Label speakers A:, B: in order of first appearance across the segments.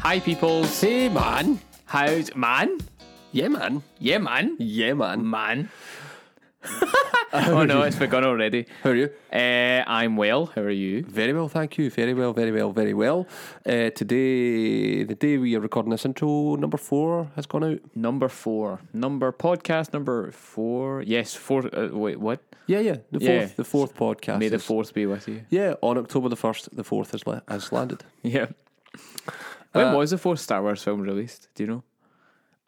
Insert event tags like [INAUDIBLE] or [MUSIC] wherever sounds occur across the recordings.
A: Hi, peoples.
B: Hey, man.
A: How's man?
B: Yeah, man.
A: Yeah, man.
B: Yeah, man.
A: Man. [LAUGHS] oh no, it's begun already.
B: How are you?
A: Uh, I'm well. How are you?
B: Very well, thank you. Very well, very well, very well. Uh, today, the day we are recording this intro, number four has gone out.
A: Number four. Number podcast number four. Yes, four. Uh, wait, what?
B: Yeah, yeah. The fourth,
A: Yeah.
B: the fourth podcast.
A: May the
B: is-
A: fourth be with you.
B: Yeah, on October the first, the fourth has, la- has landed.
A: Yeah. When
B: Uh,
A: was the fourth Star Wars film released? Do you know?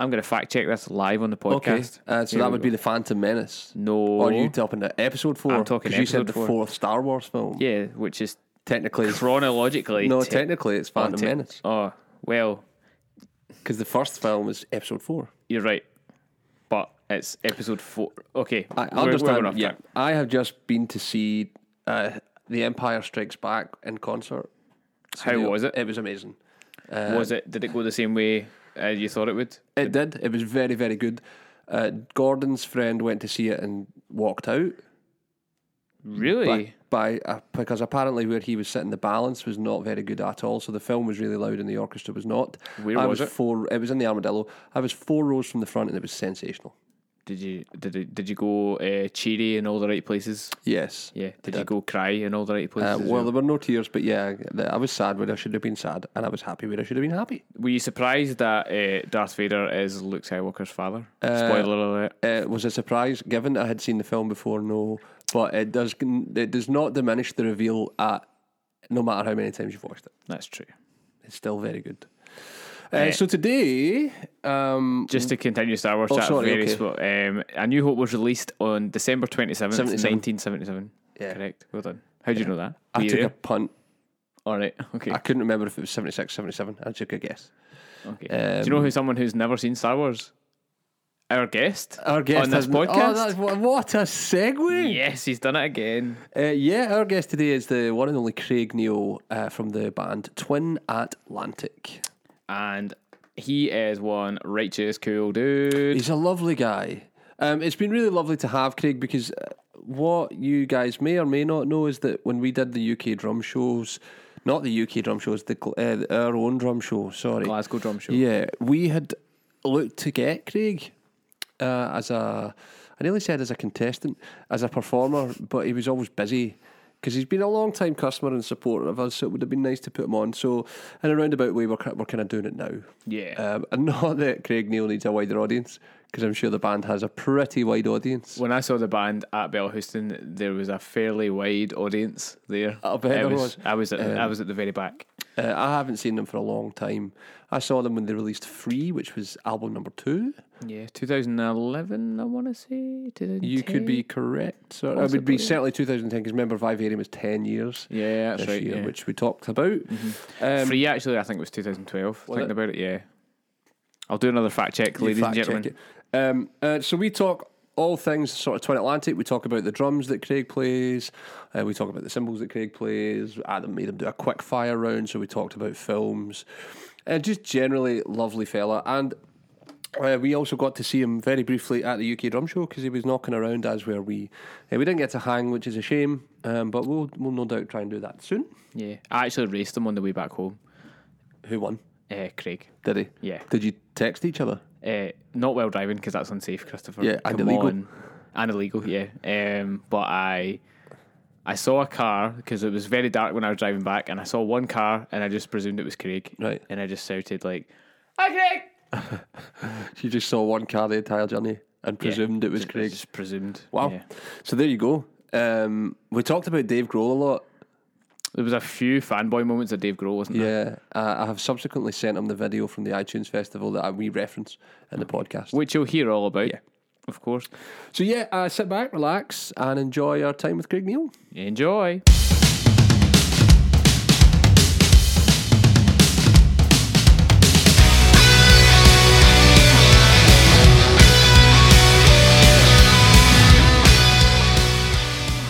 A: I'm going to fact check this live on the podcast.
B: Uh, so
A: Here
B: that
A: we
B: would
A: go.
B: be the Phantom Menace.
A: No.
B: Or you up into episode four?
A: I'm talking
B: 'cause you said
A: episode
B: the
A: four.
B: fourth Star Wars film.
A: Yeah, which is
B: Technically, it's
A: chronologically.
B: no.
A: te-
B: technically, it's Phantom
A: te-
B: Menace
A: Oh, well,
B: because the first film is episode four.
A: you're right. But it's episode four. Okay.
B: I
A: we're- we're
B: understand.
A: going off
B: yeah,
A: track.
B: I have just been to see uh, The Empire Strikes Back in concert. So
A: How
B: the-
A: was it?
B: It was amazing.
A: was it? Did it go the same way uh, you thought it would?
B: It did. It was very, very good. Uh, Gordon's friend went to see it and walked out
A: Really?
B: by, by uh, because apparently where he was sitting, the balance was not very good at all. So the film was really loud and the orchestra was not.
A: Where
B: I
A: was
B: was,
A: it?
B: Four. It was in the Armadillo. I was four rows from the front, and it was sensational.
A: Did you did you, did you go uh, cheery in all the right places?
B: Yes.
A: Yeah. Did you go cry in all the right places?
B: Uh,
A: as
B: well, there were no tears, but yeah, I was sad where I should have been sad, and I was happy where I should have been happy.
A: Were you surprised that uh, Darth Vader is Luke Skywalker's father? Spoiler alert.
B: uh, was a surprise given that I had seen the film before. No, but it does it does not diminish the reveal at no matter how many times you've watched it.
A: That's true.
B: It's still very good. Uh, so today, um,
A: Just to continue Star Wars chat,
B: Oh, sorry,
A: very
B: okay.
A: spo- um, A New Hope was released on December 27th,
B: 77.
A: 1977.
B: Yeah.
A: Correct. Well done. How do you know that? Were
B: I
A: you
B: took a
A: there?
B: punt.
A: All right. [LAUGHS] Okay.
B: I couldn't remember if it was 76, 77. I took a guess.
A: okay. do you
B: Um,
A: know who someone who's never seen Star Wars? Our guest.
B: Our guest
A: on this
B: hasn't-
A: podcast.
B: Oh, that's, what, what a
A: [LAUGHS]
B: segue!
A: Yes, he's done it again.
B: Uh, yeah, our guest today is the one and only Craig Neal uh, from the band Twin Atlantic.
A: And he is one righteous, cool dude.
B: He's a lovely guy. Um, it's been really lovely to have Craig because uh, what you guys may or may not know is that when we did the UK drum shows, not the UK drum shows, the gl- uh, our own drum show, sorry.
A: Glasgow drum show.
B: Yeah, we had looked to get Craig uh, as a, I nearly said as a contestant, as a performer, but he was always busy because he's been a long time customer and supporter of us, so it would have been nice to put him on. So, in a roundabout way, we're, ki- we're kind of doing it now.
A: Yeah.
B: Um, and [LAUGHS] not that Craig Neal needs a wider audience, because I'm sure the band has a pretty wide audience.
A: When I saw the band at Bellhouston, there was a fairly wide audience there.
B: I bet
A: It
B: there was. Um,
A: I was at, I was at the very back.
B: Uh, I haven't seen them for a long time. I saw them when they released Free, which was album number two.
A: Yeah, 2011. I want to say 2010.
B: You could be correct. So it would
A: Possibly.
B: be certainly 2010, because remember, Vivarium was 10 years
A: Yeah, that's
B: this
A: right.
B: year,
A: yeah. Mm-hmm.
B: which we talked about. Um,
A: Free actually, I think it was 2012. Thinking
B: it?
A: about it, yeah. I'll do another fact check, ladies and
B: fact check
A: gentlemen.
B: it. Um, uh, so we talk all things sort of Twin Atlantic. We talk about the drums that Craig plays. Uh, we talk about the cymbals that Craig plays. Adam made him do a quick fire round, so we talked about films. And just generally lovely fella. And uh, we also got to see him very briefly at the UK Drum Show because he was knocking around as where we uh, we didn't get to hang, which is a shame. Um, but we'll we'll no doubt try and do that soon.
A: Yeah, I actually raced him on the way back home.
B: Who won?
A: Uh, Craig.
B: Did he?
A: Yeah.
B: Did you text each other?
A: Uh, not while driving because that's unsafe, Christopher.
B: Yeah, and illegal.
A: And illegal, yeah. Um, but I, I saw a car because it was very dark when I was driving back, and I saw one car, and I just presumed it was Craig.
B: Right.
A: And I just shouted like, "Hi, Craig!"
B: You just saw one car the entire journey and presumed it was
A: Just-
B: Craig.
A: Just presumed.
B: Wow.
A: yeah.
B: So there you go. Um, we talked about Dave Grohl a lot.
A: There was a few fanboy moments of Dave Grohl, wasn't there?
B: Yeah. Uh, I have subsequently sent him the video from the iTunes Festival that I, we reference in the podcast.
A: Which you'll hear all about.
B: Yeah.
A: Of course.
B: So yeah, uh, sit back, relax, and enjoy our time with Craig Neal.
A: Enjoy.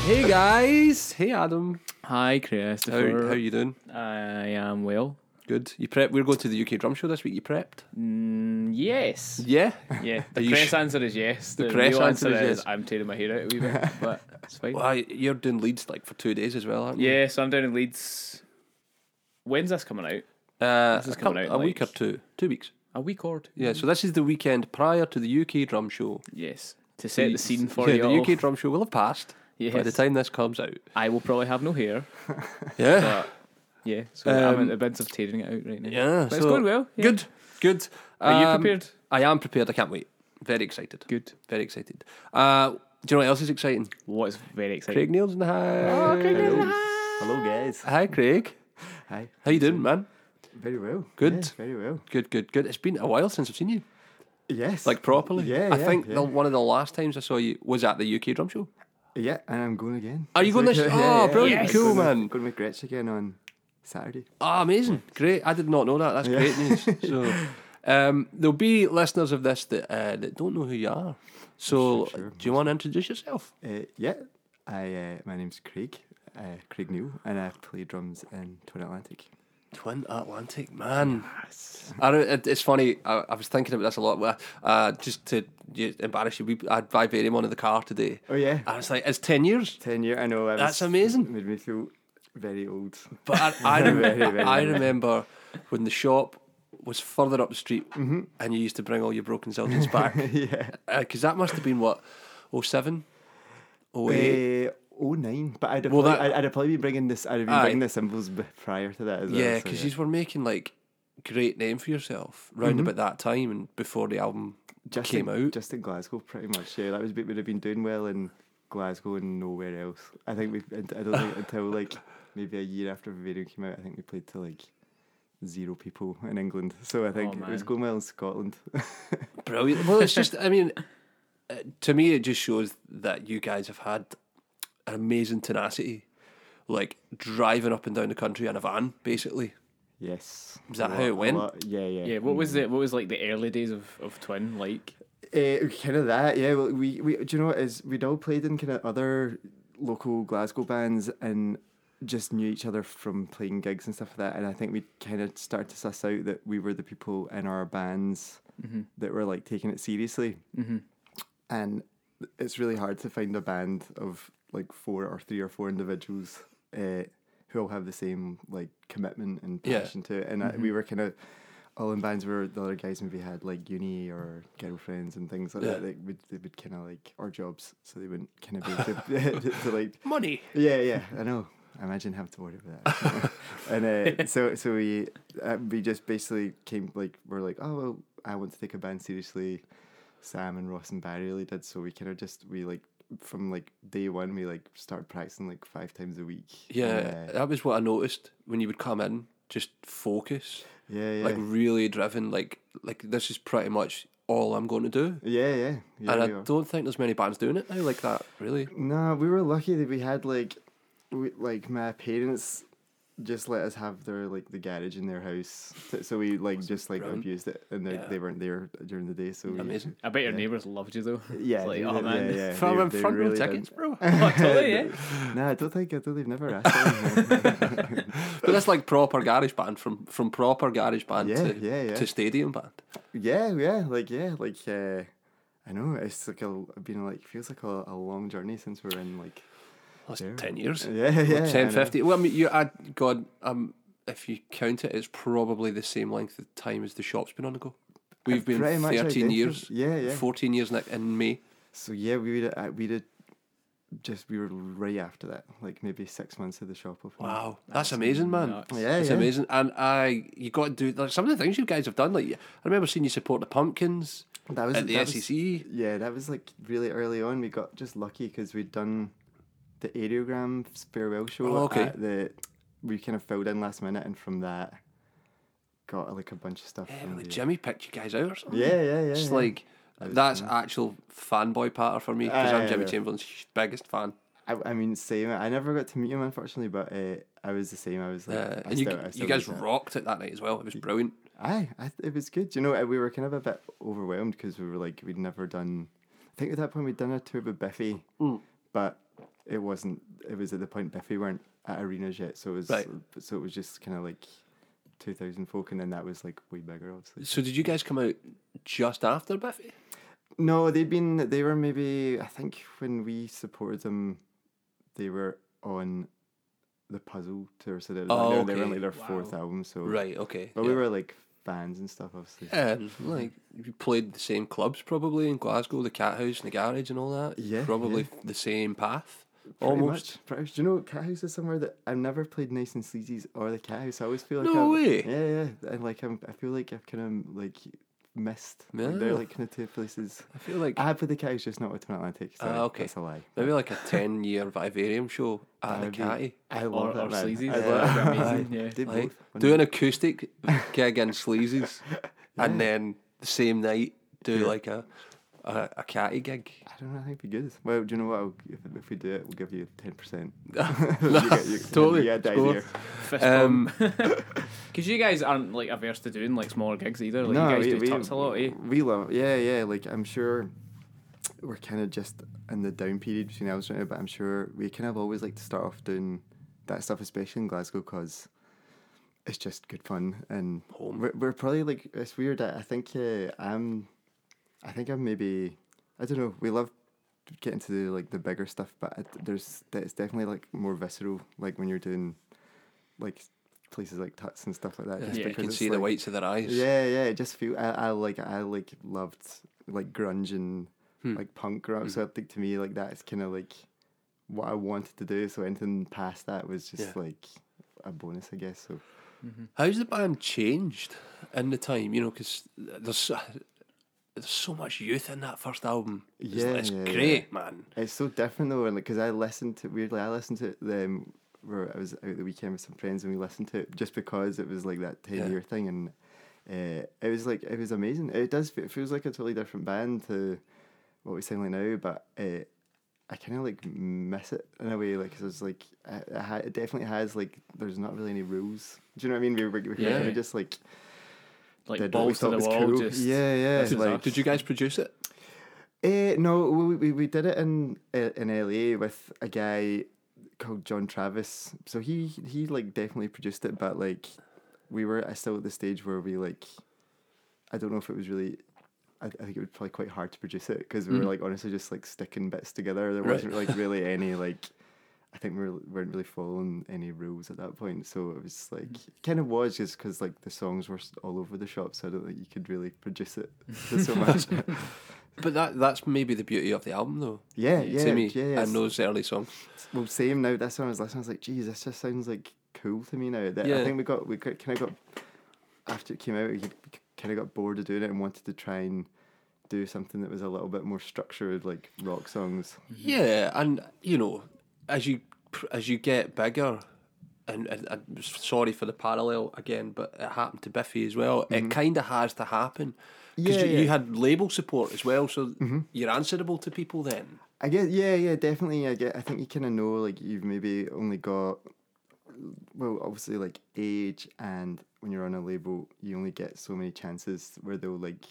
B: Hey guys. Hey Adam.
A: Hi, Christopher.
B: you doing?
A: I am well.
B: Good. You prep? We're going to the UK Drum Show this week. You prepped?
A: Mm, yes.
B: Yeah.
A: Yeah,
B: [LAUGHS] Are
A: the
B: you
A: press
B: sh-
A: answer is yes. The,
B: press
A: real answer,
B: answer is
A: is,
B: yes.
A: I'm tearing my hair out a wee
B: [LAUGHS]
A: bit, but it's fine.
B: Well, you're doing Leeds like for two days as well, aren't you?
A: Yeah, so I'm down in Leeds. When's this coming out?
B: Uh,
A: is
B: a,
A: coming
B: couple-
A: out
B: a week or
A: like-
B: two, two weeks.
A: A week or two.
B: Yeah, so this is the weekend prior to the UK drum show.
A: Yes. To set the scene for
B: yeah,
A: you
B: the
A: all,
B: UK drum show will have passed by the
A: Yes.
B: time this comes out.
A: I will probably have no hair.
B: Yeah,
A: Yeah, so I'm in the bits of tearing it out right now.
B: Um, yeah.
A: But it's going well. yeah.
B: Good, good.
A: Are you
B: Um,
A: prepared?
B: I am prepared. I can't wait. Very excited.
A: Good.
B: Very excited. Uh, do you know what else is exciting?
A: What's very exciting?
B: Craig Neal's in the house.
C: Hello, guys.
B: Hi, Craig.
C: Hi.
B: How you doing, man?
C: Very well.
B: Good.
C: Yeah, very well.
B: Good, good, good. It's been a while since I've seen you,
C: Yes.
B: like properly.
C: Yeah.
B: I
C: yeah,
B: think
C: yeah.
B: The, one of the last times I saw you was at the UK drum show.
C: Yeah, and I'm going again.
B: Are you
C: This
B: going
C: [LAUGHS]
B: this-
C: weekend.
B: Oh, brilliant.
C: I'm
B: Cool,
C: going with-
B: man.
C: Going with Gretsch again on Saturday.
B: Ah, amazing. Great. I did not know that. That's great
A: [LAUGHS]
B: news. So, um, there'll be listeners of this that, uh, that don't know who you are. So,
C: Sure, sure.
B: do you want to introduce yourself?
C: Uh, yeah. I. Uh, my name's Craig. Uh, Craig Neal, and I play drums in Twin Atlantic.
B: Twin Atlantic, man. I don't, it, it's funny. I, I was thinking about this a lot. but, Uh, just to you, embarrass you, we, I had Vivarium on in the car today.
C: Oh yeah.
B: I was like, it's 10 years.
C: Ten year. I know. I
B: That's
C: was-
B: amazing.
C: Made me feel very old.
B: But I,
C: [LAUGHS]
B: I, rem-
C: Very, very
B: I remember when the shop was further up the street and you used to bring all your broken Zildjians back.
C: Mm-hmm. [LAUGHS] yeah.
B: Because that must have been what, 07? 08?
C: Uh, oh nine. But I'd have
B: Well,
C: probably,
B: that-
C: I'd, I'd probably been bringing this. I'd have been
B: Aye.
C: bringing the symbols b- prior to that as well.
B: yeah,
C: so
B: because you were making like great name for yourself round about that time and before the album
C: Mm-hmm. just
B: came
C: in,
B: out.
C: just in Glasgow, pretty much. Yeah, that was bit would have been doing well in Glasgow and nowhere else. I think we. I don't think
B: [LAUGHS]
C: until like maybe a year after the video came out, I think we played to like zero people in England. So I think
A: Oh,
C: it was
A: man.
C: going well in Scotland. [LAUGHS]
B: Brilliant. Well, it's just, I mean, uh, to me, it just shows that you guys have had an amazing tenacity, like driving up and down the country in a van, basically.
C: yes.
B: Is that
C: A
B: how it
C: lot- a
B: went?
C: lot- yeah, yeah.
A: Yeah, what was the what was like the early days of, of Twin like?
C: Uh, kind of that, yeah. Well, we, we do you know what is we'd all played in kind of other local Glasgow bands and just knew each other from playing gigs and stuff like that. And I think we kind of started to suss out that we were the people in our bands that were like taking it seriously. Mm-hmm. And it's really hard to find a band of like four or three or four individuals uh, who all have the same like commitment and
B: Yeah.
C: passion to it. And I,
B: Mm-hmm.
C: we were kind of all in bands where the other guys maybe had like uni or girlfriends and things like that.
B: Yeah.
C: They would, they would kind of like or jobs, so they wouldn't
B: [LAUGHS]
C: kind of be able to, [LAUGHS] to like
B: Money.
C: yeah, yeah, I know. I imagine having to worry about that. [LAUGHS]
B: [LAUGHS]
C: and uh, so, so we uh, we just basically came like we're like, oh well, I want to take a band seriously. Sam and Ross and Barry really did. So we kind of just we like from like day one we like started practicing like five times a week. uh,
B: Yeah, that was what I noticed when you would come in, just focus,
C: yeah, yeah,
B: like really driven, like, like this is pretty much all I'm going to do.
C: yeah, yeah. yeah
B: and I
C: we are.
B: don't think there's many bands doing it now like that, really.
C: No, we were lucky that we had like, we, like my parents just let us have their like the garage in their house, so, so we like just like
B: brilliant.
C: abused it, and they
B: Yeah.
C: they weren't there during the day, so we,
B: Amazing.
A: I bet your neighbours loved you though. [LAUGHS]
C: Yeah,
A: It's like,
C: they-
A: oh
C: they-
A: man.
C: yeah, yeah.
B: Front,
C: they-
B: row-
C: they
B: front row
C: really
B: tickets,
C: didn't.
B: bro.
C: [LAUGHS]
A: Oh, [LAUGHS] totally,
B: [LAUGHS]
A: yeah.
C: No, I don't think I don't. They've never asked. them.
B: But that's like proper garage band from from proper garage band
C: Yeah,
B: to
C: yeah, yeah.
B: to stadium band.
C: yeah, yeah, like yeah, like uh, I know it's like a been like feels like a, a long journey since we're in like [LAUGHS]
B: That's
C: Yeah.
B: ten years.
C: yeah yeah I
B: ten
C: know.
B: fifty. Well, I mean, you, I, God, um, if you count it, it's probably the same length of time as the shop's been on the go. We've been
C: Pretty much
B: thirteen
C: identical.
B: years,
C: Yeah, yeah.
B: fourteen years in, in May.
C: So yeah, we did. Uh, we did. Just we were right after that, like maybe six months of the shop opening.
B: Wow, that's, amazing, man.
A: nuts.
C: Yeah,
B: It's
C: yeah.
B: amazing, and I you got to do like some of the things you guys have done. Like I remember seeing you support the Pumpkins
C: That was
B: at the E
C: that was-
B: SEC.
C: yeah, that was like really early on. We got just lucky because we'd done the Aerogram farewell show.
B: Oh, okay.
C: at the we kind of filled in last minute, and from that got like a bunch of stuff.
B: Yeah,
C: from
B: like
C: the-
B: Jimmy picked you guys out or something.
C: Oh, yeah, yeah, yeah.
B: It's
C: yeah.
B: like that's actual fanboy patter for me because
C: Aye,
B: I'm
C: aye,
B: Jimmy
C: aye.
B: Chamberlain's biggest fan.
C: I, I mean, same. I never got to meet him unfortunately, but uh, I was the same. I was like,
B: Uh,
C: I
B: and you,
C: still- I
B: you
C: still
B: guys
C: miss that.
B: rocked it that night as well. It was brilliant.
C: Aye, I, th- it was good. You know, uh, we were kind of a bit overwhelmed because we were like, we'd never done. I think at that point we'd done a tour with Biffy,
B: Mm.
C: but it wasn't. It was at the point Biffy weren't at arenas yet, so it was.
B: Right.
C: So it was just kind of like, two thousand folk, and then that was like way bigger, obviously.
B: So did you guys come out just after Biffy?
C: No, they'd been. They were maybe. I think when we supported them, they were on the Puzzle tour, so they were,
B: Oh,
C: like, they were- they were
B: okay.
C: only their fourth album. So
B: Right. Okay.
C: but
B: yeah.
C: we were Mm-hmm. like fans and stuff, obviously.
B: And like you played the same clubs probably in Glasgow, the Cat House and the Garage and all that.
C: Yeah,
B: Probably the same path.
C: Pretty
B: almost.
C: much. Pretty much. Do you know Cat House is somewhere that I've never played Nice and Sleazy's or the Cat House. I always feel like
B: No
C: I'm,
B: way.
C: Yeah, yeah. And like I'm, I feel like I've kind of like missed. Like,
B: Yeah.
C: they're like kind of two places.
B: I feel like
C: I had played the Cat House, just not with Twin Atlantic. Sorry,
B: Ah, okay.
C: that's a lie.
B: maybe like a ten year vivarium show at the
C: That'd be-
B: Catty.
C: I
A: Or,
C: love
A: or
C: that man.
A: Sleazy's.
C: I
A: That'd
C: love [LAUGHS]
A: be amazing. Yeah.
C: Did
B: Like,
C: both.
B: do an acoustic
C: [LAUGHS]
B: gig in Sleazy's and then the same night do like a a, a catty gig.
C: I don't know. I think it'd be good. Well, do you know what? I'll- If, if we do it, we'll give you ten percent. [LAUGHS]
B: [LAUGHS] Totally,
C: Yeah, the
B: sure.
C: idea.
A: Fist
B: Um,
C: [LAUGHS]
A: [LAUGHS] Because you guys aren't like averse to doing like smaller gigs either. Like
C: No,
A: you guys
C: we-
A: do
C: we-
A: tucks a lot, eh?
C: We love, yeah, yeah. Like I'm sure we're kind of just in the down period between albums right now, but I'm sure we kind of always like to start off doing that stuff, especially in Glasgow, because it's just good fun. And
B: Home.
C: We're, we're probably like it's weird. I, I think uh, I'm, I think I'm maybe, I don't know. We love getting to the, like the bigger stuff, but I, there's it's definitely like more visceral. Like when you're doing like places like Tuts and stuff like that. just
B: yeah, you
C: because
B: can
C: it's,
B: see the
C: like-
B: whites of their eyes.
C: yeah, yeah. It just feel I, I like I like loved like grunge and like punk rock. So I think to me like that's kind of like what I wanted to do. So anything past that was just
B: Yeah.
C: like a bonus, I guess. So
B: How's the band changed in the time? You know, because there's so- there's so much youth in that first album. It's,
C: Yeah,
B: it's
C: yeah,
B: great, man.
C: it's so different though, and because I listened to weirdly, I listened to them where I was out the weekend with some friends and we listened to it just because it was like that ten
B: Yeah.
C: year thing, and uh, it was like it was amazing. It does it feels like a totally different band to what we sound like now, but. Uh, I kind of like miss it in a way, like 'cause it's like it, it ha- it definitely has like there's not really any rules. Do you know what I mean? We were, we were
A: Yeah.
C: kinda just like
A: Like
C: did what we
A: balls to
C: thought
A: the
C: was
A: wall.
C: cool.
A: Just
C: yeah, yeah.
A: This is
C: like,
A: us.
B: Did you guys produce it?
C: Eh, no, we, we we did it in eh, in LA with a guy called John Travis. So he he like definitely produced it, but like we were still at the stage where we like I don't know if it was really. I, I think it was probably quite hard to produce it because we were like honestly just like sticking bits together. There
B: Right.
C: wasn't like really any like. I think we were, weren't really following any rules at that point, so it was like kind of was just because like the songs were s- all over the shop, so I don't think you could really produce it so much.
B: But that that's maybe the beauty of the album, though.
C: yeah, yeah,
B: to me,
C: yeah, yeah.
B: and those early songs.
C: Well, same now. That's when I was listening. I was like, "Geez, this just sounds like cool to me now." That
B: Yeah.
C: I think we got we got, kind of got after it came out, we kind of got bored of doing it and wanted to try and do something that was a little bit more structured, like rock songs.
B: Yeah, and you know, as you as you get bigger, and, and, and sorry for the parallel again, but it happened to Biffy as well. It kind of has to happen because
C: Mm-hmm. Yeah,
B: you,
C: yeah. Mm-hmm.
B: you had label support as well, so you're answerable to people then.
C: I guess, yeah, yeah, definitely. I get. I think you kind of know, like, you've maybe only got, well, obviously, like age, and when you're on a label, you only get so many chances where they'll like,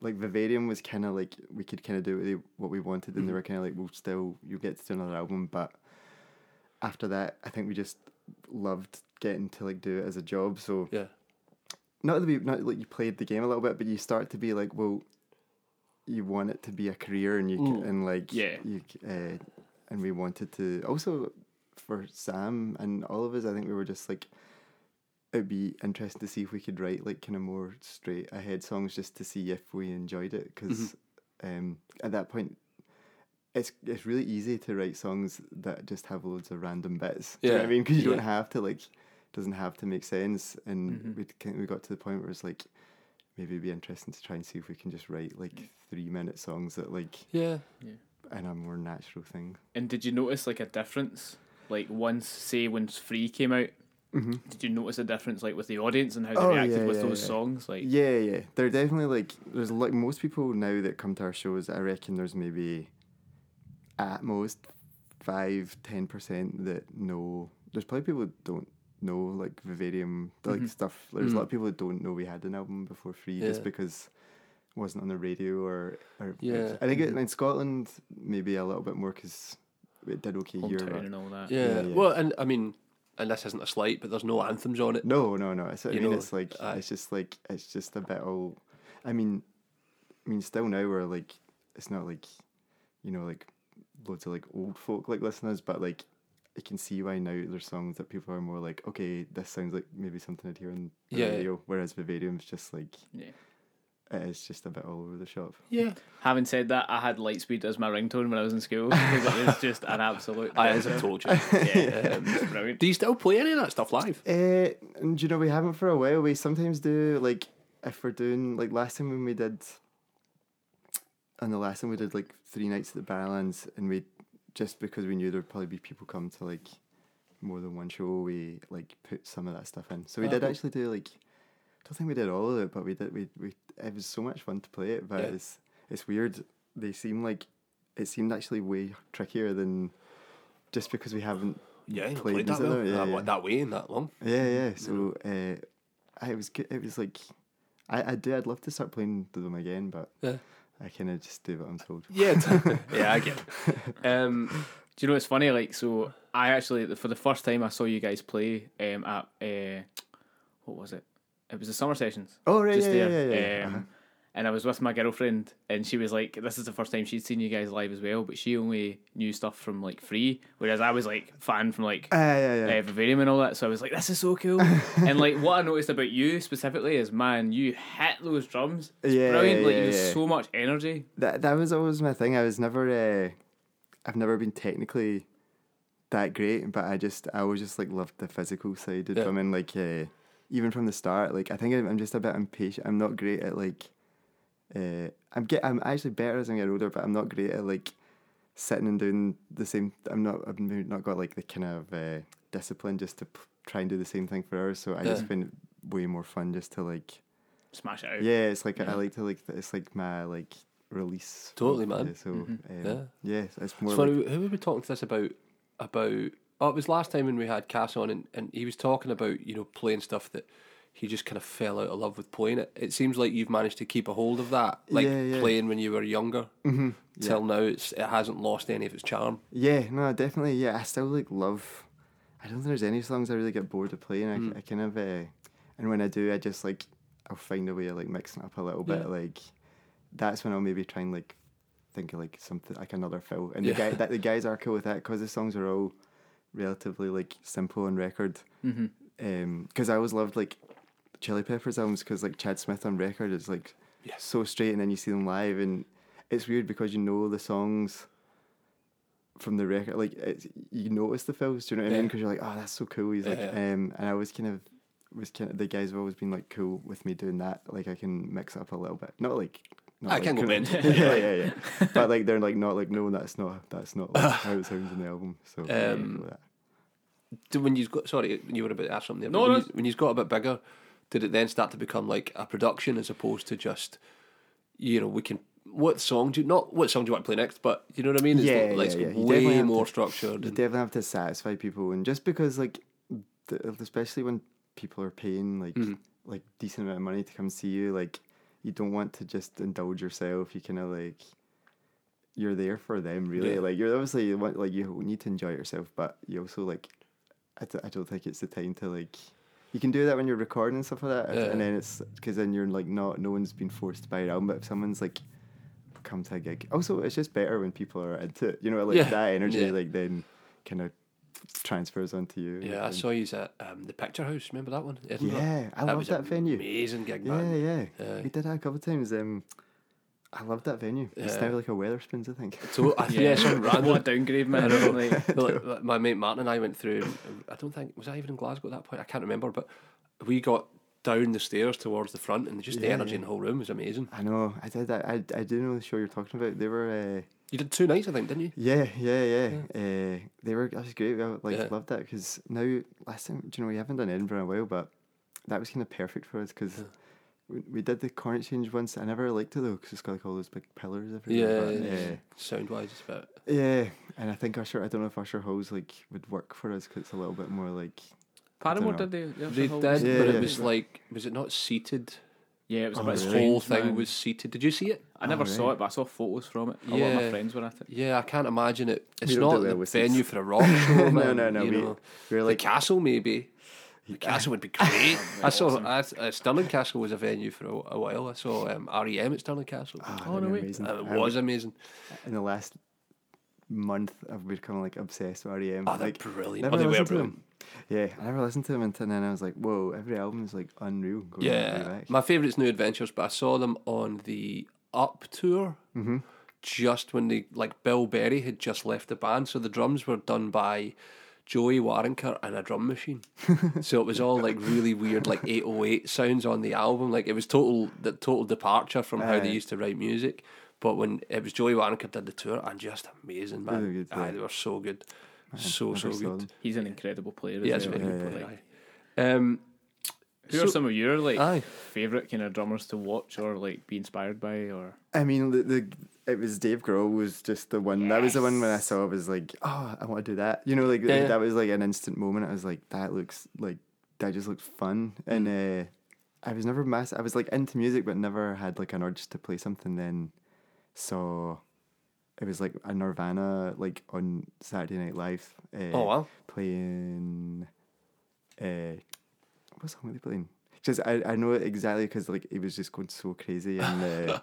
C: like Vivarium was kind of like we could kind of do what they- what we wanted, and they were kind of like, we'll still you get to do another album, but after that, I think we just loved getting to like do it as a job. So
B: Yeah,
C: not that we not like you played the game a little bit, but you start to be like, well, you want it to be a career, and you c
B: Mm.
C: and like
A: Yeah.
C: you c- uh, and we wanted to also for Sam and all of us. I think we were just like it'd be interesting to see if we could write like kind of more straight ahead songs just to see if we enjoyed it because
B: Mm-hmm.
C: um, at that point. It's, it's really easy to write songs that just have loads of random bits. Do you know what
B: Yeah.
C: I mean? Because you
B: Yeah.
C: don't have to like doesn't have to make sense. And we we we got to the point where it's like maybe it'd be interesting to try and see if we can just write like three minute songs that like
B: yeah.
C: in a more natural thing.
A: And did you notice like a difference? Like once, say, when Free came out, did you notice a difference like with the audience and how they
C: Mm-hmm. Oh,
A: reacted
C: yeah,
A: with
C: yeah,
A: those
C: yeah.
A: songs? Like,
C: Yeah, yeah. They're definitely like there's like most people now that come to our shows. I reckon there's maybe at most five ten percent that know. There's probably people that don't know like Vivarium like stuff. There's a lot of people that don't know we had an album before Free
B: Yeah.
C: just because it wasn't on the radio or, or
B: Yeah.
C: I think it, in Scotland maybe a little bit more because it did okay here.
A: hometown
C: but-
A: and all that.
B: Yeah.
C: Yeah, yeah.
B: Well, and I mean, and this isn't a slight, but there's no anthems on it.
C: No, no, no. It's, I
B: You
C: mean,
B: know,
C: it's like
B: aye.
C: it's just like it's just a bit all. I mean, I mean, still now we're like it's not like, you know, like loads of like old folk like listeners, but like I can see why now there's songs that people are more like, okay, this sounds like maybe something I'd hear on the
B: Yeah.
C: radio, whereas Vivarium's just like
A: Yeah.
C: it's just a bit all over the shop.
B: Yeah.
A: Having said that, I had Lightspeed as my ringtone when I was in school because it
C: [LAUGHS]
A: was just an absolute. [LAUGHS]
B: I, as I've [LAUGHS] told you.
A: yeah, it was brilliant.
B: Do you still play any of that stuff live?
C: Uh, and you know, we haven't for a while. We sometimes do like if we're doing like last time when we did, and the last time we did like three nights at the Barrowlands, and we just because we knew there'd probably be people come to like more than one show, we like put some of that stuff in. So we
B: Ah,
C: did
B: cool.
C: actually do like I don't think we did all of it, but we did we we it was so much fun to play it. But
B: Yeah.
C: it's it's weird. They seem like it seemed actually way trickier than just because we haven't
B: Yeah, you
C: Played
B: played that,
C: music
B: well,
C: though, yeah,
B: that,
C: yeah.
B: that way and that long.
C: yeah, yeah. So uh, I was good. It was like I I do. I'd love to start playing with them again, but
B: Yeah.
C: I kind of just do what I'm told.
B: Yeah, [LAUGHS] yeah, I get. It.
A: Um, do you know it's funny? Like, so I actually for the first time I saw you guys play um, at uh, what was it? It was the summer sessions.
C: Oh right,
A: just
C: yeah, yeah,
A: there.
C: yeah, yeah, yeah.
A: Um,
C: Uh-huh.
A: And I was with my girlfriend, and she was like, "This is the first time she'd seen you guys live as well." But she only knew stuff from like free, whereas I was like fan from like
C: Ah, yeah, yeah.
A: uh, Vivarium and all that. So I was like, "This is so
C: [LAUGHS]
A: cool." and like what I noticed about you specifically is, man, you hit those drums. It's
C: Yeah,
A: brilliant. Like
C: yeah,
A: there's
C: yeah.
A: so much energy.
C: that that was always my thing. I was never. Uh, I've never been technically that great, but I just I always just like loved the physical side of
B: Yeah.
C: drumming. Like uh, even from the start, like I think I'm I'm just a bit impatient. I'm not great at like. Uh, I'm get I'm actually better as I get older, but I'm not great at like sitting and doing the same. I'm not I've maybe not got like the kind of uh, discipline just to p- try and do the same thing for hours. So I just
B: Yeah.
C: find it way more fun just to like
A: Smash it out.
C: yeah, it's like I like to like it's like my like release.
B: Totally,
C: mode,
B: man.
C: yeah, so um, yeah,
B: Yeah.
C: so it's more.
B: So
C: like,
B: who were we talking to this about? About oh, it was last time when we had Cass on, and, and he was talking about you know playing stuff that he just kind of fell out of love with playing it. It seems like you've managed to keep a hold of that, like
C: Yeah, yeah.
B: playing when you were younger till now. It's it hasn't lost any of its charm.
C: yeah, no, definitely. Yeah, I still like love. I don't think there's any songs I really get bored of playing. I,
B: Mm.
C: I kind of, uh, and when I do, I just like I'll find a way of like mixing it up a little bit.
B: Yeah.
C: Like that's when I'll maybe try and like think of like something like another fill. And
B: Yeah.
C: the guy that
B: [LAUGHS]
C: the guys are cool with that because the songs are all relatively like simple on record.
B: Mm-hmm.
C: because I always loved like Chili Peppers albums because like Chad Smith on record is like so straight, and then you see them live, and it's weird because you know the songs from the record. Like it's, you notice the fills, do you know what I mean?
B: Yeah.
C: Because you're like, oh, that's so cool. He's like,
B: Yeah,
C: um, and I was kind of was kind of the guys have always been like cool with me doing that. Like I can mix it up a little bit, not like. Not
B: I
C: like
B: can go
C: cool-
B: in.
C: [LAUGHS] yeah, yeah, yeah.
B: [LAUGHS]
C: But like they're like not like no, that's not that's not like, how it sounds in the album. So yeah,
B: Um,
C: cool with that.
B: Did, when you've got sorry, when you were about to ask something. there,
A: No,
B: but
A: no.
B: when, You, when you've got a bit bigger, did it then start to become like a production as opposed to just you know we can. What song do you not? What song do you want to play next? But you know what I mean.
C: Yeah,
B: not- like,
C: yeah, yeah. You definitely
B: way
C: have
B: more
C: to-
B: structured.
C: you
B: and-
C: definitely have to satisfy people, and just because like, th- especially when people are paying like
B: Mm-hmm.
C: like decent amount of money to come see you, like you don't want to just indulge yourself. You kind of like you're there for them, really.
B: Yeah.
C: Like you're obviously you want like you need to enjoy yourself, but you also like I, d- I don't think it's the time to like. You can do that when you're recording and stuff like that,
B: Yeah.
C: and then it's because then you're like not no one's been forced to buy your album, but if someone's like come to a gig. Also, it's just better when people are into it. You know, like
B: Yeah.
C: that energy,
B: Yeah.
C: like then kind of transfers onto you.
B: Yeah, I
C: And-
B: saw you at um, the Picture House. Remember that one? Edinburgh?
C: yeah, I
B: that
C: love
B: was
C: that
B: an
C: venue.
B: Amazing gig,
C: Yeah,
B: man.
C: yeah,
B: Yeah.
C: We did that a couple of times. Um, I love that venue. It's
B: Yeah.
C: now like a Weatherspoons, I think. [LAUGHS]
B: So I, yeah, something random.
A: what a downgrade, man. Like,
B: Well, like, my mate Martin and I went through. I don't think was I even in Glasgow at that point. I can't remember, but we got down the stairs towards the front, and just the
C: Yeah,
B: energy
C: yeah.
B: in the whole room was amazing.
C: I know. I did that. I, I do know the show you're talking about. They were. Uh,
B: You did two nights, I think, didn't you?
C: Yeah, yeah, yeah. Uh, they were. That was great. I like
B: Yeah.
C: loved that because now last time, do you know, we haven't done Edinburgh in a while, but that was kind of perfect for us because we, we did the corn exchange once. I never liked it though because it's got like all those big pillars everywhere. but,
B: yeah. Sound wise, it's about
C: yeah, yeah. And I think Usher. I don't know if Usher Halls like would work for us because it's a little bit more like. [LAUGHS]
A: Paramore
C: dunno.
A: did they?
B: They did, but
C: Yeah,
B: it
C: yeah.
B: was like, was it not seated?
A: Yeah, it was
C: Oh,
A: about
B: This
C: really?
B: whole
A: strange,
B: thing
A: man.
B: was seated. Did you see it?
A: I never
C: Oh,
A: saw
C: right.
A: it, but I saw photos from it. A lot of
B: Yeah.
A: my friends were at it.
B: Yeah, I can't imagine it. It's
C: don't do
B: not
C: well
B: the
C: with seats.
B: venue for a rock
C: [LAUGHS]
B: show.
C: no,
B: man,
C: no, no.
B: you
C: We,
B: know.
C: we were
B: The
C: like,
B: castle, maybe. The castle would be
C: [LAUGHS]
B: great. I saw I, uh, Stirling Castle was a venue for a, a while. I saw um, REM at Stirling Castle.
C: "Ah,
A: Oh,
C: that'd
A: no
C: be
A: way.
C: amazing."
B: and it
C: I-
B: was amazing.
C: in the last month I've become like obsessed with REM.
B: Oh, they're
C: like,
B: brilliant.
C: never
B: Oh, they were
C: listened to
B: brilliant.
C: them. Yeah, I never listened to them until then. I was like, whoa, every album is like unreal. Going way
B: Yeah,
C: back.
B: my favourite's New Adventures, but I saw them on the Up tour. Just when they like Bill Berry had just left the band, so the drums were done by Joey Warinker and a drum machine. so it was all like really weird, like eight oh eight sounds on the album. Like it was total the total departure from how they
C: Aye.
B: used to write music. But when it was Joey Warinker did the tour, and just amazing man,
C: Really good,
B: Aye,
C: yeah.
B: they were so good, so
C: never
B: so
C: saw
B: good.
C: them.
A: He's an incredible player.
B: Yeah,
A: as
B: it's
A: well.
B: very good.
A: Like,
B: player, aye. Um,
A: Who are
B: So-
A: some of your like
B: Aye.
A: favorite kind of drummers to watch or like be inspired by? Or
C: I mean, the, the it was Dave Grohl was just the one. That was the one when I saw. I was like, oh, I want to do that. You know, like
B: Yeah.
C: that was like an instant moment. I was like, that looks like that just looks fun.
B: Mm.
C: And uh, I was never mass. I was like into music, but never had like an urge to play something. Then saw it was like a Nirvana like on Saturday Night Live. Uh,
B: oh wow,
C: playing. Uh, what song were they playing? Just I, I know it exactly because like it was just going so crazy and uh,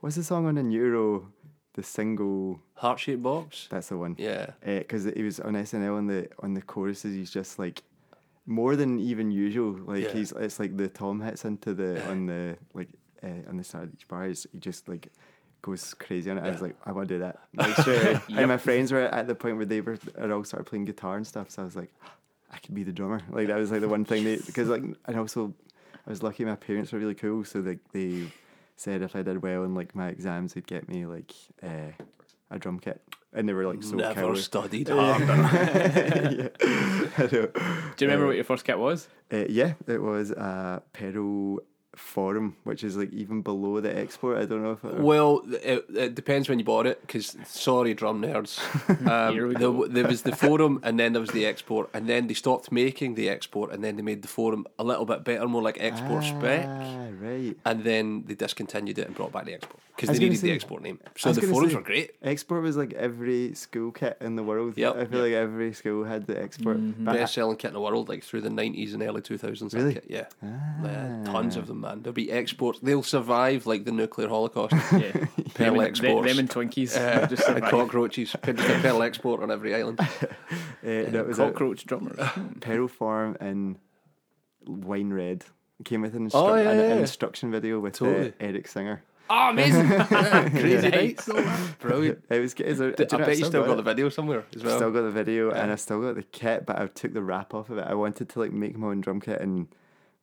C: what's the song on the Euro? The single
B: heart shaped box.
C: that's the one.
B: Yeah.
C: Because it Uh, was on SNL on the on the choruses he's just like more than even usual. Like
B: Yeah.
C: he's it's like the Tom hits
B: [LAUGHS]
C: into the on the like uh, on the side of each bar. He's, he just like goes crazy on it. I was like, I want to
B: [LAUGHS]
C: do that. Like, straight away. And my friends were at the point where they were had all started playing guitar and stuff. So I was like, I could be the drummer. Like that was like the one thing they because like and also I was lucky my parents were really cool. So like they said if I did well in like my exams, they'd get me like uh, a drum kit. And they were like so
B: Never
C: cool.
B: studied [LAUGHS] harder.
C: [LAUGHS] yeah. I know.
A: do you remember what your first kit
B: [LAUGHS]
A: was?
C: Uh, yeah, it was a pedal forum, which is like even below the export. I don't know if it,
B: Well, it, it depends when you bought it, because sorry, drum
C: [LAUGHS]
B: nerds.
A: Here
B: Um,
A: we
B: there,
A: go.
B: w- there was the forum, and then there was the export, and then they stopped making the export, and then they made the forum a little bit better, more like export spec,
C: Ah, right.
B: and then they discontinued it and brought back the export because
C: I
B: they
C: was gonna
B: needed the
C: say-
B: export name.
C: I
B: So
C: was
B: the
C: gonna
B: forums
C: say,
B: were great.
C: Export was like every school kit in the world.
B: Yep. Mm-hmm.
C: I feel like every school had the export. But
B: Best selling kit in the world, like through the nineties and early two thousands.
C: Really? Ah.
B: Kit. Yeah. Yeah, tons of them, man. There'll be exports. They'll survive like the nuclear
C: [LAUGHS]
B: holocaust.
A: Yeah,
B: Pearl
A: them, and-
B: exports.
A: them and
B: [LAUGHS]
A: Twinkies.
B: Uh,
A: just
B: and cockroaches. Just a pearl export on every island.
C: uh, that was a
A: cockroach drummers.
C: pedal forum in wine red. It came with an, instru-
B: Oh, yeah,
C: an, an
B: yeah.
C: instruction video with uh,
B: Totally.
C: Eric Singer.
B: Oh, [LAUGHS] amazing! Crazy
A: Nice.
B: nights, all that. brilliant.
C: [LAUGHS] It was. Is there, do
B: I
C: know, I've
B: bet you still got
C: it.
B: the video somewhere as well.
C: I've still got the video and I still got the kit, but I took the wrap off of it. I wanted to like make my own drum kit and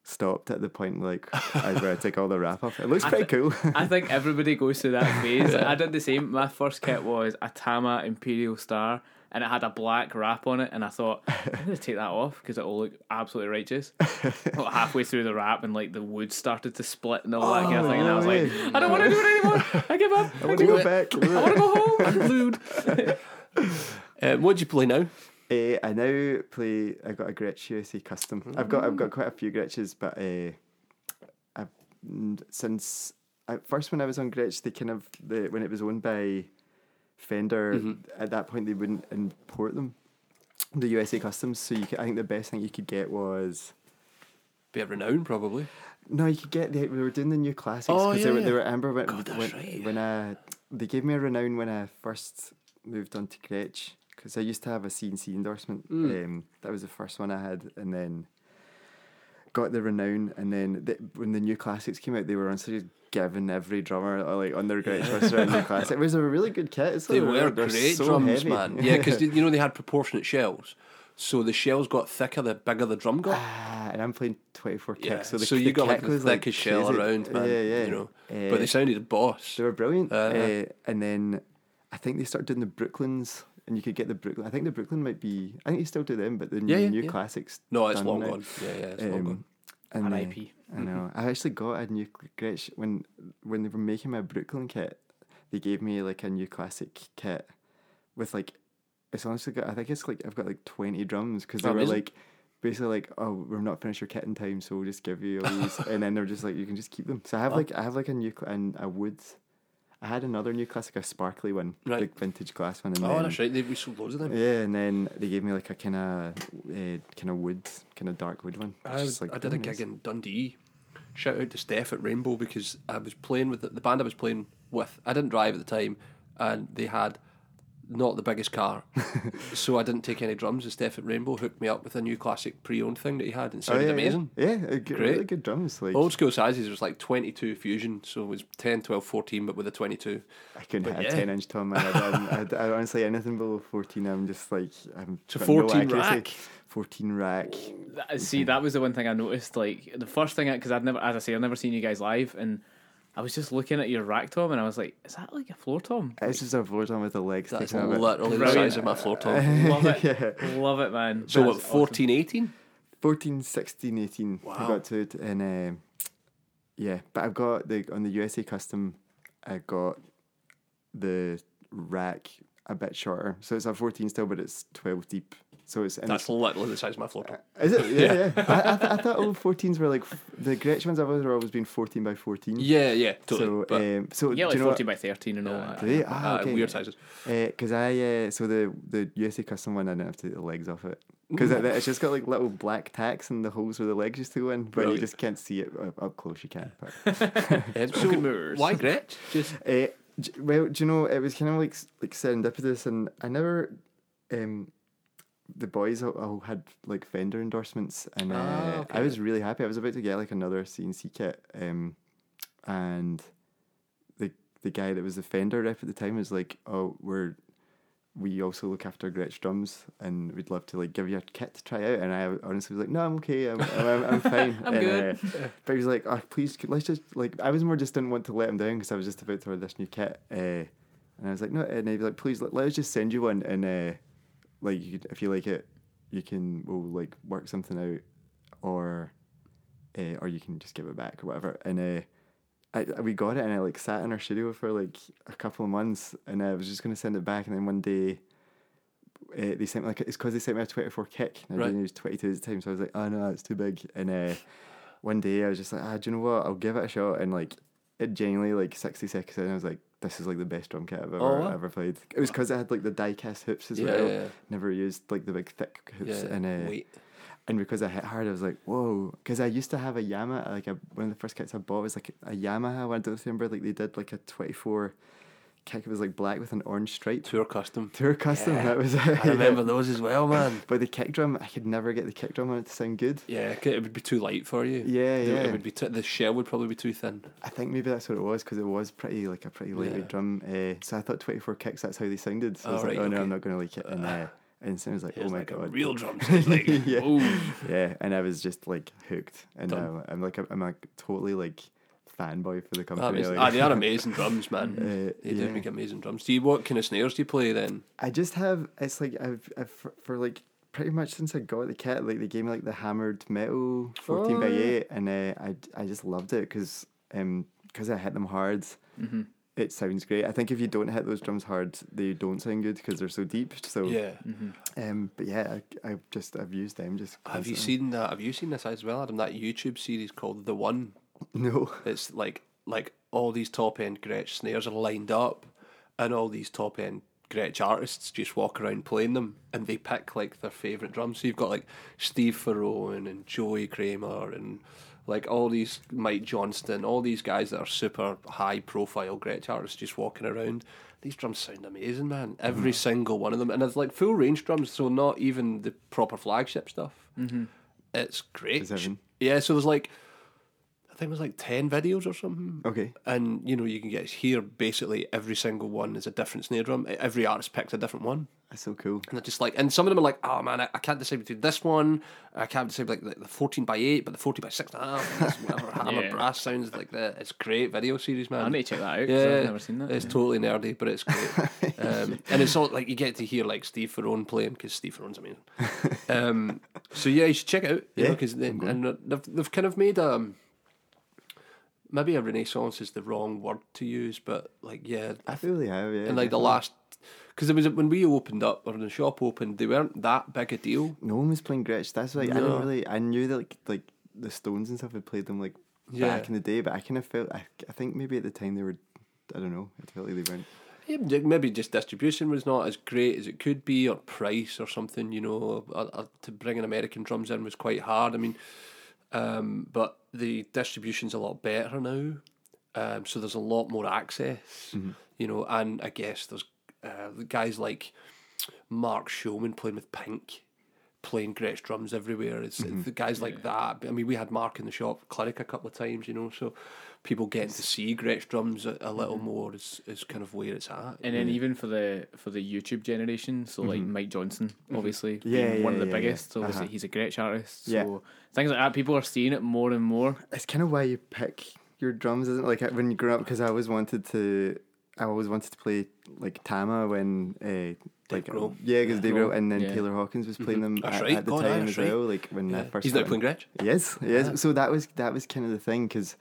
C: stopped at the point like I, where I took all the wrap off. It looks pretty cool.
A: [LAUGHS] I think everybody goes through that phase. I did the same. My first kit was a Tama Imperial Star, and it had a black wrap on it. And I thought I'm gonna take that off because it will look absolutely righteous. Well, halfway through the wrap, and like the wood started to split and all that kind of thing. And I was
C: no
A: like,
C: way.
A: I don't want to do it anymore. I give up. I
C: [LAUGHS] I want
A: do
C: to go
A: it.
C: back.
A: I want to go home. I'm glued.
B: Uh, what do you play now?
C: Eh, I now play. I got a Gretsch USA E custom. I've got I've
A: Mm.
C: got quite a few Gretches, but uh, I've n- since at first when I was on Gretsch, they kind of the when it was owned by Fender,
A: Mm-hmm.
C: at that point they wouldn't import them. The USA customs, so you could, I think the best thing you could get was
B: Be of renown, probably.
C: No, you could get the, we were doing the new classics
B: Oh,
C: because
B: yeah,
C: they, were,
B: yeah.
C: they were I remember when,
B: God, that's
C: when,
B: right,
C: when I they gave me a renown when I first moved on to Gretsch because I used to have a CNC endorsement.
B: Mm.
C: Um, that was the first one I had, and then got the renown. And then the, when the new classics came out, they were honestly just giving every drummer uh, like on their Gretsch was
B: [LAUGHS]
C: a new classic. It was a really good kit. It's
B: They
C: like,
B: were
C: they're
B: great
C: so
B: drums,
C: heavy.
B: man.
C: [LAUGHS]
B: Yeah, because you know they had proportionate shells, so the shells got thicker the bigger the drum got.
C: Ah, and I'm playing 24 kicks,
B: yeah.
C: so, the,
B: you
C: the
B: got like
C: kick
B: the
C: was,
B: thickest shell
C: crazy.
B: around, man.
C: Yeah, yeah.
B: You know,
C: Eh,
B: but they sounded boss.
C: They were brilliant.
B: Uh-huh.
C: Uh, and then I think they started doing the Brooklands, and you could get the Brooklyn. I think the Brooklyn might be. I think you still do them, but the
B: Yeah, yeah,
C: new
B: yeah.
C: classics.
B: No, it's
C: done
B: long
C: now.
B: gone. Yeah, yeah, it's long
C: Um,
B: gone.
C: And
A: An
C: uh,
A: IP.
B: [LAUGHS]
C: I know. I actually got a new Gretsch when when they were making my Brooklyn kit. They gave me like a new classic kit with like it's honestly got. I think it's like I've got like twenty drums because they
B: Oh,
C: were
B: amazing.
C: like. Basically, like, oh, we're not finished your kit in time, so we'll just give you all these, and then they're just like, you can just keep them. So I have like, I have like a new and a wood. I had another new classic, a sparkly one,
B: Right.
C: like vintage glass one, and
B: Oh,
C: then
B: that's right. They, we sold loads of them.
C: yeah, and then they gave me like a kind of uh, kind of wood, kind of dark wood one. which
B: I,
C: is, like,
B: I did a
C: really nice.
B: gig in Dundee. Shout out to Steph at Rainbow because I was playing with the, the band I was playing with. I didn't drive at the time, and they had not the biggest
C: [LAUGHS]
B: car, so I didn't take any drums. And Steph at Rainbow hooked me up with a new classic pre-owned thing that he had, and it sounded
C: Oh, yeah,
B: amazing.
C: Yeah, yeah a good,
B: Great.
C: really good drums. Like
B: Old school sizes was like 22 Fusion, so it was 10, 12, 14, but with a 22.
C: I couldn't have
B: yeah.
C: a ten inch tom. I, I, I, I honestly anything below fourteen, I'm just like I'm.
B: So
C: got
B: 14
C: accuracy.
B: rack?
C: Fourteen rack.
A: That- See, that was the one thing I noticed. Like the first thing, because I'd never, as I say, I've never seen you guys live, and I was just looking at your rack tom, and I was like, "Is that like a floor tom?"
C: It's just a floor tom with the legs.
B: That's
C: sticking out [LAUGHS] of it.
B: literally the
A: Brilliant.
B: size of my floor
C: [LAUGHS]
B: tom.
A: Love it, love it, man.
B: So
A: That's
B: what, 14, 18?
C: 14, 16, 18. I
B: Wow.
C: got to it, and um yeah, but I've got the on the USA custom. I got the rack a bit shorter, so it's a fourteen still, but it's twelve deep. So it's and
B: That's
C: it's,
B: literally the size of my floor tom.
C: is it? Yeah, yeah. I, I, th- I thought all fourteens were like f- the Gretsch ones. I've always were always been fourteen by fourteen.
B: Yeah, yeah, totally.
C: Mm. So,
B: but,
C: um, so
A: awesome. yeah,
C: do
A: like
C: you know
A: fourteen by thirteen and all that.
C: What? Do they?
B: uh,
C: Ah, okay.
B: Weird sizes.
C: Because I uh, so the the USA custom one, I didn't have to take the legs off it because
B: Mm.
C: it's just got like little black tacks and the holes where the legs used to go in, but
B: Brilliant.
C: you just can't see it up, up close. You can't. But.
B: [LAUGHS] Um, so
A: Good mirrors.
B: why Gretsch? [LAUGHS] Just
C: Uh, d- well, do you know it was kind of like s- like serendipitous, and I never, um, the boys all, all had like vendor endorsements, and uh,
B: Ah,
C: I
B: okay.
C: was really happy. I was about to get like another CNC kit, um, and the the guy that was the vendor rep at the time was like, "Oh, we're." We also look after Gretsch drums, and we'd love to like give you a kit to try out. And I honestly was like, "No, I'm okay. I'm, I'm, I'm fine.
A: [LAUGHS] I'm
C: And,
A: good.
C: uh, [LAUGHS] but he was like, oh, please, c- let's just, like, I was more just didn't want to let him down because I was just about to order this new kit. Uh, and I was like, no, and he was like, please, let, us just send you one. And, uh, like, you could, if you like it, you can, we'll, like, work something out or, uh, or you can just give it back or whatever. And, uh, I, I- we got it and I like sat in our studio for like a couple of months and I was just gonna send it back and then one day uh, they sent me like it's because they sent me a 24 kick and I
B: Right.
C: didn't use 22 at the time so I was like oh no that's too big and uh, one day I was just like ah do you know what I'll give it a shot and like it genuinely like 60 seconds in I was like this is like the best drum kit I've ever
B: Oh, wow.
C: ever played it was because it had like the die cast hoops as
B: Yeah,
C: well
B: yeah, yeah.
C: never used like the big thick
B: yeah,
C: hoops and uh,
B: wait.
C: and because I hit hard, I was like, whoa. Because I used to have a Yamaha, like a, one of the first kits I bought was like a Yamaha. one, I don't remember, like they did like a 24 kick. It was like black with an orange stripe. [LAUGHS]
B: Tour custom.
C: Tour
B: [LAUGHS]
C: custom,
B: Yeah.
C: that was it. [LAUGHS]
B: I remember those as well, man.
C: But the kick drum, I could never get the kick drum on it to sound good.
B: Yeah, 'cause it would be too light for you.
C: Yeah,
B: It-
C: yeah.
B: It would be t- the shell would probably be too thin.
C: I think maybe that's what it was because it was pretty like a pretty lightweight
B: Yeah.
C: drum. Uh, so I thought 24 kicks, that's how they sounded. So I was
B: Oh,
C: like,
B: right,
C: oh no,
B: okay.
C: I'm not going to like it. And, uh, and so I was like,
B: It's
C: oh my
B: like a
C: god.
B: real [LAUGHS] drum set, like, oh,
C: yeah.
A: Ooh.
C: Yeah, and I was just like hooked, and
B: Done.
C: now I'm like I'm like totally like fanboy for the company.
B: amazing.
C: like-
B: Ah, they [LAUGHS]
C: [LAUGHS]
B: are amazing drums, man.
C: Uh,
B: they do
C: yeah.
B: make amazing drums. Do you what kind of snares do you play then?
C: I just have it's like I've, I've for, for like pretty much since I got the kit, like they gave me like the hammered metal fourteen by
B: Oh, yeah.
C: eight, and uh, I I just loved it because I hit them hard.
B: Mm-hmm.
C: It sounds great. I think if you don't hit those drums hard, they don't sound good because they're so deep. So
B: Yeah.
C: Um, but yeah, I, I've just I've used them just.
B: Have you
C: constantly.
B: seen that? Have you seen this as well, Adam? That YouTube series called The One.
C: [LAUGHS] No.
B: It's like like all these top end Gretsch snares are lined up, and all these top end Gretsch artists just walk around playing them, and they pick like their favorite drums. So you've got like Steve Farone and Joey Kramer and like all these Mike Johnston, all these guys that are super high profile Gretsch artists just walking around. These drums sound amazing, man. Every single one of them, and it's like full range drums, so not even the proper flagship stuff. Mm-hmm. It's great.
C: Seven.
B: Yeah, so there's like I think it was like 10 videos or something.
C: Okay.
B: And, you know, you can get here basically every single one is a different snare drum. E, Every artist picks a different one.
C: That's so cool.
B: And they're just like, and some of them are like, oh man, I, I can't decide between this one. I can't decide like the, the 14 by 8, but the 14 by 6 and a half, and this whatever
A: [LAUGHS]
B: hammer
A: Yeah.
B: brass sounds like that. It's great video series, man.
A: I need to check that out. 'cause
B: Yeah,
A: I've never seen that.
B: It's totally nerdy, but it's great. um, and it's all like you get to hear like Steve Ferrone playing because Steve Ferrone's amazing. Um, so yeah, you should check it out. You yeah,
C: Yeah,
B: because they, and they've they've kind of made um maybe a renaissance is the wrong word to use, but like yeah,
C: I feel they have yeah.
B: and like the
C: definitely.
B: last because it was when we opened up or when the shop opened, they weren't that big a deal.
C: No one was playing Gretsch. That's like I
B: No.
C: didn't really. I knew that like like the Stones and stuff had played them like
B: Yeah.
C: back in the day, but I kind of felt I, I think maybe at the time they were. I don't know. I felt like they weren't.
B: Yeah, Maybe just distribution was not as great as it could be, or price or something. You know, or, or to bring an American drums in was quite hard. I mean, um, but the distribution's a lot better now, um, so there's a lot more access. You know, and I guess there's uh, guys like Mark Shulman playing with Pink, playing Gretsch drums everywhere. It's the guys like that. I mean, we had Mark in the shop, Cleric a couple of times, you know. So people getting to see Gretsch drums a, a little more is, is kind of where it's at.
A: And then even for the for the YouTube generation, so like Mike Johnson, obviously,
C: Mm-hmm. Yeah,
A: being one
C: yeah,
A: of the
C: yeah,
A: biggest.
C: yeah.
A: So obviously
C: Uh-huh.
A: he's a great artist. So
C: Yeah.
A: things like that, people are seeing it more and more.
C: it's kind of why you pick your drums, isn't it? Like when you grew up, because I always wanted to, I always wanted to play like Tama when, uh, like
B: Grohl.
C: yeah, because Dave
A: Grohl,
C: Grohl and then
A: yeah.
C: Taylor Hawkins was playing them
B: Mm-hmm. That's
C: at,
B: right,
C: at the
B: God,
C: time
B: that's
C: as
B: right.
C: well. Like when I
B: Yeah.
C: uh, first
B: He's now playing
C: went-
B: Gretsch.
C: Yes, yes. So that was that was kind of the thing because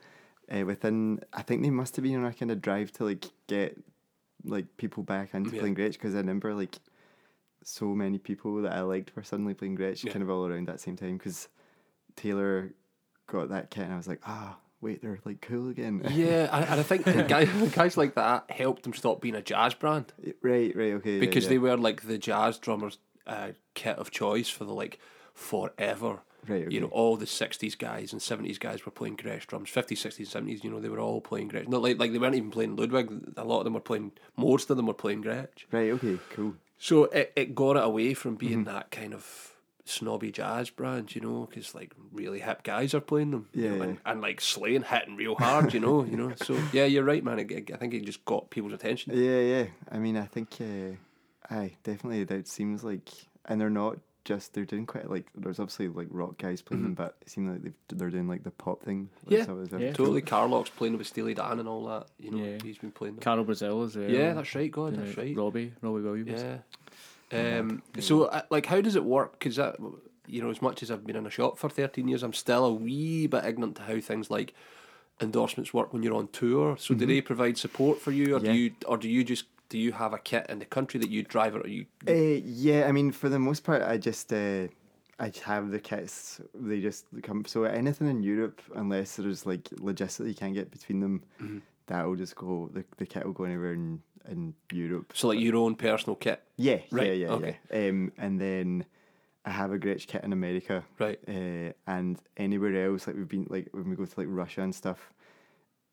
C: uh, within I think they must have been on a kind of drive to like get like people back into
B: Yeah.
C: playing Gretsch because I remember like so many people that I liked were suddenly playing Gretsch
B: Yeah.
C: kind of all around that same time because Taylor got that kit and I was like ah wait they're like cool again
B: Yeah, and, and I think guys, [LAUGHS] guys like that helped them stop being a jazz brand.
C: [LAUGHS] right right okay yeah,
B: because
C: yeah.
B: they were like the jazz drummer's uh, kit of choice for the like forever.
C: Right,
B: You know,
C: okay.
B: all the '60s guys and '70s guys were playing Gretsch drums. '50s, '60s, '70s. You know, they were all playing Gretsch. Not like like they weren't even playing Ludwig. A lot of them were playing. Most of them were playing Gretsch.
C: right okay cool
B: So it, it got it away from being
C: Mm-hmm.
B: that kind of snobby jazz brand, you know, because like really hip guys are playing them, you
C: Yeah,
B: know,
C: yeah.
B: And, and like slaying, hitting real hard, you know, you know. So yeah, you're right, man. It, it- I think it just got people's attention.
C: Yeah, yeah. I mean, I think, uh, aye, definitely. That seems like, and they're not just they're doing quite like there's obviously like rock guys playing them, but it seems like they've, they're doing like the pop thing. or
B: Mm-hmm. Yeah,
C: something as well.
A: yeah.
B: Totally, Carlock's playing with Steely Dan and all that. You know,
A: Yeah.
B: he's been playing. That.
A: Carol Brazil as well.
B: Yeah, that's right. God,
A: You know,
B: that's right.
A: Robbie, Robbie Williams.
B: Yeah. Um, so, uh, like, how does it work? Because that, you know, as much as I've been in a shop for thirteen years, I'm still a wee bit ignorant to how things like endorsements work when you're on tour. So, do they provide support for you, or
C: Yeah.
B: do you, or do you just do you have a kit in the country that you drive it, or you?
C: Uh, yeah, I mean, for the most part, I just uh, I have the kits. They just come. So anything in Europe, unless there's like logistics that you can't get between them,
B: Mm-hmm.
C: that'll just go. The, the kit will go anywhere in in Europe.
B: So, like your own personal kit,
C: Yeah,
B: Right,
C: yeah, yeah,
B: okay.
C: yeah. Um, and then I have a Gretsch kit in America,
B: Right.
C: Uh, and anywhere else, like we've been, like when we go to like Russia and stuff,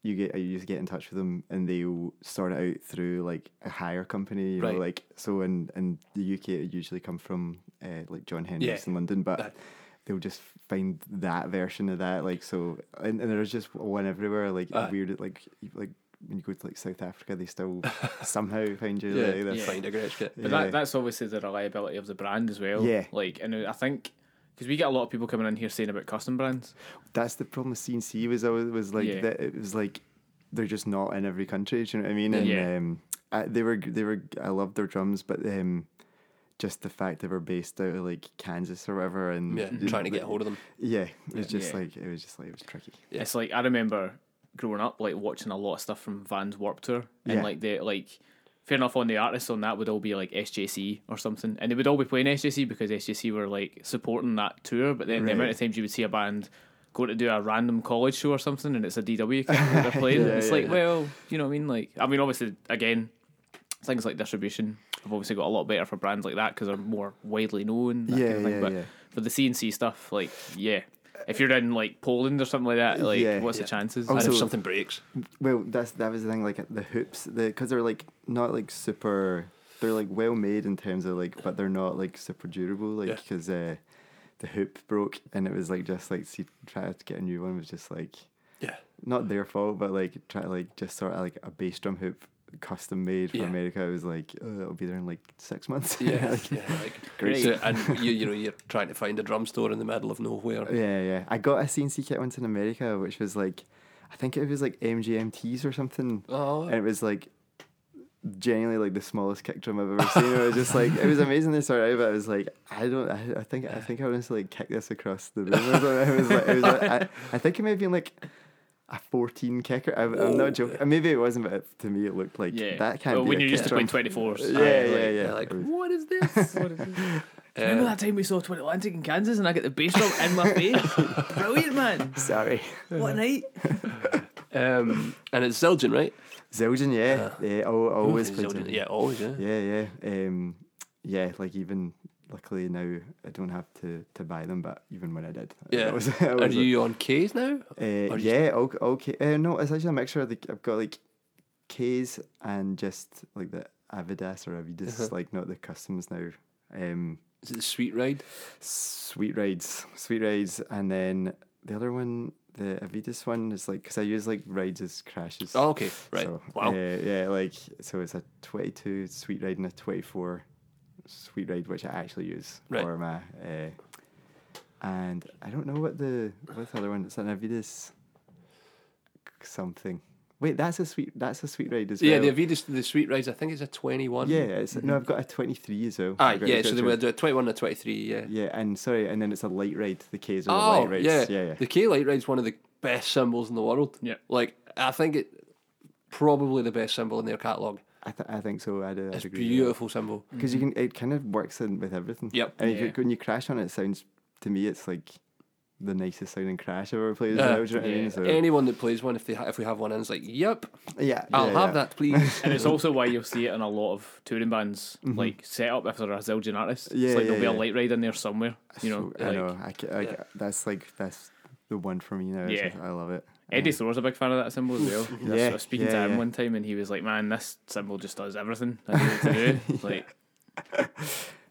C: you get you just get in touch with them, and they'll sort it out through like a hire company, you
B: Right.
C: know, like so. In in the UK, it usually come from uh, like John Henry's
B: Yeah.
C: in London, but.
B: Aye.
C: They'll just find that version of that, like so, and, and there's just one everywhere, like
B: Aye.
C: weird, like like when you go to like South Africa,
B: [LAUGHS]
C: they still somehow find you.
B: yeah,
C: like, that's
B: find a great kit.
A: But
C: Yeah.
A: that, that's obviously the reliability of the brand as well.
C: Yeah.
A: Like, and I think because we get a lot of people coming in here saying about custom brands.
C: that's the problem with CNC was I was, was like
A: Yeah.
C: that it was like they're just not in every country. Do you know what I mean? And
A: Yeah.
C: um, I, they were they were I loved their drums, but um, just the fact they were based out of like Kansas or whatever, and
B: Yeah, trying to get hold of them.
C: yeah, it was just
A: Yeah.
C: like it was just like it was tricky.
B: Yeah.
A: It's like I remember growing up, like watching a lot of stuff from Van's Warp Tour, and
C: Yeah.
A: like they like fair enough on the artists on that would all be like SJC or something, and they would all be playing SJC because SJC were like supporting that tour. But then the
C: Right.
A: amount of times you would see a band go to do a random college show or something, and it's a DW kit
C: [LAUGHS]
A: that they're playing, and it's
C: yeah,
A: like,
C: yeah.
A: well, you know what I mean? Like, I mean, obviously, again. Things like distribution have obviously got a lot better for brands like that because they're more widely known. That
C: Yeah,
A: kind of thing.
C: yeah,
A: but
C: yeah.
A: for the CNC stuff, like, yeah, if you're in like Poland or something like that, like,
C: Yeah.
A: what's
B: Yeah.
A: the chances?
B: And
C: Also-
B: if something breaks,
C: Well, that's that was the thing. Like the hoops, the because they're like not like super. They're like well made in terms of like, but they're not like super durable. Like
B: Yeah.
C: because uh, the hoop broke and it was like just like see try to get a new one was just like
B: yeah,
C: not their fault, but like try like just sort of like a bass drum hoop custom made for
B: Yeah.
C: America. It was like oh, it'll be there in like six months. [LAUGHS]
B: yeah,
C: Like,
B: yeah. [LAUGHS] Like,
A: Great.
B: So, and you, you know, you're trying to find a drum store in the middle of nowhere.
C: yeah, yeah. I got a CNC kit once in America, which was like, I think it was like MGMTs or something,
B: Oh,
C: and it was like genuinely like the smallest kick drum I've ever seen. It was just like it was amazing. They started out, but I was like, I don't, I, I think, I think I wanted to like kick this across the room. or something. It was like, it was like I, I think it may have been like. A fourteen kicker. I, I'm
B: Whoa.
C: not joking. Maybe it wasn't, but it- to me it looked like
A: yeah,
C: that kind
A: well,
C: of.
A: when you're
C: kick
A: used to
C: drum.
A: playing 24s.
C: Yeah,
A: I-
C: yeah,
B: like,
C: yeah.
B: they're like,
C: It was-
A: What is this? [LAUGHS] What is this? Remember that time we saw Twin Atlantic in Kansas and I get the bass drum in my
C: [LAUGHS]
A: face? Brilliant, man.
C: Sorry.
A: What a night.
B: Um, and it's Zildjian, right?
C: Zildjian, yeah. yeah, I al- I always played
B: Zildjian.
C: Zildjian.
B: Yeah, always. Yeah.
C: Yeah, yeah. Um, yeah, like even luckily now I don't have to, to buy them, but even when I did,
B: Yeah.
C: I was, [LAUGHS] I
B: Are
C: was
B: you on K's now?
C: like, uh,
B: are you-
C: yeah, okay. okay. Uh, no, it's actually a mixture. Of the, I've got like K's and just like the Avidas or Avidas, like not the customs now. Um,
B: Is it the sweet ride?
C: sweet rides, sweet rides, and then the other one, the Avidas one, is like because I use like rides as crashes.
B: Oh, okay, right.
C: So,
B: wow.
C: Yeah, yeah, like so it's a 22 sweet ride and a 24 sweet ride, which I actually use
B: Right.
C: for my. Uh, and I don't know what the what's the other one. It's an Avidas something. Wait, that's a sweet. That's a sweet ride as
B: yeah,
C: well.
B: the Avidas, the sweet rides. I think it's a twenty-one.
C: yeah, it's, no, I've got a 23 as well.
B: Ah,
C: I've got-
B: yeah.
C: I've
B: So
C: got
B: they
C: a
B: were the twenty-one or twenty-three. Yeah.
C: yeah, and sorry, and then it's a light ride. The K's are the
B: Oh,
C: light rides.
B: yeah.
C: yeah, yeah.
B: The K light ride's one of the best symbols in the world.
A: Yeah.
B: Like I think it probably the best symbol in their catalog.
C: I, th- I think so. I'd, uh, I'd
B: It's
C: agree.
B: beautiful symbol.
C: because you can. It kind of works in with everything.
B: Yep.
C: And if you-
A: Yeah.
C: when you crash on it, it sounds to me it's like the nicest sounding crash I've ever played. as
B: Uh, Yeah.
C: well, do you know what I mean?
A: Yeah.
C: So,
B: Anyone that plays one, if they ha- if we have one, in, is like, yep,
C: yeah,
B: I'll
C: yeah,
B: have
C: yeah.
B: that, please.
A: And
B: [LAUGHS]
A: it's also why you'll see it in a lot of touring bands, like set up if they're a zildjian artist.
C: Mm-hmm. Yeah,
A: it's like
C: yeah,
A: there'll be
C: yeah.
A: a light ride in there somewhere. You know,
C: So, I
A: like,
C: know. I, ca- I,
B: Yeah.
C: That's like that's the one for me now.
A: Yeah.
C: Yeah. I love it.
A: Eddie Thor's a big fan of that symbol as well. And I
C: Yeah,
A: was sort of speaking to
C: yeah,
A: him
C: yeah.
A: one time, and he was like, "Man, this symbol just does everything I need it to do."
C: [LAUGHS]
A: Like,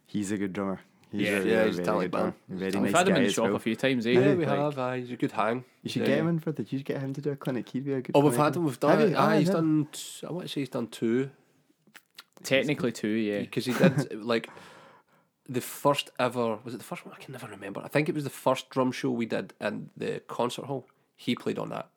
C: He's a good drummer. He's
A: Yeah.
C: a,
B: Yeah,
C: a
B: he's a
C: very
B: talented
C: good drummer. Very nice
A: we've had him
C: guy
A: in the
C: as
A: shop
C: well.
A: a few times, eh?
B: yeah, we
A: Like,
B: have. Aye, he's a good hang.
C: You should
B: Yeah,
C: get
B: yeah.
C: him in for the. You should get him to do a clinic. He'd be a good.
B: Oh, we've
C: clinic.
B: had him. We've
C: Have
B: done.
C: you?
B: it. Aye,
C: Aye,
B: he's
C: yeah.
B: done. T- I want to say he's done two
A: Technically, too, yeah.
B: because he did [LAUGHS] like the first ever. Was it the first one? I can never remember. I think it was the first drum show we did in the concert hall. He played on that,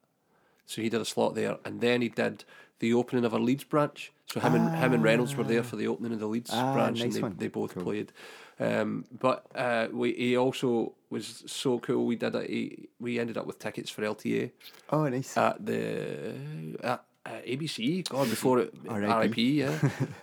B: so he did a slot there, and then he did the opening of our Leeds branch. So him and him and Reynolds were there for the opening of the Leeds
C: Ah,
B: branch,
C: nice
B: and they,
C: one.
B: they both played. Um, but uh, we he also was so cool. We did it. He, we ended up with tickets for LTA
C: Oh, nice.
B: at Uh, the uh, at, at ABC. God,
A: [LAUGHS]
B: before it,
C: RIP.
B: RIP, yeah.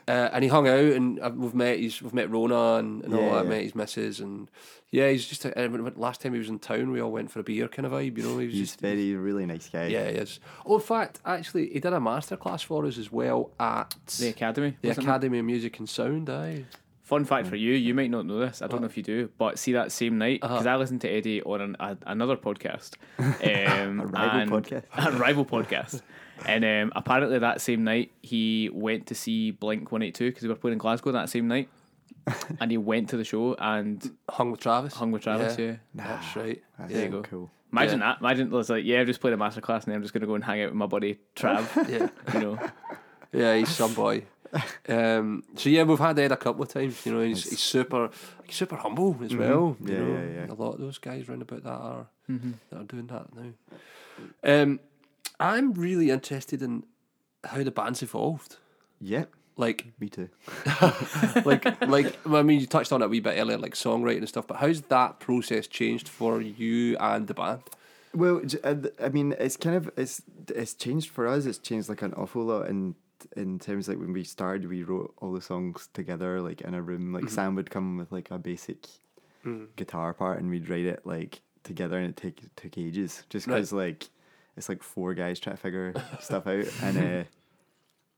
B: uh, and he hung out, and uh, we've met. He's we've met Rona and, and all
C: Yeah,
B: that.
C: yeah.
B: Met his missus, and yeah, he's just. A, and when- when- last time he was in town, we all went for a beer, kind of vibe. You know, he was
C: He's
B: just.
C: very really nice guy.
B: Yeah, he is. Oh, in fact, actually, he did a masterclass for us as well at
A: The Academy.
B: the Mm.
A: wasn't it?
B: Academy of Music and Sound. Aye.
A: Fun fact for you, you might not know this. I don't know if you do, but see that same night
B: Uh-huh.
A: because I listened to Eddie on an, a, another podcast,
B: [LAUGHS]
A: um,
C: A rival
A: and-
C: podcast.
A: [LAUGHS] a rival podcast, and um, apparently that same night he went to see Blink One Eight Two because they were playing in Glasgow that same
B: [LAUGHS]
A: night, and he went to the show and
B: Hung with Travis.
A: hung with Travis. Yeah,
B: That's right.
C: That's
B: yeah.
A: you go.
C: Cool.
A: imagine
B: Yeah.
A: that. Imagine it was like, yeah, I've just played a masterclass, and then I'm just gonna go and hang out with my buddy
B: [LAUGHS]
A: Trav.
B: yeah.
A: you know,
B: Yeah, he's
C: [LAUGHS]
B: some boy. Um, so yeah, we've had Ed a couple of times. You know, he's, he's super, he's super humble as well. you
C: Mm-hmm. Yeah,
B: know.
C: yeah, Mm-hmm. yeah.
B: A lot of those guys round about that are that are doing that now. Um, I'm really interested in how the band's evolved.
C: Yep.
B: Like,
C: Me too. [LAUGHS]
B: like, like. I mean, you touched on it a wee bit earlier, like songwriting and stuff. But how's that process changed for you and the band?
C: Well, j- uh, th- I mean, it's kind of it's it's changed for us. It's changed like an awful lot in in terms like when we started, we wrote all the songs together, like in a room. Like Sam would come with like a basic guitar part, and we'd write it like together, and it take took ages just
B: Right.
C: because like it's like four guys trying to figure stuff out, and uh,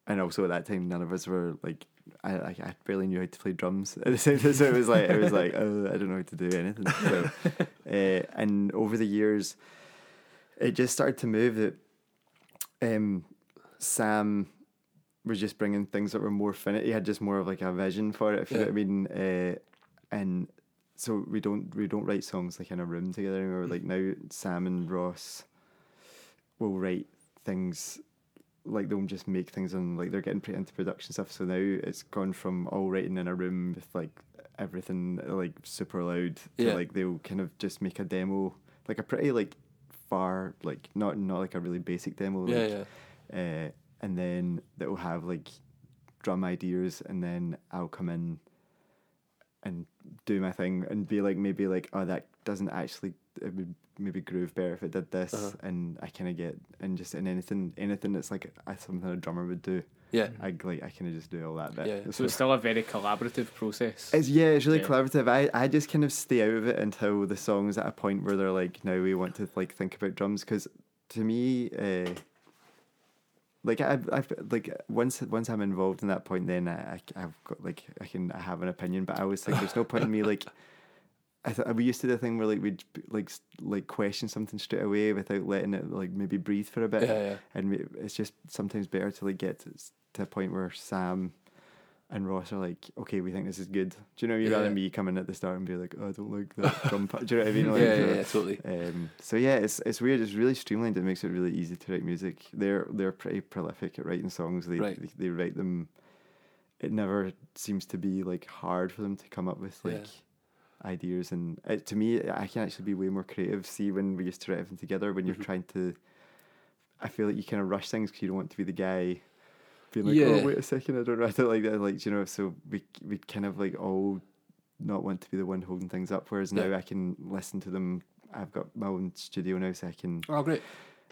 C: and also at that time, none of us were like. I, I I barely knew how to play drums at the same time, [LAUGHS] so it was like it was like oh I don't know how to do anything. So, uh, and over the years, it just started to move that um, Sam was just bringing things that were more finite. He had just more of like a vision for it. If you know
B: Yeah.
C: what I mean, uh, and so we don't we don't write songs like in a room together anymore. Like now, Sam and Ross will write things. Like they'll just make things and like they're getting put into production stuff. So now it's gone from all writing in a room with like everything like super loud to
B: Yeah.
C: like they'll kind of just make a demo, like a pretty like far like not not like a really basic demo. Like,
B: Yeah, yeah.
C: uh, and then that will have like drum ideas, and then I'll come in and do my thing and be like maybe like oh that doesn't actually it would maybe groove better if it did this,
B: Uh-huh.
C: and I kind of get and just and anything anything that's like a, something a drummer would do,
B: Yeah,
C: I like I kind of just do all that bit.
B: Mm-hmm. Yeah.
A: so it's still a very collaborative process.
C: It's yeah, it's really
A: Yeah.
C: collaborative. I, I just kind of stay out of it until the song's at a point where they're like, now we want to like think about drums because to me, uh, like I've, I've like once once I'm involved in that point, then I I- I've got like I can I have an opinion, but I always think there's no point in me like I th- we used to do a thing where like we'd like s- like question something straight away without letting it like maybe breathe for a bit.
B: Yeah, yeah.
C: And we, it's just sometimes better to like get to, s- to a point where Sam and Ross are like, okay, we think this is good. Do you know? You
B: Yeah.
C: rather than me come in at the start and be like, oh, I don't like that drum part. Do you know what I mean?
B: [LAUGHS]
C: Like,
B: yeah, yeah,
C: or-
B: yeah, totally.
C: Um, so yeah, it's it's weird. It's really streamlined. It makes it really easy to write music. They're they're pretty prolific at writing songs. They
B: Right.
C: they, they write them. It never seems to be like hard for them to come up with
B: Yeah.
C: like ideas. And it, to me, I can actually be way more creative. See, when we used to write everything together, when you're
B: Mm-hmm.
C: trying to, I feel like you kind of rush things because you don't want to be the guy. Being like,
B: Yeah.
C: oh wait a second, I don't write it like that. Like you know, so we we kind of like all not want to be the one holding things up. Whereas
B: Yeah.
C: now I can listen to them. I've got my own studio now, so I can
B: Oh, great.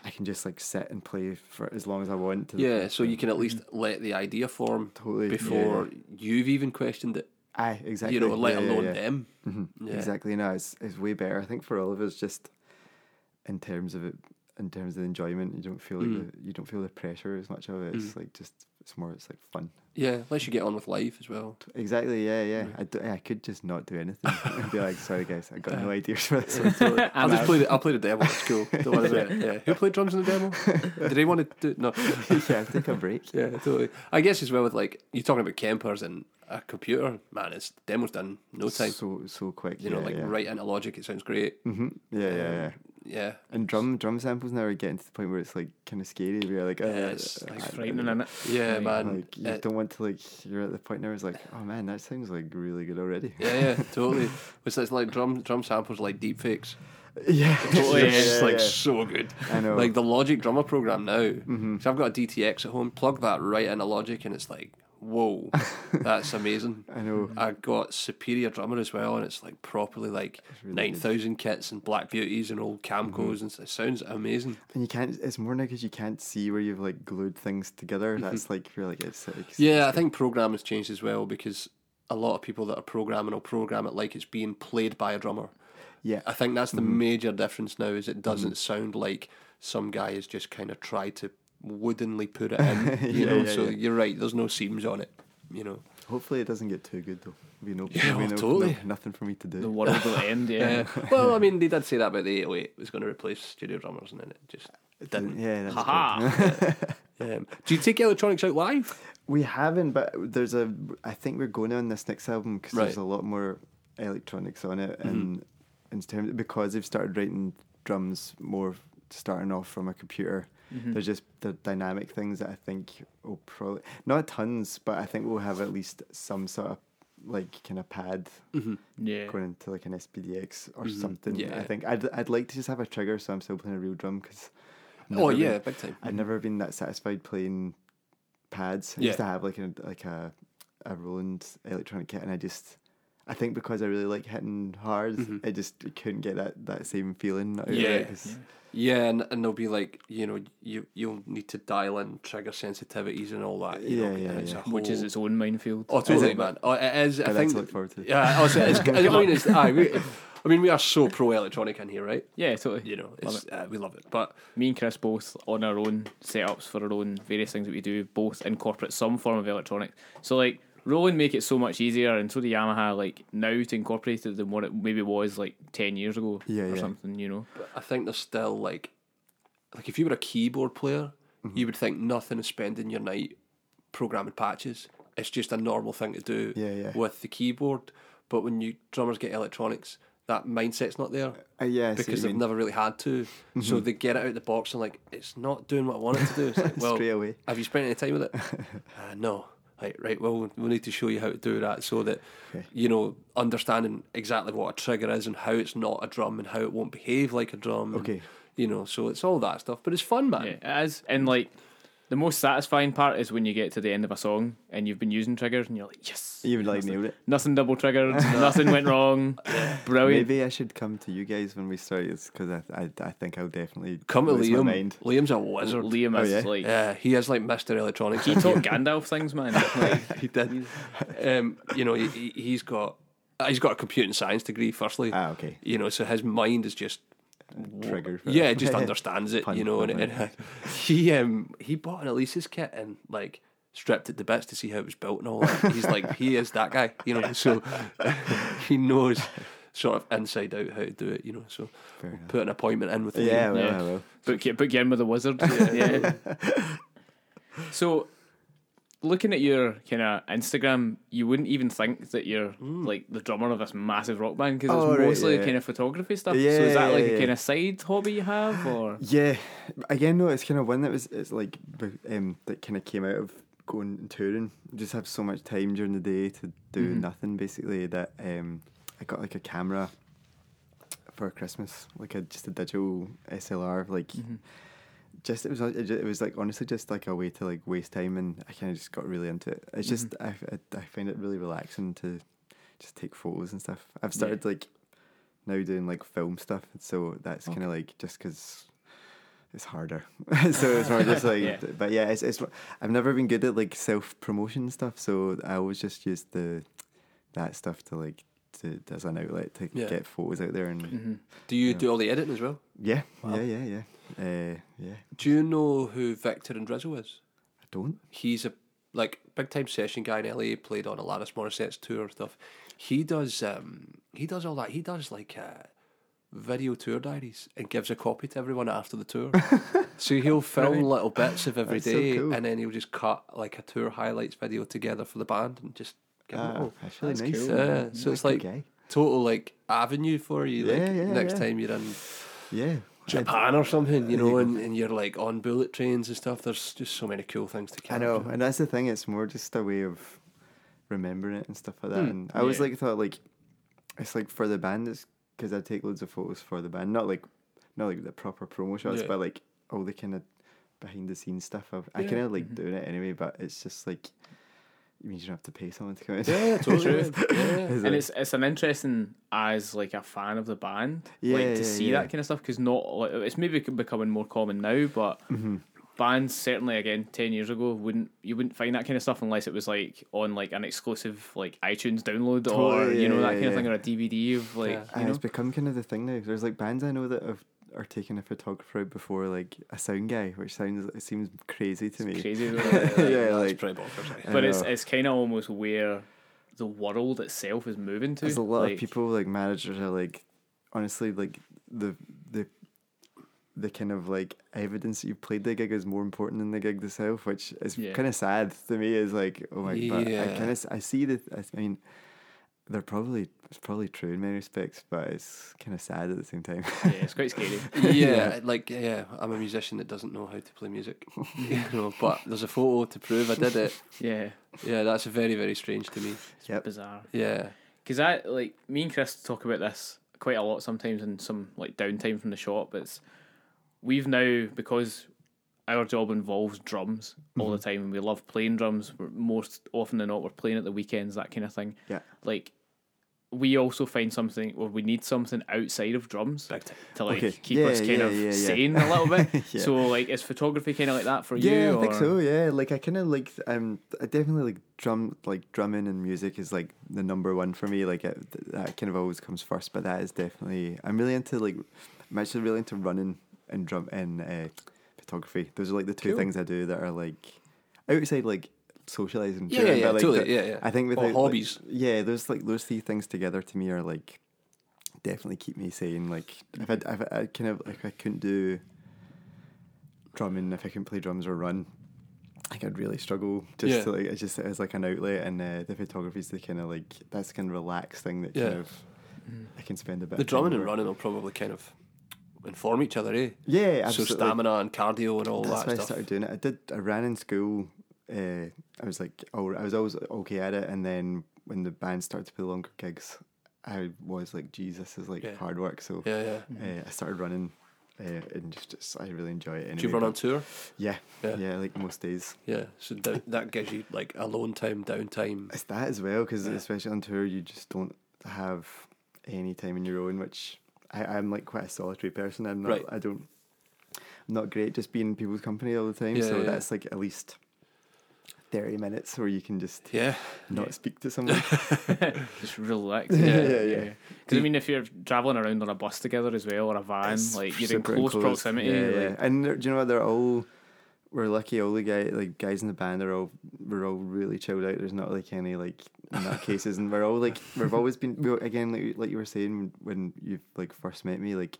C: I can just like sit and play for as long as I want. To the
B: Yeah,
C: point
B: so you
C: where-
B: can at least let the idea form
C: totally
B: before
C: yeah.
B: you've even questioned it.
C: Aye, exactly.
B: You know, let
C: yeah, yeah,
B: alone
C: yeah.
B: them.
C: Mhm.
B: Yeah.
C: Exactly. No, it's it's way better. I think for all of us, just in terms of it, in terms of the enjoyment, you don't feel like
B: Mm.
C: the, you don't feel the pressure as much of it. It's like just it's more it's like fun.
B: Yeah, unless you get on with life as well.
C: Exactly. Yeah, yeah. I, do, I could just not do anything [LAUGHS] and be like, sorry guys, I got no ideas for this. one."
B: [LAUGHS] I'll just play the I'll play the demo. It's
C: [LAUGHS]
B: cool. Don't worry about it. Yeah. Who played drums in the demo? Did he want to do it? No.
C: yeah, take
B: [LAUGHS]
C: a break.
B: Yeah, totally. I guess as well with like you're talking about campers and a computer, man, it's demo's done no time.
C: So so quick.
B: you know,
C: yeah,
B: like
C: yeah.
B: right Um, into logic, it sounds great.
C: hmm Yeah, yeah, yeah.
B: Yeah.
C: And drum drum samples now are getting to the point where it's like kind of scary. We're like, oh,
B: Yeah, it's like
A: It's frightening, isn't it?
B: Yeah,
A: Like,
B: man.
C: Like you
B: Uh,
C: don't want to like. You're at the point now. Where it's like, oh man, that sounds like really good already.
B: yeah, yeah,
C: [LAUGHS]
B: totally. It's, it's like drum drum samples are like deep fakes.
C: [LAUGHS]
B: [LAUGHS]
C: yeah,
A: Totally,
B: it's
A: yeah,
B: just, like
C: yeah.
B: so good.
C: I know.
B: Like the Logic drummer program now.
C: Mm-hmm.
B: So I've got a DTX at home. Plug that right into Logic, and it's like,
C: [LAUGHS]
B: whoa, that's amazing.
C: I know.
B: I got Superior Drummer as well, and it's like properly like
C: really Mm-hmm.
B: nine thousand kits and Black Beauties and old Camcos, and it sounds amazing.
C: And you can't. It's more now because you can't see where you've like glued things together. That's like really like it's like it's-
B: Mm-hmm. Yeah, I think program has changed as well because a lot of people that are programming will program it like it's being played by a drummer.
C: yeah.
B: I think that's the
C: Hmm.
B: major difference now is it doesn't sound like some guy has just kind of tried to woodenly put it
C: [LAUGHS]
B: in. You
C: Yeah,
B: know,
C: yeah,
B: so
C: yeah.
B: you're right. There's no seams on it. You know.
C: Hopefully it doesn't get too good though. We know.
B: Yeah,
C: we
B: oh,
C: know
B: totally.
C: no- nothing for me to do.
A: The world will end, yeah.
B: [LAUGHS] Yeah. Um, well, I mean, they did say that about the 808 was going to replace studio drummers, and then it just didn't.
C: Yeah, that's cool.
A: Aha!
B: Um, do you take electronics out live?
C: We haven't, but there's a. I think we're going on this next album because there's
B: Right. Mm-hmm.
C: a lot more electronics on it, and in terms because they've started writing drums more, starting off from a computer.
B: Mm.
A: Mm-hmm.
C: There's just the dynamic things that I think will probably not tons, but I think we'll have at least some sort of like kind of pad
A: Yeah.
C: going into like an SPDX or something.
B: Mm-hmm. Yeah.
C: I think I'd I'd like to just have a trigger, so I'm still playing a real drum because.
B: Oh yeah, big time.
C: I've never been that satisfied playing pads. I
B: Yeah.
C: used to have like a like a a Roland electronic kit, and I just I think because I really like hitting hard, I just couldn't get that that same feeling. out of it,
B: Mm-hmm. Yeah.
C: 'cause-
B: Yeah, and, and they'll be like, you know, you you'll need to dial in trigger sensitivities and all that. You
C: Yeah,
B: know,
C: yeah,
B: and it's
C: yeah.
B: a
A: Which is
B: whole-
A: its own minefield.
B: Oh, totally,
C: it?
B: man. Oh, it is. I
C: But
B: think.
C: that's to look forward to.
B: Yeah, also, it's, I mean, it's, aye, we, I mean, we are so pro electronic in here, right?
A: Yeah, totally.
B: You know, it's, uh, we love it. But
A: Me and Chris both on our own setups for our own various things that we do, both incorporate some form of electronics. So like Roland make it so much easier, and so do Yamaha. Like now to incorporate it than what it maybe was like ten years ago,
C: Yeah,
A: or
C: yeah.
A: something. You know,
B: I think there's still like, like if you were a keyboard player,
C: Mm-hmm.
B: you would think nothing of spending your night programming patches. It's just a normal thing to do
C: Yeah, yeah.
B: with the keyboard. But when you drummers get electronics, that mindset's not there.
C: Uh, yeah, I see what
B: because
C: you
B: they've
C: mean. Mm-hmm.
B: never really had to. So they get it out of the box and like it's not doing what I want it to do. It's like, well,
C: [LAUGHS] Straight away.
B: have you spent any time with it?
C: [LAUGHS]
B: uh, no. Right, right. Well, we need to show you how to do that so that you know understanding exactly what a trigger is and how it's not a drum and how it won't behave like a drum. and,
C: Okay.
B: you know, so it's all that stuff, but it's fun, man.
A: yeah, it is. And like the most satisfying part is when you get to the end of a song and you've been using triggers, and you're like, yes,
C: you would like nailed it.
A: nothing double
C: [LAUGHS]
A: triggered, nothing went wrong, brilliant.
C: Maybe I should come to you guys when we start this because I, I I think I'll definitely
B: Come to
C: lose
B: Liam.
C: My mind.
B: Liam's a wizard.
A: Liam is
C: Oh, yeah?
A: like
B: Yeah, he is like Mister Electronics.
A: he taught
B: [LAUGHS]
A: Gandalf things,
C: [LAUGHS]
A: man. Like,
B: he did. Um, you know, he, he- he's got uh, he's got a computing science degree. Firstly,
C: Ah, okay.
B: You know, so his mind is just w-
C: Triggered for
B: Yeah,
C: it. [LAUGHS]
B: just understands it.
C: Pun,
B: you know, and,
C: pun,
B: and [LAUGHS] he um he bought an Elise's kit and like stripped it to bits to see how it was built and all that. He's like, [LAUGHS] he is that guy. You know, so he knows. sort of inside out how to do it, you know. So
C: Fair
B: we'll
C: enough.
B: put an appointment in with
C: Yeah,
B: Liam.
C: well,
A: Yeah.
C: I will.
A: Book you, book you in with a wizard. Yeah.
C: [LAUGHS]
A: So, looking at your kind of Instagram, you wouldn't even think that you're like the drummer of this massive rock band because
C: Oh,
A: it's
C: right,
A: mostly
C: Mm. yeah.
A: kind of photography stuff.
C: Yeah,
A: so is that
C: yeah,
A: like a
C: yeah.
A: kind of side hobby you have,
C: [SIGHS]
A: or
C: Yeah, again, no, it's kind of one that was it's like b- um that kind of came out of going and touring. You just have so much time during the day to do
A: Mhm.
C: nothing basically that um I got like a camera for Christmas, like a just a digital SLR, like
A: Mm-hmm,
C: just it was like- it, ju- it was like honestly just like a way to like waste time, and I kind of just got really into it. It's just I, f- I I find it really relaxing to just take photos and stuff. I've started like now doing like film stuff, so that's kind of like just because it's harder. [LAUGHS] so it's more just like,
A: Yeah.
C: but yeah, it's, it's I've never been good at like self promotion stuff, so I always just use the that stuff to like to as an outlet to
B: Yeah.
C: get photos out there and
A: Mm. mm-hmm.
B: Do you do all the editing as well?
C: yeah, yeah, yeah, yeah, uh, yeah.
B: Do you know who Victor and Drizzle is?
C: I don't.
B: He's a like big time session guy in LA. Played on Alanis Morissette's tour and stuff. He does um he does all that. He does like uh, video tour diaries and gives a copy to everyone after the
C: [LAUGHS]
B: tour. so he'll film little bits of every
C: That's so
B: day,
C: cool.
B: and then he'll just cut like a tour highlights video together for the band and just give it
C: Ah,
B: all.
C: that's really
A: that's
C: nice.
A: cool.
B: Yeah, so it's
C: Wicked
B: like
C: guy.
B: total like avenue for you. Like
C: Yeah, yeah,
B: next
C: yeah.
B: time you're in
C: yeah.
B: Japan or something, you know, and, and you're like on bullet trains and stuff. There's just so many cool things to
C: I
B: capture.
C: know, and that's the thing. It's more just a way of remembering it and stuff like that.
B: Hmm,
C: and I always
A: yeah.
C: like thought like it's like for the band, it's because I take loads of photos for the band, not like not like the proper promo shots,
B: Yeah.
C: but like all the kind of behind the scenes stuff. I've, I kind of like
B: Mm-hmm.
C: doing it anyway, but it's just like you mean you don't have to pay someone to come in. [LAUGHS]
B: Yeah, totally. yeah, yeah.
A: and it's it's an interesting as like a fan of the band,
C: Yeah,
A: like
C: yeah,
A: to see
C: yeah.
A: that kind of stuff because not like, it's maybe becoming more common now, but
C: Mm-hmm.
A: bands certainly again ten years ago wouldn't you wouldn't find that kind of stuff unless it was like on like an exclusive like iTunes download or
C: Totally,
A: you know
C: yeah,
A: that
C: yeah,
A: kind of
C: yeah.
A: thing or a DVD of like
B: Yeah.
C: And
A: you know
C: it's become kind of the thing now. There's like bands I know that have are taking a photographer out before like a sound guy, which sounds it seems crazy to me. [LAUGHS]
A: crazy. though.
C: yeah,
B: that's
C: like
B: pretty bonkers. eh?
C: I
A: but it's
C: know.
A: it's kind of almost where the world itself is moving to.
C: There's a lot
A: Like,
C: of people like managers are like, honestly, like the the the kind of like evidence that you played the gig is more important than the gig itself, which is
A: Yeah.
C: kind of sad to me. Is like, oh my, but I
B: Yeah.
C: kind of I see the. I mean, they're probably it's probably true in many respects, but it's kind of sad at the same time.
A: Yeah, it's quite
C: [LAUGHS]
A: scary.
B: Yeah, like yeah, I'm a musician that doesn't know how to play music, [LAUGHS] you know. But there's a photo to prove I did
C: [LAUGHS]
B: it.
A: Yeah,
B: Yeah, that's very very strange to me.
C: yep.
A: bizarre.
B: Yeah,
A: Because I like me and Chris talk about this quite a lot sometimes in some like downtime from the shop. It's we've now because our job involves drums all
C: Mhm.
A: the time, and we love playing drums. We're, most often than not, we're playing at the weekends, that kind of thing.
C: Yeah.
A: Like we also find something, or we need something outside of drums
B: big time.
A: to like
C: Okay.
A: keep
C: Yeah,
A: us kind
C: yeah,
A: of
C: yeah, yeah.
A: sane a little bit.
C: [LAUGHS] Yeah.
A: So like, is photography kind of like that for you?
C: Yeah, I think
A: or-
C: so. Yeah, like I kind of like um, I definitely like drum, like drumming and music is like the number one for me. Like it, th- that kind of always comes first, but that is definitely I'm really into like I'm actually really into running and drum and uh, photography. Those are like the two
B: Cool.
C: things I do that are like outside like socializing.
B: Yeah, yeah, yeah,
C: like,
B: totally.
C: the-
B: yeah, yeah.
C: I think with
B: Or hobbies.
C: yeah, those like those three things together to me are like definitely keep me sane. Like if I, if I, I kind of like I couldn't do drumming, if I couldn't play drums or run, like I'd really struggle. Just
B: Yeah.
C: to like it's just as like an outlet, and uh, the photography's the kind of like that's the kind of relaxed thing that
B: Yeah. Mm.
C: kind of I can spend a bit.
B: the
C: of time
B: drumming and
C: over.
B: running will probably kind of inform each other, eh?
C: Yeah, absolutely.
B: So stamina and cardio and all
C: That's why
B: that
C: I
B: stuff.
C: started doing it. I did. I ran in school. Uh, I was like, oh, I was always okay at it, and then when the band started to play longer gigs, I was like, Jesus is like
B: Yeah.
C: hard work. So
B: Yeah, yeah.
C: uh, I started running, uh, and just, just- I really enjoy it. Anyway,
B: Do you run on
C: but-
B: tour?
C: Yeah,
B: Yeah.
C: yeah, like most days.
B: Yeah. So down, that gives you like alone time,
C: [LAUGHS]
B: downtime.
C: It's that as well because especially on tour, you just don't have any time in your own, which. I, I'm like quite a solitary person. I'm not.
B: Right.
C: I don't. I'm not great just being in people's company all the time.
B: Yeah,
C: so
B: yeah.
C: that's like at least thirty minutes where you can just
B: Yeah.
C: not speak to someone.
A: [LAUGHS] just relax.
C: Yeah, yeah, yeah.
A: Because I mean, if you're traveling around on a bus together as well or a van,
C: It's
A: like you're in
C: super
A: close
C: enclosed.
A: proximity.
C: Yeah,
A: like-
C: yeah. And they're- do you know what? They're all we're lucky. All the guy like guys in the band are all we're all really chilled out. There's not like any like nutcases, and we're all like we've always been we, again like like you were saying when you like first met me like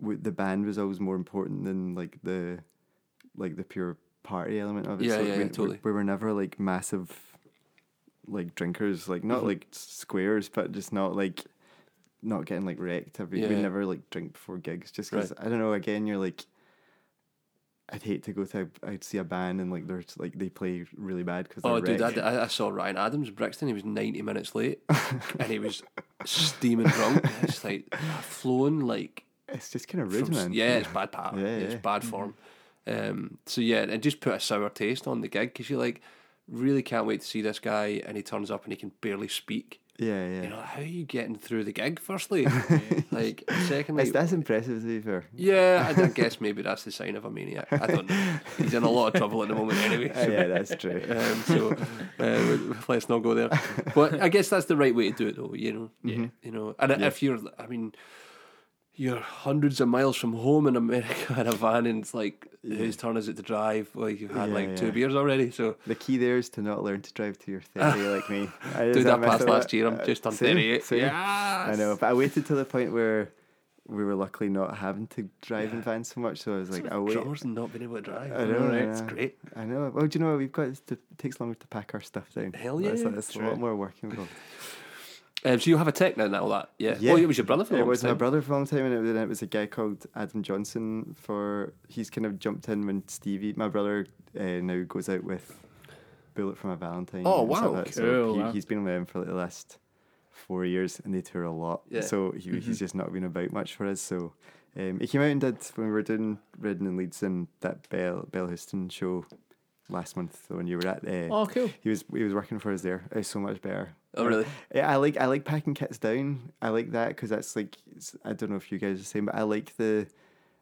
C: w- the band was always more important than like the like the pure party element of it.
B: Yeah,
C: so, like,
B: yeah,
C: we,
B: yeah, totally.
C: We, we were never like massive like drinkers, like
A: Mm-hmm.
C: not like squares, but just not like not getting like wrecked. Every, We
B: Yeah.
C: never like drink before gigs just because I don't know. Again, you're like. I'd hate to go to a, I'd see a band and like they're like they play really bad because
B: Oh, dude, I,
C: wrecked.
B: d- I- I saw Ryan Adams in Brixton. He was 90 minutes late
C: [LAUGHS]
B: and he was steaming drunk. It's like I've flown like.
C: it's just kind of
B: from
C: rude,
B: s-
C: man.
B: yeah, it's bad pal.
C: Yeah,
B: it's
C: yeah.
B: bad form. Um, so yeah, and just put a sour taste on the gig because you're like, really can't wait to see this guy, and he turns up and he can barely speak.
C: yeah, yeah.
B: You know, how are you getting through the gig?
C: [LAUGHS]
B: Firstly, like, secondly,
C: It's- that's impressive to be
B: [LAUGHS]
C: fair.
B: yeah, I, d- I guess maybe that's the sign of a maniac. I don't know. He's in a lot of trouble at the moment, anyway.
C: Uh, [LAUGHS] yeah, that's true.
B: Um, so uh, we- let's not go there. But I guess that's the right way to do it, though. You know,
C: Mm-hmm.
B: yeah. You know, and if you're, I mean, you're hundreds of miles from home in America [LAUGHS] in a van, and it's like, whose turn is it to drive? Like you've had
C: Yeah,
B: like two
C: yeah.
B: beers already, so.
C: The key there is to not learn to
B: [LAUGHS]
C: drive to your 30 like me. I
B: Dude,
C: I
B: that
C: messed
B: passed
C: up
B: last
C: that.
B: year. I'm
C: Uh,
B: just on
C: same,
B: 38.
C: same. I
B: Yes!
C: know, but I waited till the point where we were luckily not having to drive in vans so much, so I was like, I'll wait.
B: Drummers not being able to drive.
C: I know, I
B: It's
C: know.
B: great.
C: I know. Well, do you know what? We've got it's to, it takes longer to pack our stuff down.
B: Hell
C: That's,
B: yeah,
C: that's a
B: true.
C: lot more work involved.
B: Um, so you have a tech now and all that. Yeah. Oh, it was your brother for a
C: It
B: long
C: was my
B: time.
C: brother for a long time, and it, was- and it was a guy called Adam Johnson. For he's kind of jumped in when Stevie, my brother, uh, now goes out with Bullet for my Valentine.
B: Oh,
C: and stuff
B: wow.
C: like that. So
A: Cool,
C: he,
A: wow.
C: has been with them for like the last four years, and they tour a lot.
B: Yeah. Mm-hmm.
C: So he, he's just not been about much for us. So um, he came out and did when we were doing Redden and Leeds and that Bell Bell Houston show last month when you were at. Uh,
A: Oh, cool.
C: He was he was working for us there. It was so much better.
B: Oh, really?
C: Yeah, I like I like packing kits down. I like that because that's like it's- I don't know if you guys are the same, but I like the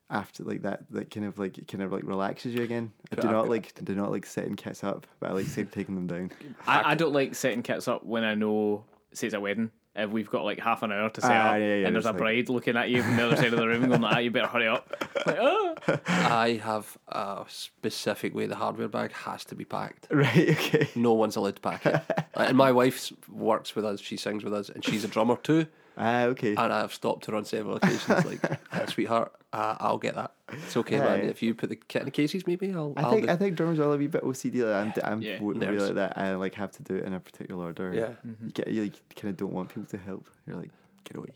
C: after like that that kind of like it kind of like relaxes you again. I do
B: I've
C: not
B: got-
C: like do not like setting kits up, but I
B: [LAUGHS]
C: like say, taking them down.
A: I, I don't like setting kits up when I know, say it's a wedding, if we've got like half an hour to set
C: Ah,
A: up
C: yeah, yeah,
A: and
C: it's
A: there's a
C: like-
A: bride looking at you from the other side of the room going, ah, you better hurry up.
C: [LAUGHS]
A: Like, oh.
B: I have a specific way the hardware bag has to be packed.
C: Right? Okay.
B: no one's allowed to pack
C: [LAUGHS]
B: it. and my wife works with us, she sings with us, and she's a drummer too.
C: Ah, okay.
B: And I've stopped her on several occasions,
C: [LAUGHS]
B: like, "Ah, sweetheart, uh, I'll get that. It's okay, man.
C: Aye.
B: If you put the kit in the cases, maybe I'll.
C: I
B: will
C: think I think drummers are a wee bit OCD. Like I'm I'm
A: Yeah,
C: w- really
B: nerves.
C: like that. I like have to do it in a particular order.
B: Yeah.
C: You get you like kind of don't want people to help. You're like
B: [LAUGHS]
C: get away.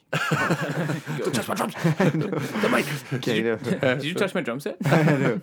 B: Don't touch my drums!
C: [LAUGHS]
B: the mic!
C: Kind of.
A: Did you touch my drum set?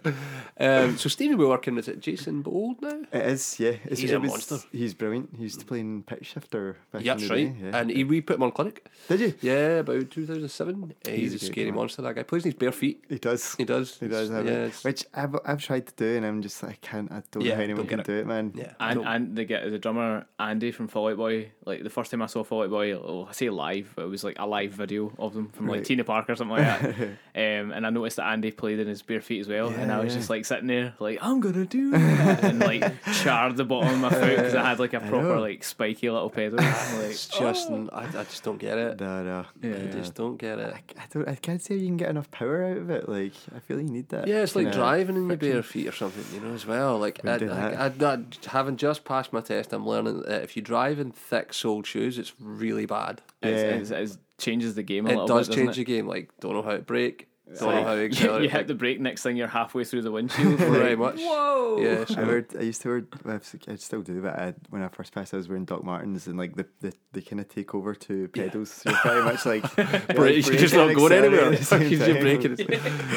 B: Um, so, Stevie, we're working with it Jason Bold now?
C: It is, yeah. It's,
B: He's
C: it
B: a
C: was-
B: monster.
C: He's brilliant. He used to play in Pitch Shifter back
B: Yeah,
C: in
B: that's
C: the
B: right.
C: day. Yeah.
B: And he, we put him on clinic.
C: Did you?
B: Yeah, about 2007. He's,
C: He's
B: a
C: a good
B: scary
C: man.
B: monster, that guy. Plays in his bare feet.
C: He does.
B: He does.
C: He does have
B: yeah,
C: it,
B: it's-
C: which I've I've tried to do, and I'm just I can't. I don't
B: Yeah,
C: know how anyone
B: don't get
C: can
B: it.
C: do it, man.
B: yeah. I
A: And
B: don't-
A: and the get the drummer Andy from Fall Out Boy. Like the first time I saw Fall Out Boy, oh, I say live, but it was like a live video of them from like
C: Right.
A: Tina Park or something like that.
B: [LAUGHS]
A: um, and I noticed that Andy played in his bare feet as well, and I was
C: Yeah,
A: just like sitting there, like I'm gonna do, that," and
B: [LAUGHS]
A: like charred the bottom of my foot because I had like a proper
C: know.
A: like spiky little pedal.
B: [LAUGHS]
A: like,
B: It's just, I, I just don't get it.
C: No, no.
B: I just don't get it.
C: uh, I don't. I can't say you can get enough power out of it. Like I feel you need that.
B: Yeah, it's like
C: kinda-
B: driving in your bare feet or something, you know, as well. Like, I,
C: do that.
B: I, I, that- having just passed my test, I'm learning that if you drive in thick soled shoes, it's really bad.
A: it's, it's, it's, changes the game a
B: It
A: little
B: does
A: bit.
B: change
A: doesn't
B: the game. Like, don't know how to brake, don't know
A: like, [LAUGHS]
B: how to
A: it? You,
B: accelerate.
A: you hit the brake, next thing you're halfway through the windshield.
B: like,
A: like,
B: [LAUGHS] very much.
A: Whoa!
B: Yeah,
C: [LAUGHS]
B: so-
C: I, heard, I used to wear, well, I've s- I still do, but I, when I first passed, I was wearing Doc Martens and like the, the they kind of take over to pedals. So you're pretty much
B: [LAUGHS]
C: like
B: brakes, you're just not going anywhere.
C: Because
B: Because [LAUGHS]
C: [LAUGHS]
B: you're braking.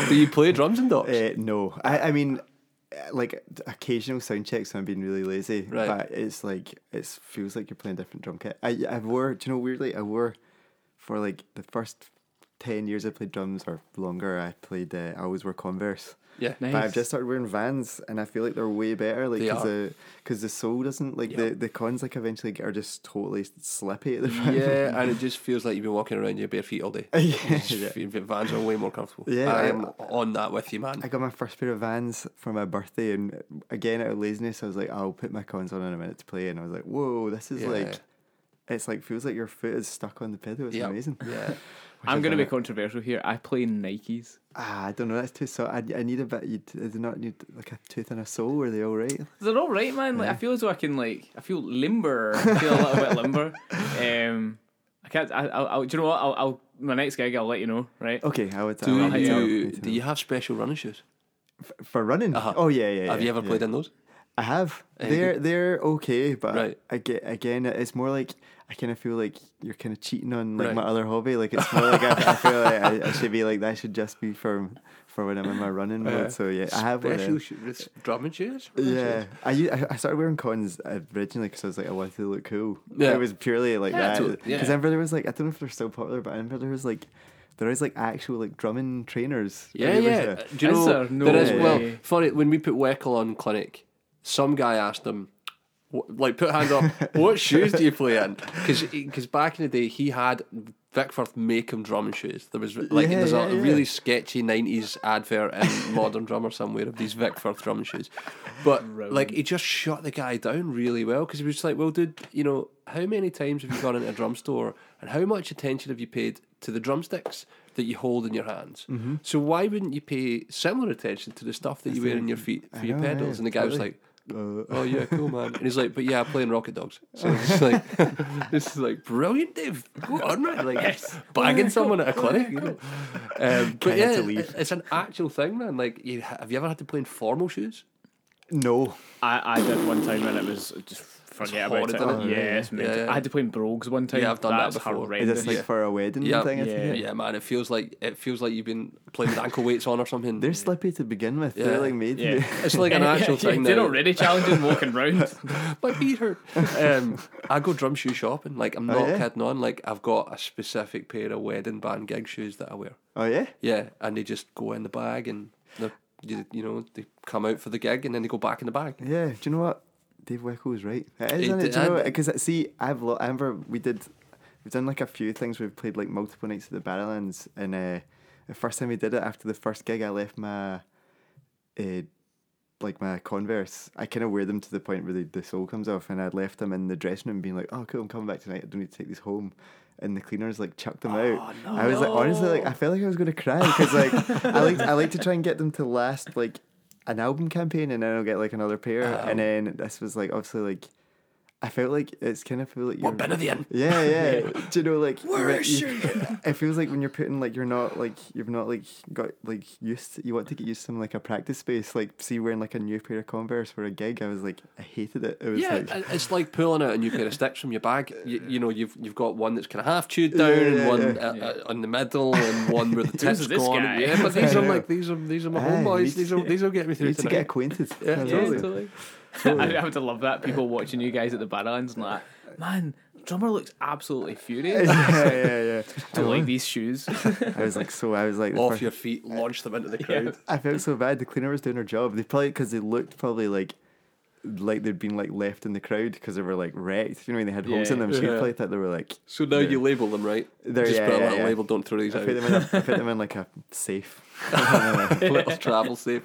B: Do you play drums and docs?
C: Uh, no, I, I mean, uh, like occasional sound checks when I'm being really lazy.
B: Right.
C: But it's like it feels like you're playing a different drum kit. I I wore, do you know, weirdly, I wore for like the first ten years I played drums or longer. I played. Uh, I always wore Converse.
B: yeah.
A: Nice.
C: But I've just started wearing Vans, and I feel like they're way better. Like
B: They
C: because
B: are.
C: the because the sole doesn't like the the cons like eventually get- are just totally slippy at the front.
B: Yeah, and it just feels like you've been walking around in your bare feet all day.
C: Yeah,
B: Just feel- Vans are way more comfortable.
C: Yeah,
B: I
C: I-
B: am on that with you, man.
C: I got my first pair of Vans for my birthday, and again out of laziness, I was like, "I'll put my cons on in a minute to play," and I was like, "Whoa, this is
B: Yeah.
C: like, it's like feels like your foot is stuck on the pedal. It's
B: Yeah.
C: amazing."
B: Yeah.
A: I'm going to be
C: called.
A: controversial here. I play Nikes.
C: Ah, I don't know. That's too so. I, I need a bit. You d- I do not need like a tooth and a soul. Are they all right?
A: They're all right, man. Like I feel as though I can like I feel limber. I feel a little bit
B: [LAUGHS]
A: limber. Um, I can't. I, I'll, I'll. Do you know what? I'll, I'll. My next gig, I'll let you know. Right.
B: Oh.
C: Okay, I would. I
B: Do
C: would need to-
B: you,
C: need to
B: do you have special running shoes?
C: know. for running?
B: Uh-huh.
C: Oh yeah, yeah.
B: have you
C: yeah,
B: ever
C: yeah.
B: played in those?
C: I have.
B: Uh,
C: They're they're okay, but
B: Right.
C: I get, again, it's more like I kind of feel like you're kind of cheating on like
B: Right.
C: my other hobby. Like it's more
B: [LAUGHS]
C: like I, I feel like I, I should be like that should just be for for when I'm in my running mode. So yeah, I have one of
B: special
C: them.
B: shoes, drumming shoes. running
C: Yeah,
B: shoes.
C: I, u- I I started wearing cottons originally because I was like I wanted to look cool.
B: Yeah.
C: it was purely like
B: Yeah,
C: that.
B: totally,
C: Because
B: yeah.
C: remember there was like I don't know if they're still popular, but I remember there was like there is like actual like drumming trainers.
B: Yeah,
C: There
B: yeah.
C: was
B: Uh,
C: a-
B: Do you
A: Is
B: know
A: there? No
B: there is? Well,
A: way.
B: funny when we put Weckle on clinic, some guy asked him, wh- like, put hands
C: [LAUGHS]
B: up. what shoes do you play in? Because back in the day, he had Vickforth make him drumming shoes. There was like
C: Yeah,
B: there's
C: yeah,
B: a
C: yeah.
B: really sketchy '90s advert
C: [LAUGHS]
B: in Modern Drummer somewhere of these Vickforth drumming shoes, but like he just shut the guy down really well because he was just like, well, dude, you know, how many times have you gone into a drum store and how much attention have you paid to the drumsticks? That you hold in your hands.
C: Mm-hmm.
B: So why wouldn't you pay similar attention to the stuff that you wear in your feet for your
C: know, yeah,
B: pedals? and the guy was
C: totally.
B: like, "Oh yeah, cool man." And he's like, "But yeah, I'm playing Rocket Dogs." So it's just like, [LAUGHS] this is like brilliant, Dave. Go on, man.
C: [LAUGHS]
B: Like bagging someone at a clinic. You know? um, but
C: Kinda
B: yeah,
C: to leave.
B: it's an actual thing, man. Like, you, have you ever had to play in formal shoes?
C: no.
A: I, I did one time and it was just forget about it.
B: horrid, isn't it?
A: yeah, it's mental.
B: yeah.
A: I had to play in Brogues one time.
B: Yeah, I've done that
A: That's
B: before.
C: Is
A: horrendous. [LAUGHS]
C: this like for a wedding
B: Yeah.
C: thing? I
A: Yeah.
C: think?
B: Yeah, man. It feels like it feels like you've been playing with ankle weights on or something.
C: They're slippy to begin with.
B: Yeah.
C: They're like made.
A: Yeah.
C: [LAUGHS] Yeah.
B: it's like an actual
A: yeah,
B: thing.
A: They're
B: now.
A: already challenging walking
B: [LAUGHS]
A: round.
B: my feet hurt. Um, I go drum shoe shopping. Like I'm not
C: Oh, yeah?
B: kidding on. Like I've got a specific pair of wedding band gig shoes that I wear.
C: Oh yeah.
B: Yeah, and they just go in the bag and they're- you, you know they come out for the gig and then they go back in the bag.
C: Yeah, do you know what? Dave Wickel was right. It is,
B: He
C: isn't it?
B: did-
C: Do you know
B: I-
C: Because see, I've lo- I remember we did, we've done like a few things. We've played like multiple nights at the Barrowlands, and uh, the first time we did it after the first gig, I left my, uh, like my Converse. I kind of wear them to the point where the, the sole comes off, and I'd left them in the dressing room, being like, "Oh, cool, I'm coming back tonight. I don't need to take these home." And the cleaners like chucked them out. I was like, honestly, like I felt like I was gonna cry because like I like I like to try and get them to last like an album campaign and then I'll get like another pair. And then this was like obviously like I felt like it's kind of feel like you're
B: What bin are they
C: [LAUGHS]
B: in?
C: yeah, yeah. Do you know, like
B: Where
C: when
B: is
C: you- [LAUGHS]
B: she?
C: It feels like when you're putting like you're not like you've not like got like used. To, you want to get used to something like a practice space. Like see wearing like a new pair of Converse for a gig. I was like I hated it. It was
B: Yeah,
C: like
B: it- it's like pulling out a new pair of sticks from your
C: [LAUGHS]
B: bag. You, you know, you've you've got one that's kind of half chewed down,
C: Yeah,
B: and
C: yeah,
B: one
C: yeah.
B: uh, uh, on the middle,
C: [LAUGHS]
B: and one where the
A: Who's
B: tip's
A: this [LAUGHS]
B: gone.
A: guy?
B: Yeah, but these
C: I
B: are
C: know.
B: like these are these are my
C: Aye,
B: homeboys.
C: needs-
B: These will these will get me
C: you
B: through
C: need to get
B: tonight.
C: acquainted.
B: Yeah,
A: Yeah,
C: totally.
A: totally. [LAUGHS] I, I would love that. People watching you guys at the Badlands and like, man, drummer looks absolutely
B: [LAUGHS]
A: furious.
C: [LAUGHS] yeah, yeah, yeah.
A: to like these shoes.
C: I was like, so I was like, the
B: Off
C: first-
B: your feet, launch them
C: [LAUGHS]
B: into the crowd.
C: I felt so bad. The cleaner was doing her job. They probably because they looked probably like like they'd been like left in the crowd because they were like wrecked. You know, when they had holes in
A: Yeah.
C: them. So you
B: Yeah.
C: probably thought they were like.
B: So now you label them, right?
C: There,
B: Just
C: yeah,
B: put a
C: yeah,
B: little
C: yeah.
B: label. Don't throw these
C: I
B: out.
C: put
B: [LAUGHS]
C: them in. A, I put them in like a safe. yeah,
B: Little travel
C: [LAUGHS]
B: safe.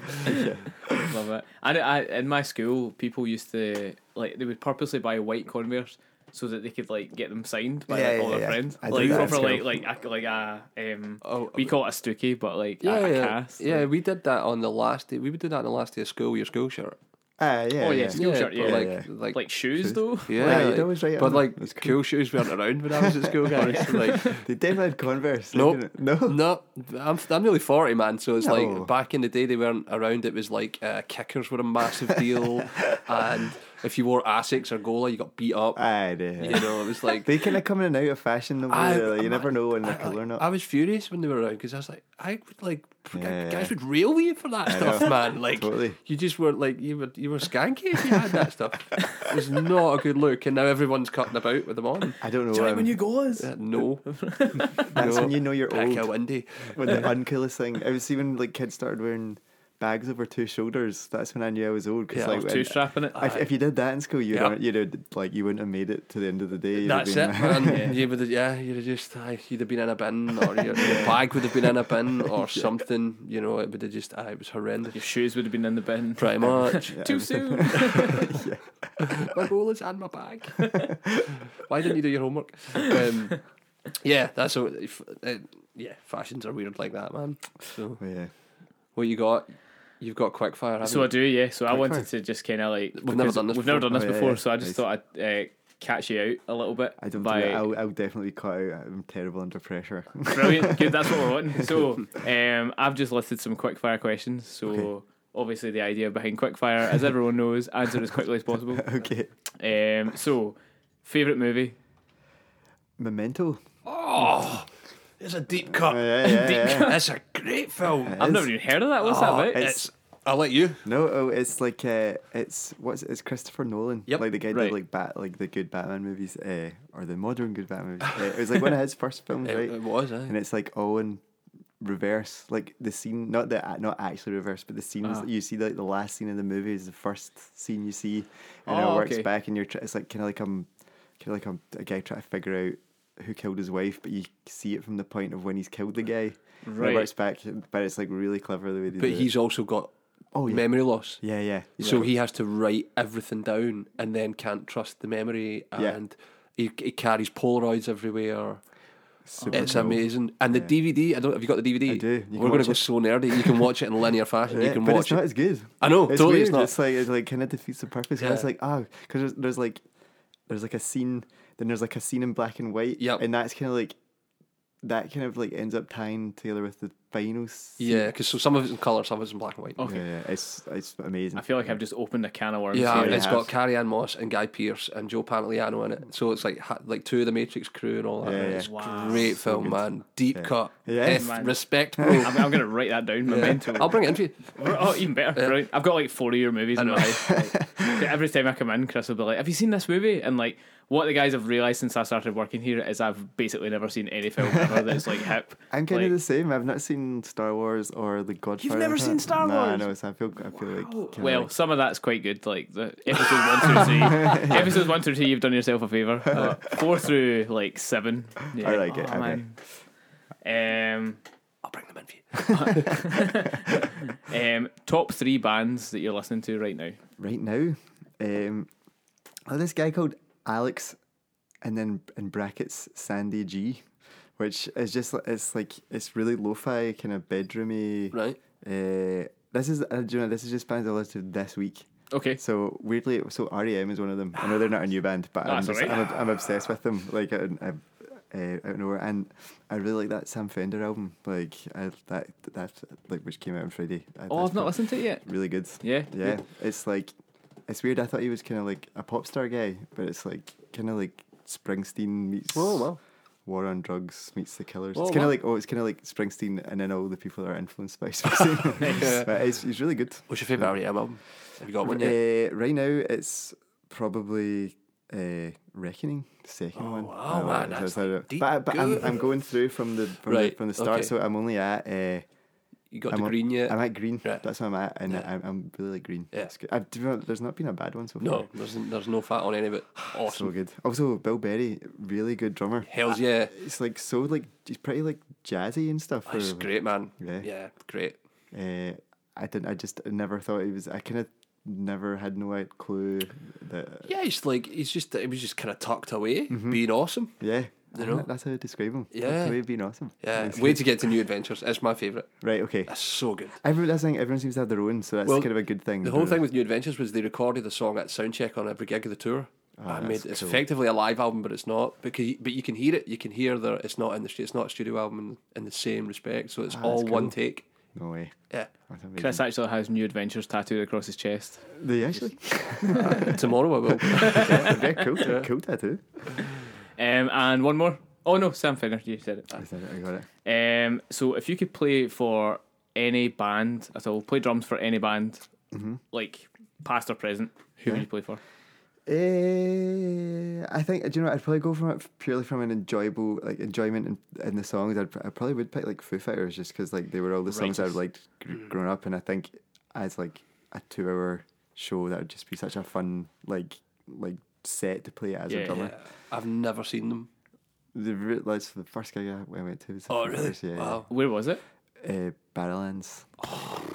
A: Love it. I, I, in my school, people used to like they would purposely buy white Converse so that they could like get them signed by like,
C: Yeah,
A: all
C: yeah,
A: their
C: yeah.
A: friends.
C: I did
A: like
C: that in
A: proper like
C: school.
A: like a, like a um,
B: Oh,
A: we call it a stookie, but like
B: yeah,
A: a, a
B: yeah,
A: cast.
B: yeah. We did that on the last day. We would do that on the last day of school. Your school shirt.
C: Ah, yeah.
A: Oh, yeah,
C: yeah.
A: school shirt,
B: but
A: yeah.
B: like,
C: Yeah,
B: like,
A: Like shoes though.
B: yeah.
C: Yeah, you'd
B: like-
C: always write it on
B: but
C: the-
B: like,
C: that's
B: cool shoes weren't around when I was at school, guys.
C: [LAUGHS]
B: like,
C: They definitely had Converse.
B: Nope.
C: didn't they? No.
B: no, I'm I'm nearly forty, man. So it's
C: No.
B: like back in the day they weren't around. It was like uh, kickers were a massive
C: [LAUGHS]
B: deal, and if you wore Asics or Gola, you got beat up.
C: Aye, yeah.
B: you know, it was like
C: Ah, They kind of come in and out of fashion. The way
B: I-
C: they're like, you
B: I-
C: never know when they're
B: I-
C: cool or not.
B: I was furious when they were around because I was like, I would like g-
C: Yeah.
B: guys would rail you for that stuff, man. Like
C: Totally.
B: you just were like you were you were skanky if you had that stuff. It was not a good look, and now everyone's cutting about with them
C: [LAUGHS]
B: on.
C: I don't know.
A: Join
C: um,
A: when you goes.
B: Uh, no,
C: that's when you know you're
B: pick a
C: old.
B: windy. [LAUGHS]
C: When the uncoolest thing. I was even like kids started wearing bags over two shoulders. That's when I knew I was old. Because
B: Yeah,
C: like
B: or
A: Two
C: when-
A: strapping it. Ah,
C: If, if you did that in school, you'd
B: Yeah.
C: have- you'd have, like you wouldn't have made it to the end of the day. You'd have
B: That's it,
C: been- [LAUGHS]
B: man. You would, yeah, you'd have just aye, you'd have been in a bin, or [LAUGHS] your, your bag would have been in a [LAUGHS] bin, or something. You know, it would have just aye, it was horrendous.
A: Your shoes would have been in the bin.
B: Pretty much.
C: [LAUGHS]
A: Too soon.
B: [LAUGHS] my goal is and my bag. Why didn't you do your homework? Um, yeah, that's so. Uh, yeah, fashions are weird like that, man. So
C: Oh, yeah.
B: what you got? You've got quickfire.
A: So I do, yeah. So I
C: Quick
A: wanted to
C: fire.
A: just kind of like
B: We've never
A: because
B: done this
A: We've never
B: before.
A: done this
C: Oh, yeah,
A: before,
C: yeah.
A: so I just
C: Nice.
A: thought I'd uh, catch you out a little bit.
C: I don't
A: by-
C: do it. I'll, I'll definitely cut out. I'm terrible under pressure. [LAUGHS]
B: [LAUGHS]
A: Brilliant, good. That's what we're wanting. So um, I've just listed some quickfire questions. So
C: Okay.
A: obviously the idea behind quickfire, as everyone knows, answer as quickly as
B: [LAUGHS]
A: possible.
C: okay.
A: Um, so favorite movie.
C: Memento.
B: Oh, it's a deep cut.
C: yeah, yeah, yeah.
B: That's a great film.
A: I've never even heard of that. What's
B: Oh,
A: that about?
B: it's- I'll let you.
C: No, oh, it's like uh, it's what's it's Christopher Nolan.
B: Yep.
C: Like the guy
A: Right.
C: did like bat like the good Batman movies, uh, or the modern good Batman movies. Uh, it was like one of his
B: [LAUGHS]
C: first films,
B: It,
C: right?
B: it was. eh?
C: and it's like all in reverse, like the scene, not the not actually reverse, but the scenes
A: Ah.
C: you see, like the last scene in the movie is the first scene you see, and
A: Oh,
B: Ah,
C: it works
A: okay.
C: back, and you're try- it's like kind of like I'm kind of like I'm a guy trying to figure out who killed his wife, but you see it from the point of when he's killed the guy. And
A: Right.
C: it works back, but it's like really clever the way they
B: But
C: do it.
B: he's also got
C: Oh, yeah.
B: memory loss.
C: yeah, yeah.
B: So he has to write everything down and then can't trust the memory
C: Yeah.
B: and he, he carries Polaroids everywhere.
C: Super
B: it's
C: cool.
B: amazing. And the DVD, I don't have you got the DVD?
C: I do. You can
B: We're going to
C: watch
B: go so
C: it.
B: nerdy. You can watch it in linear fashion.
C: Yeah,
B: you can
C: but
B: watch
C: it's not
B: it.
C: as good.
B: I
A: Oh,
B: know,
C: it's
B: totally it's
C: Weird.
B: not.
C: like it's like kind of defeats the purpose. Yeah. It's
B: Yeah.
C: like oh, because there's, there's like there's like a scene, then there's like a scene in black and white.
B: Yep.
C: and that's kind of like that kind of like ends up tying together with the final. Scene.
B: Yeah, because so some of it's in colour, some of it's in black and white.
A: Okay.
C: yeah, yeah, it's it's amazing.
A: I feel like I've just opened a can of worms.
B: Yeah,
A: here.
B: it's
C: yeah.
B: got Carrie Ann Moss and Guy Pearce and Joe Pantoliano in it. So it's like ha- like two of the Matrix crew and all that.
C: Yeah,
B: and
C: yeah.
B: It's
A: Wow.
B: great
C: So
B: film,
C: good.
B: man. Deep
C: Yeah.
B: cut.
C: Yeah.
B: F-
A: Man.
B: respect, bro.
A: I'm, I'm gonna write that down. Memento.
B: I'll bring it in for you.
A: Oh, even better. Brilliant. I've got like four of your movies in my life.
B: [LAUGHS]
A: Like, every time I come in, Chris will be like, Have you seen this movie? And like, what the guys have realised since I started working here is I've basically never seen any film ever that's like hip.
C: I'm kind
A: Like,
C: of the same. I've not seen Star Wars or The Godfather.
A: never
C: and
A: seen
C: that.
A: Star
C: Nah, I
A: Wars?
C: know. So I feel I feel like kinda
A: Well,
C: like-
A: some of that's quite good. Like the episodes one through
C: [LAUGHS]
A: three, episodes one through two, you've done yourself a favour. Uh, four through like seven, yeah.
C: I like it,
A: Aw,
C: I
A: man. Um,
B: I'll bring them in for you.
A: um, top three bands that you're listening to right now.
C: right now, um, oh, this guy called Alex, and then in brackets Sandy G, which is just li- it's like it's really lo-fi kind of bedroomy.
B: Right.
C: Uh, this is uh, do you know this is just bands I listened to this week.
A: Okay,
C: So weirdly, so REM is one of them. I know they're not a new band, but I'm,
A: That's
C: just,
A: alright.
C: I'm, I'm obsessed with them. Like I, I, uh, out of nowhere, and I really like that Sam Fender album. Like I, that that like which came out on Friday. I-
A: oh,
C: that's
A: I've not
C: prob-
A: listened to it yet.
C: really good.
A: Yeah,
C: Yeah, it's like it's weird. I thought he was kind of like a pop star guy, but it's like kind of like Springsteen meets War on Drugs meets The Killers.
B: Oh,
C: it's kind
B: wow.
C: of like oh, it's kind of like Springsteen, and then all the people that are influenced by [LAUGHS]
B: [LAUGHS]
C: Springsteen. But it's, it's really good.
B: What's your favourite REM album? Have you got one yet?
C: Uh, right now, it's probably uh, Reckoning, the second one.
B: Oh, wow,
C: Uh,
B: man,
C: so-
B: that's
C: so-
B: like deep
C: but I- but I'm, I'm
B: good.
C: going through from the from,
B: Right,
C: the, from the start,
B: okay.
C: so I'm only at. Uh,
B: You got
C: I'm
B: to
C: on-
B: Green yet?
C: I'm at green.
B: Right.
C: That's where I'm at, and
B: Yeah.
C: I'm, I'm really like green.
B: Yeah.
C: It's good. I've, to be honest, there's not been a bad one so far.
B: no, there's, there's no fat on any of it. Awesome.
C: [SIGHS] so good. Also, Bill Berry, really good drummer.
B: Hell's yeah.
C: It's like so like he's pretty like jazzy and stuff.
B: It's
C: or-
B: great, man.
C: Yeah.
B: Yeah, great.
C: Uh, I didn't. I just never thought he was. I kind of never had no out clue that.
B: Yeah, it's like he's just he was just kind of tucked away,
C: Mm-hmm.
B: being awesome.
C: Yeah.
B: You know?
C: that's how I describe him.
B: Yeah.
C: that's how he'd been awesome.
B: Yeah,
C: It's
B: way
C: good.
B: to get to new adventures. It's my favorite.
C: right. Okay.
B: That's so good.
C: Everyone, that's the thing. Everyone seems to have their own, so that's
B: Well,
C: kind of a good thing.
B: The whole thing with New Adventures was they recorded the song at soundcheck on every gig of the tour. I made
C: that's
B: it's
C: cool.
B: effectively a live album, but it's not because you, but you can hear it. You can hear the it's not in the stu- it's not a studio album in, in the same respect. So it's all one take.
C: No way.
B: Yeah, [LAUGHS]
C: That's amazing.
A: Chris actually has New Adventures tattooed across his chest.
C: They
B: [LAUGHS]
C: actually.
B: tomorrow I will.
C: yeah, cool. Cool tattoo.
A: Um, and one more. Oh no, Sam Fender, you said it.
C: I said it, I got it.
A: Um, so if you could play for any band at all, play drums for any band,
C: Mm-hmm.
A: like past or present, who would you play for?
C: Eh, I think do you know. what, I'd probably go from it purely from an enjoyable like enjoyment in, in the songs. I'd, I probably would pick like Foo Fighters just because like they were all the songs I
A: Righteous.
C: liked gr- growing up, and I think as like a two-hour show, that would just be such a fun like like set to play as
A: Yeah.
C: a drummer.
B: Yeah. [LAUGHS] I've never seen them.
C: The re- that's the first gig I went to. Was the
B: Oh
C: Foo
B: really?
C: Fighters, Yeah.
B: Wow.
A: Where was it?
C: Uh, Barrowlands.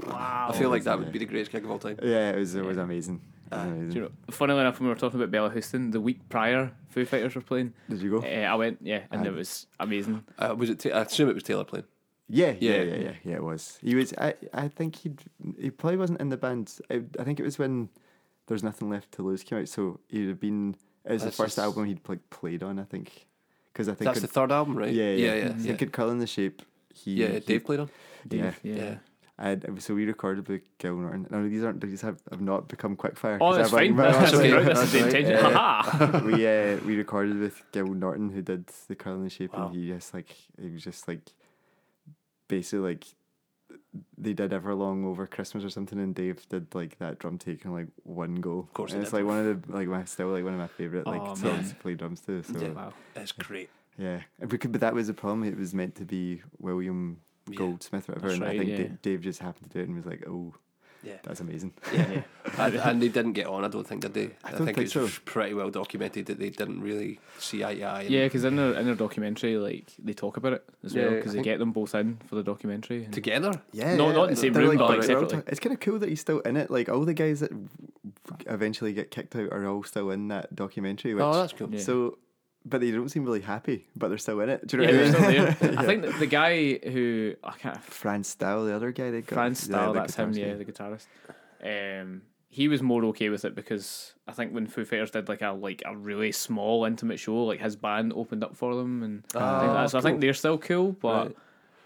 A: Wow.
B: I feel like that would be the greatest gig of all time.
C: Yeah, it was it was amazing.
A: Do you know, funnily enough, when we were talking about Bella Houston, the week prior, Foo Fighters were playing.
C: Did you go?
A: Eh, I went, yeah, and it was amazing.
B: Uh, was it? Ta- I assume it was Taylor playing.
C: Yeah, yeah,
B: Yeah.
C: yeah, yeah, yeah, It was. He was. I, I think he he probably wasn't in the band. I, I think it was when there's nothing left to lose came out. So he'd have been. It was
B: That's
C: the first
B: just-
C: album he'd like played on. I think because I think
B: That's the
C: Good-
B: third album, right?
C: yeah,
B: yeah,
C: yeah,
B: yeah.
C: I
B: yeah.
C: think Good Curl in the Shape. He,
B: Yeah,
C: he-
B: Dave played on.
C: Yeah.
A: yeah.
B: Yeah.
C: And so we recorded with Gil Norton. No, these aren't. These have, have not become quickfire.
A: Oh,
C: 'cause
A: that's
C: I've-
A: fine.
C: I've-
A: That's,
B: [LAUGHS] that's okay.
A: the-
C: [LAUGHS]
B: right,
A: that's the
C: right.
A: intention.
C: Yeah. [LAUGHS]
A: Ha ha.
C: we uh, we recorded with Gil Norton who did the curl and the shape
B: Wow.
C: and he just like it was just like basically like they did Everlong over Christmas or something and Dave did like that drum take in like one go. Of
B: course he
C: and it's
B: did.
C: like one of the like my still like one of my favourite like
A: Aw,
C: songs
A: man.
C: to play drums to. So
B: Yeah.
C: yeah.
A: Wow.
B: That's great.
C: And we could but that was the problem. It was meant to be William
B: Yeah.
C: Goldsmith or whatever
A: That's
C: and
A: right,
C: I think
A: yeah.
C: Dave, Dave just happened to do it and was like, Oh,
B: Yeah.
C: that's amazing.
A: Yeah.
B: and, and they didn't get on. I don't think did they. I,
C: don't
B: think,
C: think
B: it's
C: so.
B: pretty well documented that they didn't really see eye to eye. and-
A: Yeah, because in their in their documentary, like they talk about it as well,
B: Yeah,
A: 'cause well,
B: I
A: because they
B: think-
A: get them both in for the documentary. and-
B: together.
C: Yeah,
A: No,
C: yeah,
A: not in the same
C: they're,
A: room, but, like,
C: all
A: separately.
C: time- It's kind of cool that he's still in it. Like all the guys that w- eventually get kicked out are all still in that documentary. Which,
B: Oh, that's cool.
A: Yeah.
C: So, but they don't seem really happy, but they're still in it. Do you know
A: yeah,
C: [LAUGHS]
A: they're
C: what I
A: still
C: mean?
A: there. I think that the guy who I can't
C: Franz Stahl, the other guy that got
A: Franz
C: yeah,
A: Stahl,
C: the
A: that's him,
C: guitarist,
A: yeah, the guitarist. Um, he was more okay with it because I think when Foo Fighters did like a like a really small intimate show, like his band opened up for them, and things like that. so I think they're still cool, but
B: Right.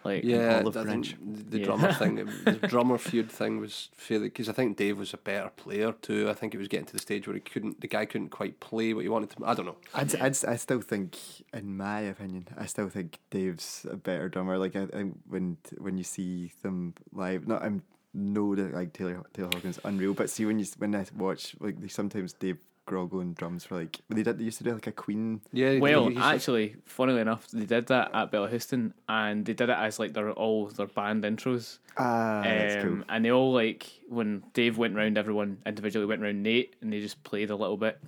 A: like
B: Yeah,
C: Olive
B: I
C: branch.
B: think the
A: Yeah.
B: drummer [LAUGHS] thing, the drummer feud thing was fairly because I think Dave was a better player too. I think he was getting to the stage where he couldn't, the guy couldn't quite play what he wanted to. I don't know.
C: I'd, I'd, I still think, in my opinion, I still think Dave's a better drummer. Like I think when when you see them live, not I'm no that like Taylor Taylor Hawkins unreal, but see when you when I watch like they sometimes Dave Grogle and drums for like they did they used to do like a Queen.
B: Yeah. he-
A: Well,
B: he's just-
A: actually, funnily enough, they did that at Bella Houston, and they did it as like their all their band intros.
C: Ah, that's cool.
A: Um, And they all like when Dave went round, everyone individually went round Nate, and they just played a little bit.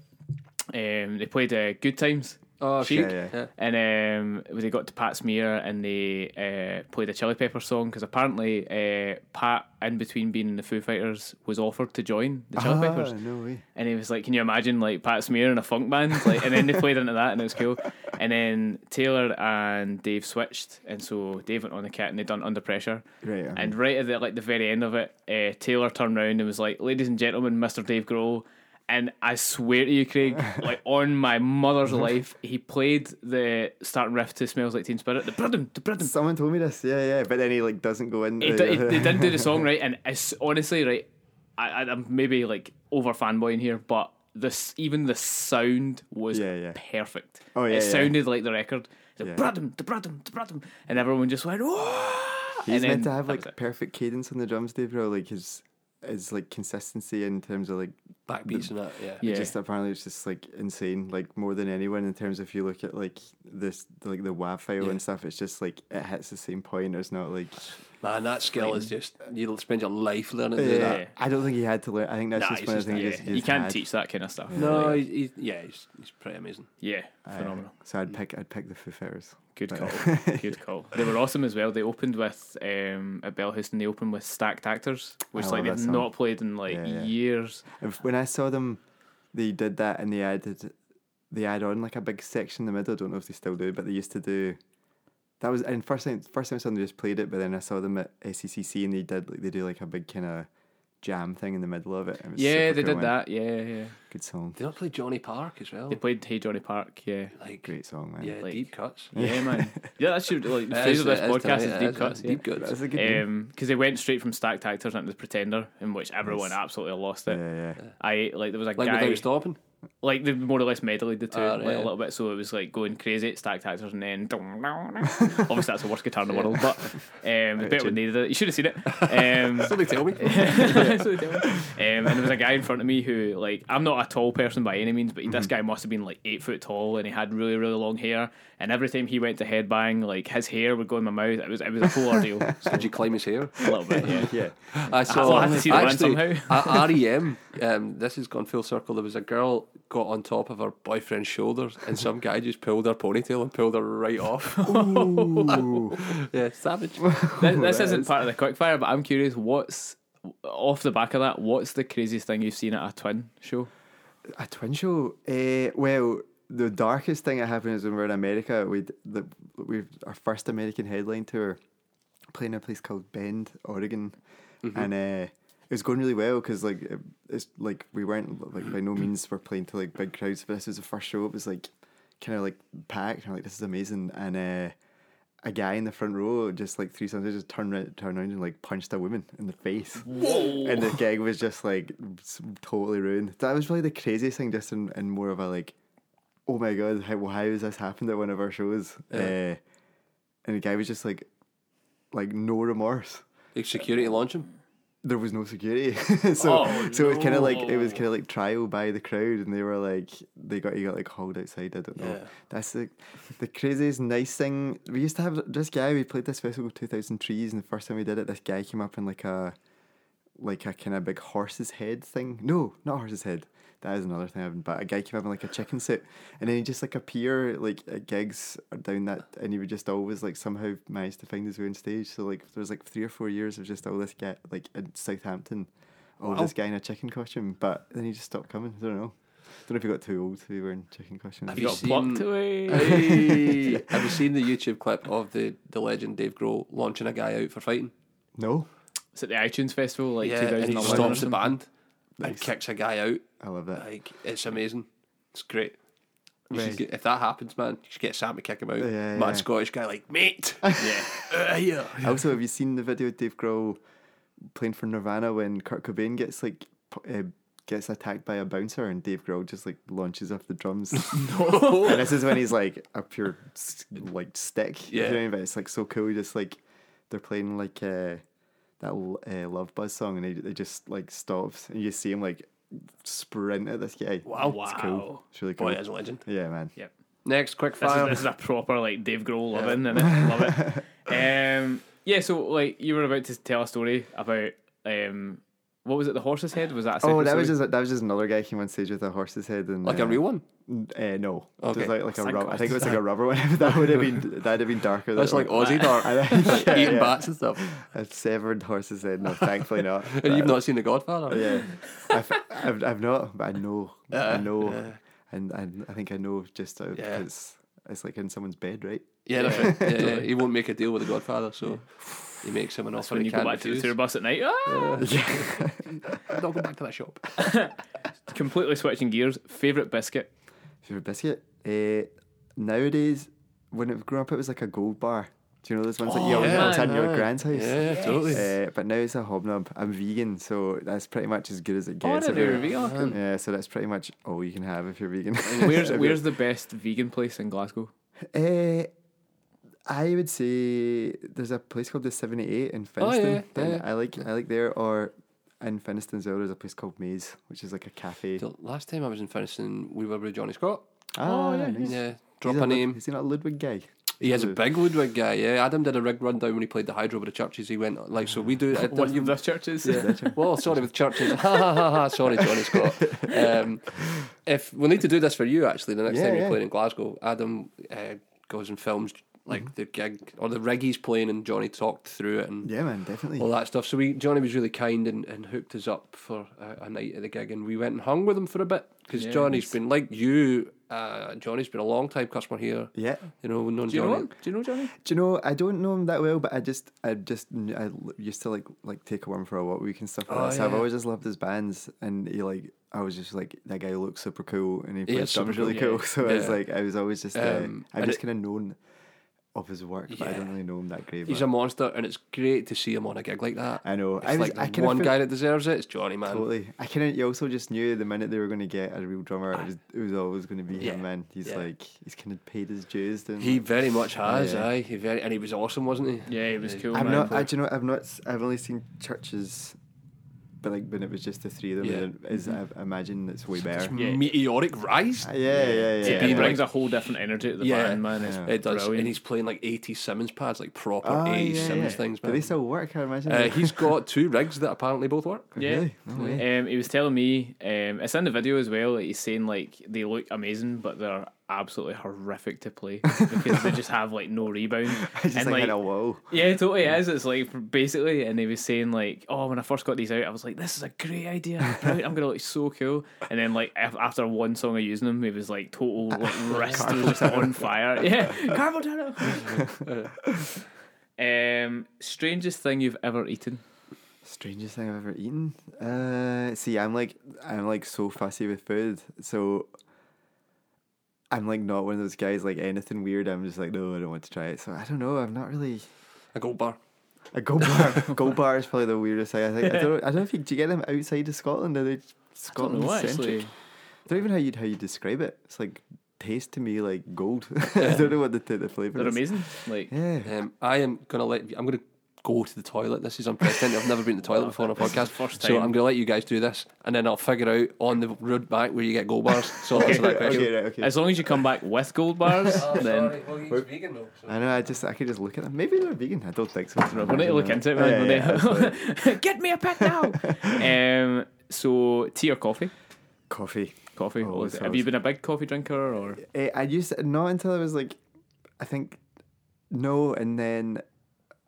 A: Um, they played uh, "Good Times,"
B: oh,
A: Chic.
B: Chic,
C: Yeah, yeah.
A: and um, they got to Pat Smear, and they uh, played a Chili Pepper song because apparently uh, Pat, in between being in the Foo Fighters, was offered to join the Chili Peppers.
C: Ah, no way.
A: And he was like, "Can you imagine like Pat Smear in a funk band?" Like, and then they played into that, and it was cool. And then Taylor and Dave switched, and so Dave went on the kit, and they done Under Pressure.
C: Right, um,
A: And right at the, like the very end of it, uh, Taylor turned round and was like, "Ladies and gentlemen, Mr. Dave Grohl." And I swear to you, Craig, like on my mother's life, he played the starting riff to "Smells Like Teen Spirit." The bridum, the bridum.
C: Someone told me this. Yeah, yeah. But then he like doesn't go in.
A: He,
C: the-
A: di- he, they didn't do the song right, and it's honestly right. I, I, I'm maybe like over fanboying here, but this even the sound was
C: Yeah, yeah.
A: perfect.
C: Oh, yeah,
A: it
C: yeah.
A: sounded like the record. The
C: Yeah.
A: bradum, the bradum, the bradum, and everyone just went. Whoa!
C: [LAUGHS] He's
A: and
C: meant
A: then
C: to have
A: that was
C: [LAUGHS] like
A: it.
C: perfect cadence on the drums, Dave. Bro, like his his like consistency in terms of like
B: backbeats and that. Yeah.
A: yeah,
C: just apparently it's just like insane like more than anyone in terms of if you look at like this like the WAV file
B: Yeah.
C: and stuff it's just like it hits the same point it's not like
B: Man, that skill is just you'll spend your life learning to do
A: Yeah.
B: that.
C: I don't think he had to learn I think that's
B: Nah,
C: just
B: it's
C: one of
B: just
C: the things
A: yeah.
C: he just- he
A: you
C: just
A: can't
C: had.
A: teach that kind of stuff.
B: No,
A: Like,
B: he's, he's yeah, he's, he's pretty amazing.
A: yeah,
C: Uh,
A: phenomenal.
C: so I'd pick I'd pick the Foo Fighters
A: Good call.
C: [LAUGHS]
A: Good call. They were awesome as well. They opened with um, at Bell Houston. They opened with Stacked Actors, which
C: I
A: like
C: love Oh, that
A: they've
C: song.
A: not played in like
C: Yeah, yeah.
A: years.
C: If- when I saw them they did that and they added they add on like a big section in the middle I don't know if they still do but they used to do that was and first time first time I saw them they just played it but then I saw them at SCCC and they did like they do like a big kind of jam thing in the middle of it and it was
A: Yeah,
C: super
A: they
C: cool,
A: did
C: man.
A: that. Yeah, yeah.
C: good song
B: They not play Johnny Park as well.
A: They played Hey Johnny Park. Yeah.
B: Like
C: Great song, man.
B: yeah,
A: Like-
B: deep cuts.
A: Yeah,
B: [LAUGHS]
A: man. Yeah, that's your like the
B: It
A: phrase
B: is-
A: of this
B: it is
A: podcast
B: tonight,
A: is
B: it
A: deep
B: is,
A: cuts.
B: it's
A: Yeah.
B: Deep cuts.
C: That's a good name.
A: Um, because they went straight from Stacked Actors into the Pretender, in which everyone absolutely lost it.
C: Yeah, yeah.
A: I like there was a
B: Like
A: Eh, guy
B: without stopping.
A: like they more or less medleyed the two
B: Ah,
A: like
B: right.
A: a little bit, so it was like going crazy, stacked actors, and then
B: [LAUGHS]
A: obviously that's the worst guitar in the world, but um, it's better when they did it. You should have seen
B: [LAUGHS]
A: it. Um,
B: Somebody
A: [LAUGHS]
B: tell me.
A: That's what they tell me. [LAUGHS] um, and there was a guy in front of me who, like, I'm not a tall person by any means, but this guy must have been like eight foot tall, and he had really, really long hair. And every time he went to headbang, like his hair would go in my mouth. It was, it was a full ordeal. So
B: Did you climb
A: [LAUGHS]
B: his hair?
A: a little bit,
C: [LAUGHS]
A: yeah.
C: yeah.
B: I saw.
A: I had to see the man
B: actually,
A: somehow. [LAUGHS]
B: at REM, um, this has gone full circle. There was a girl got on top of her boyfriend's shoulders, and some guy just pulled her ponytail and pulled her
A: [LAUGHS]
B: right off. [LAUGHS] [LAUGHS] yeah, savage.
A: This, this isn't part of the quickfire, but I'm curious, what's off the back of that, what's the craziest thing you've seen at a twin show?
C: A twin show. Uh, well, the darkest thing that happened is when we were in America. We the we our first American headline tour, playing a place called Bend, Oregon, and uh, it was going really well because like it- it's like we weren't like by no means we're playing to like big crowds, but this was the first show. It was like kind of like packed. And I'm like, this is amazing, and. Uh, a guy in the front row just like three times just turned around, turned around and like punched a woman in the face. And
A: [LAUGHS]
C: the gig was just like s- totally ruined. That was probably the craziest thing, just in, in more of a like, oh my god, how, how has this happened at one of our shows? Uh, and the guy was just like, like no remorse.
B: Like security launch him.
C: There was no security, [LAUGHS] so
A: Oh,
C: so it was kind of like it was
A: no.
C: kind of like trial by the crowd, and they were like they got you got like hauled outside. I don't know.
B: Yeah.
C: That's the the craziest nice thing. We used to have this guy. We played this festival two thousand trees, and the first time we did it, this guy came up in like a like a kind of big horse's head thing. No, not horse's head. That is another thing. I've But a guy came up in like a chicken suit, and then he just like appear like at gigs or down that, and he would just always like somehow manage to find his way on stage. So like there was like three or four years of just all this guy like in Southampton, all
A: Oh,
C: this guy in a chicken costume. But then he just stopped coming. I don't know. don't know if he got too old to be wearing chicken costumes.
B: Have
A: You
B: you
A: got
B: seen-
A: plucked away. [LAUGHS]
B: Hey, have you seen the YouTube clip of the, the legend Dave Grohl launching a guy out for fighting?
C: No,
A: It's at the iTunes Festival, like
B: and he
A: 2011. or
B: stops the
A: something.
B: band and kicks a guy out.
C: I love that.
A: Uh,
B: Like it's amazing. It's great. You should
C: Right.
B: get- if that happens, man, you should get Sam to kick him out.
C: Yeah,
B: Mad
C: yeah.
B: Scottish guy, like
C: [LAUGHS]
B: mate. [LAUGHS]
A: Yeah.
B: outta here."
C: Also, have you seen the video of Dave Grohl playing for Nirvana when Kurt Cobain gets like p- uh, gets attacked by a bouncer and Dave Grohl just like launches off
B: [LAUGHS]
C: the drums? and this is when he's like a pure s- like stick. You know
B: Yeah.
C: what I mean? But it's like so cool. Just like they're playing like uh, that l- uh, Love Buzz song, and they they just like stops, and you see him like sprint at this guy.
B: Wow.
C: it's cool.
A: Wow.
C: It's really cool.
B: Boy, is a legend.
C: yeah, man.
A: Yep.
B: Next, quick
A: This is,
B: fire.
A: this is a proper like Dave Grohl loving, and I love
C: [LAUGHS]
A: it. Um, yeah, so like you were about to tell a story about um, what was it? The horse's head was that? A
C: Oh,
A: separate
C: that was
A: story?
C: just that was just another guy came on stage with a horse's head and
B: like
C: uh,
B: a real one.
C: Uh, no,
B: Okay.
C: just like, like a
A: Thank
C: rub- I
A: God.
C: think it was like a rubber one. [LAUGHS] that would
B: [LAUGHS]
C: have been that'd have been darker.
B: That's
C: than
B: like Aussie dark.
C: [LAUGHS] I think- [LAUGHS] yeah,
B: [LAUGHS] eating
C: yeah.
B: bats and stuff.
C: a severed horse's head. No,
B: [LAUGHS]
C: thankfully not.
B: And you've
C: But,
B: not seen The Godfather.
C: Yeah, I've, I've, I've not, but I know, I
B: Uh,
C: know,
B: yeah.
C: and, and I think I know just uh,
B: Yeah.
C: because it's like in someone's bed, right? [LAUGHS]
B: Yeah, that's right. Yeah, yeah. He won't make a deal with The Godfather, so he makes him an offer
A: when
B: he
A: you go
B: can't
A: back to the
B: refuse.
A: tour bus at night. Ah!
B: Don't go back to that shop.
A: Completely switching gears. Favorite biscuit.
C: Favorite biscuit? Uh, nowadays, when I grew up, it was like a gold bar. Do you know those ones that you always
B: Oh, yeah,
C: had in your
B: aye.
C: grand's house?
B: Yeah, totally.
C: Uh, but now it's a hobnob. I'm vegan, so that's pretty much as good as it
A: Oh, I
C: gets.
A: didn't
C: if
A: know you
C: you're-
A: were vegan.
C: Yeah, so that's pretty much all you can have [LAUGHS] if you're vegan.
A: Where's where's the best vegan place in Glasgow?
C: Uh, I would say there's a place called the Seventy Eight in Finiston.
B: Oh, yeah,
C: that
B: yeah, yeah.
C: I like I like there. Or in Finiston as well, there's a place called Maze, which is like a cafe.
B: The last time I was in Finiston, we were with Johnny Scott.
A: Oh,
C: Ah, yeah, nice.
B: Yeah,
C: He's
B: drop a
C: Lud-
B: name.
C: Is he not a Ludwig guy?
B: He is a big Ludwig guy. Yeah, Adam did a rig rundown when he played the hydro with the churches. He went like, so we do.
A: [LAUGHS]
B: I
A: With
B: don't- you-
A: the
B: [LAUGHS]
A: churches.
B: well, sorry with churches. [LAUGHS] Ha ha ha ha. Sorry, Johnny Scott. Um, if we need to do this for you, actually, the next
C: Yeah,
B: time you're
C: yeah.
B: playing in Glasgow, Adam uh, goes and films like
C: Mm-hmm.
B: the gig or the rig he's playing, and Johnny talked through it and
C: Yeah, man, definitely.
B: all that stuff. So we Johnny was really kind and, and hooked us up for a, a night at the gig, and we went and hung with him for a bit because
A: Yeah,
B: Johnny's been like you. Uh, Johnny's been a long time customer here.
C: yeah.
B: You know, we've known
A: [LAUGHS] Do you know
B: Johnny.
A: him? Do you know Johnny?
C: Do you know? I don't know him that well, but I just, I just, kn- I l- used to like, like take a worm for a walk week and stuff like
B: Oh,
C: that. So I've
B: yeah.
C: always just loved his bands, and he like, I was just like, that guy looks super cool, and he
B: Yeah,
C: plays drums
B: super
C: really
B: cool,
C: cool. [LAUGHS] So I was
B: Yeah.
C: like, I was always just, uh,
B: Um,
C: I've
B: and
C: just
B: it-
C: kind of known of his work, but I
B: Yeah.
C: don't really know him that great.
B: He's
C: but
B: a monster, and it's great to see him on a gig like that.
C: I know.
B: It's
C: I was-
B: like
C: I
B: the
C: kinda
B: one
C: feel-
B: guy that deserves it. It's Johnny, man.
C: totally. I kind of, you also just knew the minute they were going to get a real drummer, it was, it was always going to be
B: Ah. Yeah,
C: him. Man, he's
B: yeah.
C: like, he's kind of paid his dues. didn't
B: He very much has,
C: Yeah.
B: aye. He very, and he was awesome, wasn't he?
A: Yeah, he was cool.
C: I've
A: man.
C: not. I, do you know? I've not. s- I've only seen churches, but like when it was just the three of them,
B: Yeah.
C: and it is I imagine it's way better.
B: His
A: Yeah.
B: meteoric rise.
C: Uh, Yeah, yeah, yeah.
A: it
C: yeah.
A: brings a whole different energy to the
B: Yeah.
A: band, man. It's
C: Yeah.
B: It does,
A: brilliant.
B: and he's playing like 80 Simmons pads, like proper
C: Oh,
B: 80
C: yeah,
B: Simmons
C: yeah.
B: things,
C: Do they
B: man.
C: still work? I imagine.
B: Uh,
C: they- [LAUGHS]
B: he's got two rigs that apparently both work.
A: Yeah.
C: Really? No way.
A: Um, he was telling me, um, it's in the video as well, that he's saying like they look amazing, but they're absolutely horrific to play because they just have like no rebound.
C: [LAUGHS] I just
A: and
C: like,
A: like,
C: hit a wall.
A: yeah, it totally is. It's like basically, and he was saying like, "Oh, when I first got these out, I was like, this is a great idea. I'm, proud. I'm gonna look so cool." And then like af- after one song of using them, it was like
C: [LAUGHS]
A: total like wrist was just on fire. Yeah, Carbo [LAUGHS] Um, strangest thing you've ever eaten?
C: Strangest thing I've ever eaten. Uh, see, I'm like I'm like so fussy with food, so I'm like not one of those guys like anything weird. I'm just like no, I don't want to try it. So I don't know. I'm not really
B: A gold bar.
A: [LAUGHS]
C: a gold bar. gold bar is probably the weirdest thing. I think I don't. I don't know if you do you get them outside of Scotland. Are they
A: Don't
C: Scotland
A: know
C: centric?
A: actually.
C: I don't even know how you how you describe it. It's like tastes to me like gold. [LAUGHS] I don't know what the the flavor
A: They're
C: is.
A: amazing. Like
C: Yeah.
B: Um, I am gonna let. I'm gonna go to the toilet. This is unprecedented. I've never been to the toilet
A: [LAUGHS]
B: before on a podcast.
A: first
B: So
A: time.
B: I'm gonna let you guys do this, and then I'll figure out on the road back where you get gold bars. So I'll answer that question.
C: [LAUGHS] Okay, right, okay.
A: As long as you come back with gold
B: Oh,
A: bars, then
B: vegan though.
C: I know. I just I could just look at them. Maybe they're vegan. I don't think so.
A: we need to look into it.
C: Yeah,
A: Man. [LAUGHS]
C: yeah,
A: We need- Get me a pet
C: [LAUGHS]
A: now. um, so tea or coffee?
C: Coffee.
A: Coffee.
C: Oh,
A: always.
C: it's
A: Have
C: always-
A: you been a big coffee drinker or?
C: Eh, I used to, not until I was like, I think, no, and then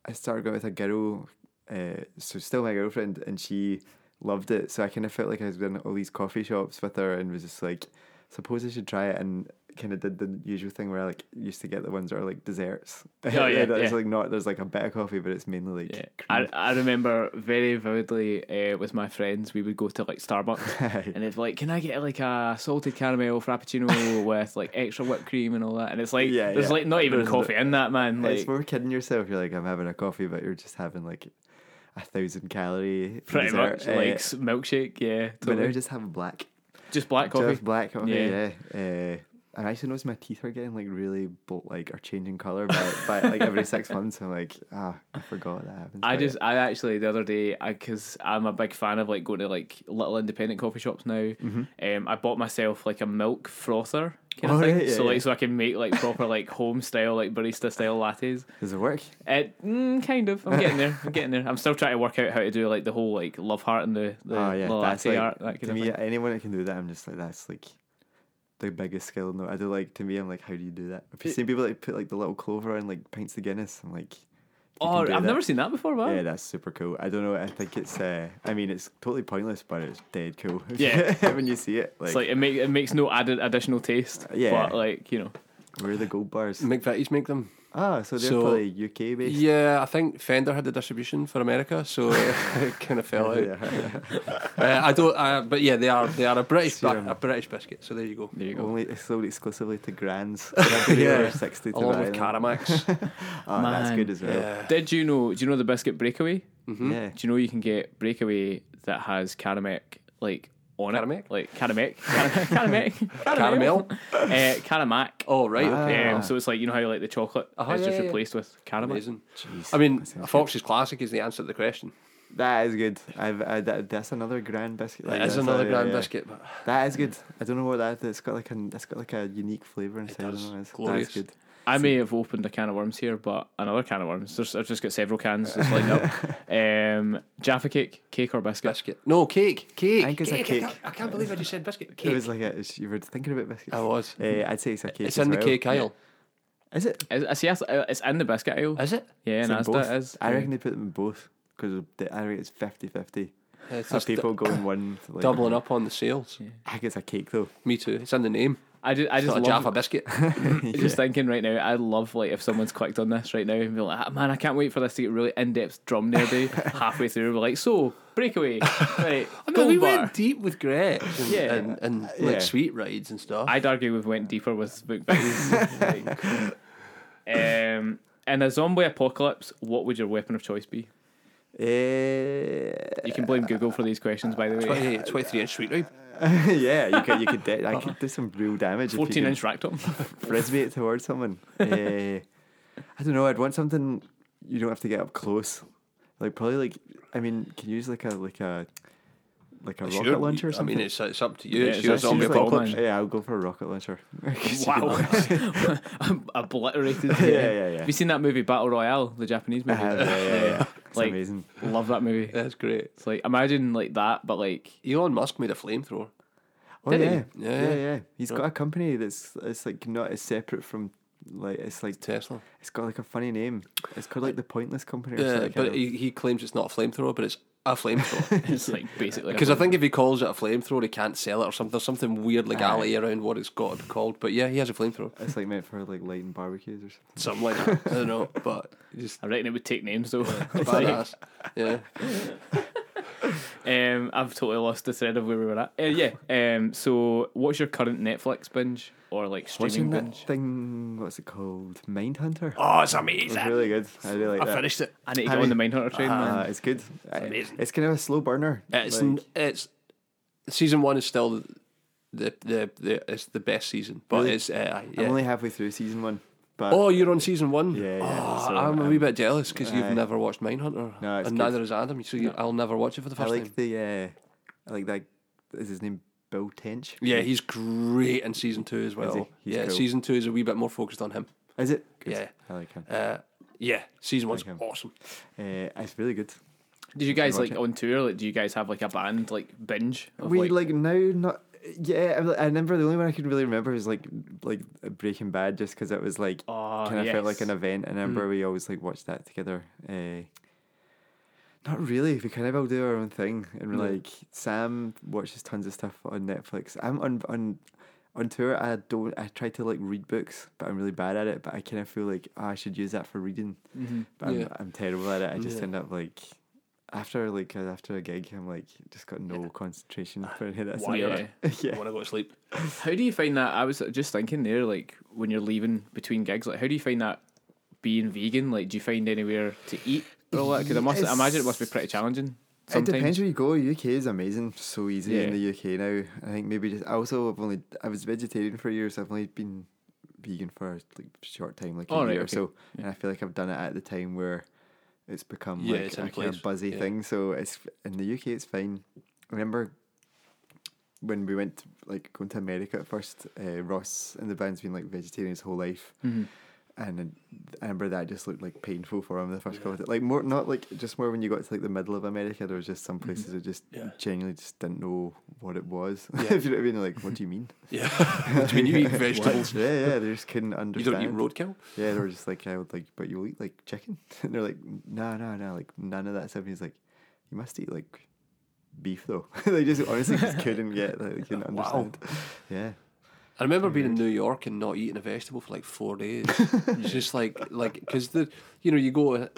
C: I started going with a girl, uh, so still my girlfriend, and she loved it. So I kind of felt like I was in all these coffee shops with her, and was just like, suppose I should try it, and kind of did the usual thing where I like used to get the ones that are like desserts. [LAUGHS]
A: Oh, yeah,
C: That's
A: yeah.
C: like not there's like a bit of coffee, but it's mainly like.
A: Yeah. I,
C: cream.
A: I remember very vividly uh, with my friends, we would go to like Starbucks
C: [LAUGHS]
A: and it's like, can I get like a salted caramel
C: [LAUGHS]
A: frappuccino with like extra whipped cream and all that? And it's like,
C: Yeah,
A: there's
C: yeah.
A: like not even
C: There's no-
A: coffee in that, man. Like,
C: it's more kidding yourself. You're like, I'm having a coffee, but you're just having like a thousand calorie
A: pretty
C: dessert.
A: much
C: Eh,
A: like s- milkshake. Yeah.
C: But now
A: Totally. Just,
C: just have black.
A: black coffee.
C: Just black coffee, yeah.
A: Yeah.
C: Uh, and I actually noticed my teeth are getting like really, bl- like, are changing color by, by like
A: [LAUGHS]
C: every six months. I'm like, ah, I forgot that happened.
A: I just, I actually the other day, because I'm a big fan of like going to like little independent coffee shops now. Um, I bought myself like a milk frother kind
C: Mm-hmm. Oh,
A: of thing,
C: right, yeah,
A: so
C: yeah.
A: like so I can make like proper like home style like barista style lattes.
C: Does it work?
A: It mm, kind of. I'm getting there. I'm getting there. I'm still trying to work out how to do like the whole like love heart and the, the
C: oh, yeah. That's
A: latte
C: like,
A: art. That kind
C: to
A: of
C: me,
A: thing.
C: anyone that can do that, I'm just like, that's like the biggest skill. No, I do like, to me, I'm like, how do you do that? I've seen people like put like the little clover and like pints of Guinness. I'm like,
A: Oh,
C: you can
A: I've
C: do that.
A: never seen that before. Wow.
C: Yeah, that's super cool. I don't know. I think it's, uh, I mean, it's totally pointless, but it's dead cool.
A: Yeah.
C: [LAUGHS] when you see it,
A: It's
C: like,
A: like it makes it makes no added additional taste.
C: Yeah.
A: But like you know,
C: where are the gold bars?
B: McVitie's make them.
C: Ah, so they're
B: So-
C: probably UK based.
B: Yeah, I think Fender had the distribution for America, so it [LAUGHS] kind of fell out.
C: [LAUGHS] Yeah.
B: Uh, I don't, uh, but yeah, they are they are a British
C: See
B: bi-
C: them.
B: a British biscuit. So there you go,
A: there you go.
C: Only it's sold exclusively
B: [LAUGHS]
C: to grands.
B: Yeah.
C: yeah, sixty to
B: along
C: buy
B: with
C: them. [LAUGHS]
B: Caramax.
C: Oh, that's
A: Man.
C: good as well. Yeah.
B: yeah. Mm-hmm.
A: Did you know? Do you know the biscuit breakaway?
C: yeah.
A: Do you know you can get breakaway that has Karamek like on
B: Karamek?
A: it? Like Karamek, Karamek, Karamek,
B: [LAUGHS] Caramel.
A: uh, Karamak.
B: Oh right, okay.
A: Um, so it's like you know how like the chocolate
B: Uh-huh,
A: is
B: yeah,
A: just
B: yeah.
A: replaced with
C: Ah.
A: caramel.
B: Amazing. I mean, Fox's classic is the answer to the question.
C: That is good. I've I, that, that's another grand biscuit. Like,
B: It is
C: that's
B: another
C: a-
B: grand
C: yeah.
B: biscuit, but
C: That is good. I don't know what that. It's got like an. It's got like a unique flavor inside.
B: does.
C: It
B: Glorious.
C: That's good.
A: I may have opened a can of worms here, but another can of worms. There's, I've just got several cans just lined up.
B: [LAUGHS]
A: Um, Jaffa cake, cake or biscuit?
B: biscuit. No cake, cake.
C: I think it's a
B: I
C: cake.
B: can't, I can't believe I just said biscuit.
C: It
B: Cake.
C: was like a, it's- you were thinking about biscuits.
B: I was.
C: Eh, I'd say it's a cake.
B: it's
C: as
B: in the
C: well.
B: cake aisle.
C: Is it?
A: Is, is, yes, it's in the biscuit aisle.
B: Is it?
A: yeah,
C: It's in
A: Nasda
C: both.
A: it is.
C: I reckon they put them in both because I reckon it's 50-50.
B: It's
C: Have
B: just
C: people going one like,
B: doubling up on the sales.
C: I think it's a cake though.
B: Me too. It's in the name.
A: I just, I
B: It's
A: just
B: not a
A: love
B: Jaffa biscuit.
A: Just thinking right now, I love like if someone's clicked on this right now and be like, "Ah, man, I can't wait for this to get really in depth drum nail
C: [LAUGHS]
A: day halfway through. We're like, so breakaway, right?
B: But
A: gold
B: we
A: bar.
B: went deep with Gretch and,
A: Yeah.
B: and, and
C: Yeah.
B: like sweet rides and stuff.
A: I'd argue we've went deeper with book bags. Like,
C: [LAUGHS]
A: um, in a zombie apocalypse, what would your weapon of choice be?
C: Eh,
A: You can blame Google for these questions, by the way.
B: 20, 23 inch sweet ride.
C: [LAUGHS] yeah, you could you could de- I could do some real damage. [LAUGHS] if you
A: 14
C: could
B: [LAUGHS]
A: inch rack top.
C: frisbee it towards someone. uh, I don't know. I'd want something you don't have to get up close. Like probably like I mean, can you use like a like a like a rocket
B: Sure,
C: launcher or
B: I
C: something?
B: mean, it's, it's up to you.
A: Yeah,
B: it's
A: it's
B: your
A: up to
B: zombie
A: you.
C: Like,
B: apocalypse.
A: man.
C: yeah, I'll go for a rocket
B: [LAUGHS]
C: launcher. [LAUGHS]
A: wow. [LAUGHS] I'm obliterated.
C: [LAUGHS] yeah, yeah, yeah.
A: Have you seen that movie, Battle Royale, the Japanese
C: I
A: movie?
C: have, yeah, yeah, yeah.
A: [LAUGHS]
C: It's
A: Like-
C: amazing.
A: Love that movie.
B: That's great.
A: It's like, imagine like that, but like
B: Elon Musk made a flamethrower.
C: Oh
A: Did he?
C: yeah.
B: Yeah.
C: yeah, yeah, He's
B: Yeah.
C: got a company that's it's like not as separate from like it's like
B: Tesla.
C: it's got like a funny name. It's called like the Pointless Company. Or
B: Yeah,
C: something,
B: but he, he claims it's not a flamethrower, but it's a flamethrower. [LAUGHS]
A: It's like basically
B: Because I think if he calls it a flamethrower, he can't sell it or something. There's something weird legality around what it's got to be called. But yeah, he has a flamethrower.
C: it's like meant for like lighting barbecues or
B: Something
C: something.
B: like that. I don't know, but [LAUGHS] just
A: I reckon it would take names though. It's like,
B: badass. Yeah.
A: [LAUGHS] um, I've totally lost the thread of where we were at. Uh, yeah. Um, so, what's your current Netflix binge or like streaming
C: Watching that
A: binge?
C: thing, what's it called? Mindhunter.
B: Oh, it's amazing.
C: It's really good. I really like that.
B: it.
A: I need to
C: Have
A: go on the
C: you-
A: Mindhunter train. man.
C: Uh, it's good. I-
B: amazing.
C: It's kind of a slow burner.
B: It's
C: like-
B: it's season one is still the the the, the it's the best season, but
C: Really?
B: it's uh, aye, yeah.
C: I'm only halfway through season one, but
B: Oh, you're on season one.
C: Yeah, yeah,
B: Oh,
C: so,
B: I'm a wee bit jealous because you've
C: aye.
B: never watched Mindhunter,
C: No, it's
B: and
C: good.
B: neither has Adam. So you, I'll never watch it for the
C: I
B: first time.
C: like the uh, I like that. Is his name Bill Tench?
B: Yeah, he's great in season two as well.
C: He's
B: Yeah,
C: cool.
B: season two is a wee bit more focused on him.
C: Is it? Good.
B: Yeah.
C: I like him.
B: Uh, yeah, season one's
C: him.
B: awesome.
C: Uh, it's really good.
A: Did you guys
C: watch
A: like
C: it?
A: on tour? Like, do you guys have like a band like binge? Of,
C: we like, now not. Yeah, I- I remember the only one I could really remember was like like Breaking Bad, just because it was like
A: Oh,
C: kind of felt like
A: yes.
C: an event, and
B: Mm.
C: I remember we always like watched that together. Uh, not really. We kind of all do our own thing, and we're like Sam watches tons of stuff on Netflix. I'm on on on tour. I don't. I try to like read books, but I'm really bad at it. But I kind of feel like oh, I should use that for reading. But I'm,
B: Mm-hmm. Yeah.
C: I'm terrible at it. I just
B: Yeah.
C: end up like. After like after a gig, I'm like just got no concentration for [LAUGHS] any of that.
B: Why,
A: yeah.
B: I want to go to sleep.
A: How do you find that? I was just thinking there, like when you're leaving between gigs, like how do you find that being vegan? Like, do you find anywhere to eat or all that? Because I must
C: Yes.
A: imagine it must be pretty challenging. Sometimes.
C: It depends where you go. UK is amazing, so easy in
A: Yeah.
C: the UK now. I think maybe just I also have only I was vegetarian for years. I've only been vegan for like a short time, like a
A: All right,
C: year or
A: okay.
C: so, and I feel like I've done it at the time where it's become
B: Yeah,
C: like
B: it's in
C: a kind
B: place.
C: of buzzy
B: Yeah.
C: thing. So it's in the UK, it's fine. I remember when we went like going to America at first, uh, Ross and the band's been like vegetarian his whole life.
A: Mm-hmm.
C: And then I remember that just looked like painful for him the first couple of days. Like more, not like just more when you got to like the middle of America. There was just some places that just
B: Mm-hmm. Yeah.
C: genuinely just didn't know what it was. [LAUGHS]
B: Yeah.
C: if you know what I mean, like what do you mean?
B: Yeah, [LAUGHS] What do you
C: [LAUGHS]
B: mean you eat vegetables?
C: yeah, yeah, they just
B: [LAUGHS]
C: couldn't
B: You
C: understand.
B: don't eat roadkill.
C: Yeah, they were just like, I would like, but you'll eat like chicken. [LAUGHS] And they're like, no, no, no, like none of that stuff. And he's like, you must eat like beef though. [LAUGHS] they just honestly just couldn't get, like, they
B: [LAUGHS]
C: couldn't
B: Wow.
C: understand. Yeah.
B: I remember being in New York and not eating a vegetable for like four
C: [LAUGHS]
B: days. It's just like like because the you know you go uh,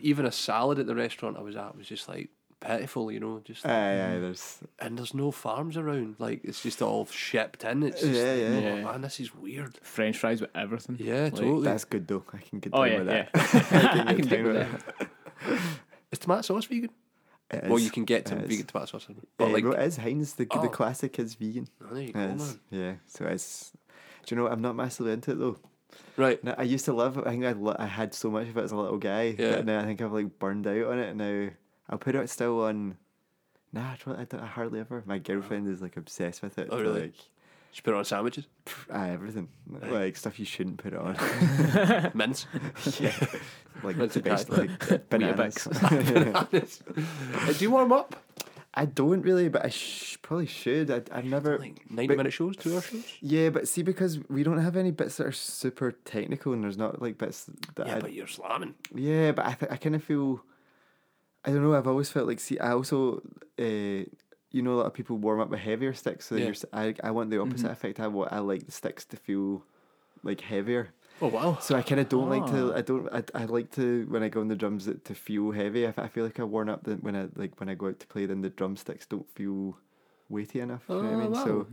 B: even a salad at the restaurant I was at was just like pitiful, you know. Just
C: Aye, aye, there's,
B: and there's no farms around. Like it's just all shipped in. It's just,
C: Yeah, yeah.
B: oh,
A: Yeah.
B: man, this is weird.
A: French fries with everything.
B: Yeah,
A: Like-
B: totally.
C: that's good though. I can get down
A: Oh yeah,
C: with
A: yeah.
C: that.
B: [LAUGHS]
A: [LAUGHS] I can dig
C: get down
A: with
C: with
A: that.
B: Is tomato sauce vegan?
C: It
B: well,
C: is.
B: you can get to
C: it is.
B: vegan tomato sauce, in it.
C: Eh,
B: but like,
C: well, it is Heinz. The,
B: Oh.
C: the classic is vegan.
B: oh, there you
C: It
B: go,
C: is,
B: man.
C: yeah. So it's, do you know, I'm not massively into it though.
B: Right.
C: No, I used to love it. I think I, lo- I had so much of it as a little guy.
B: Yeah.
C: But now I think I've like burned out on it. Now I'll put it still on. Nah, I, don't, I, don't, I hardly ever. My girlfriend is like obsessed with it.
B: Oh, really?
C: Like,
B: Just put it on
C: [LAUGHS]
B: sandwiches,
C: pff, aye, everything. Like stuff you shouldn't put it on. [LAUGHS]
B: mince.
C: yeah. Like
B: That's
C: the
B: a
C: best.
B: guy.
C: Like bananas.
B: Uh, Do you warm up?
C: I don't really, but I sh- probably should. I, I've never.
B: Like ninety minute shows, two hour shows.
C: Yeah, but see, because we don't have any bits that are super technical, and there's not like bits that
B: Yeah,
C: I
B: but you're slamming.
C: Yeah, but I th- I kind of feel, I don't know. I've always felt like see, I also, uh, you know, a lot of people warm up with heavier sticks. So
B: Yeah. Mm-hmm.
C: yeah. you're, s- I I want the opposite effect. I want I like the sticks to feel like heavier.
B: Oh wow.
C: So I kind of don't like
B: Ah.
C: to. I don't. I, I like to when I go on the drums it, to feel heavy. I, f- I feel like I worn up the, when I like when I go out to play. Then the drumsticks don't feel weighty enough. you know what I
B: Oh,
C: mean? So
B: wow.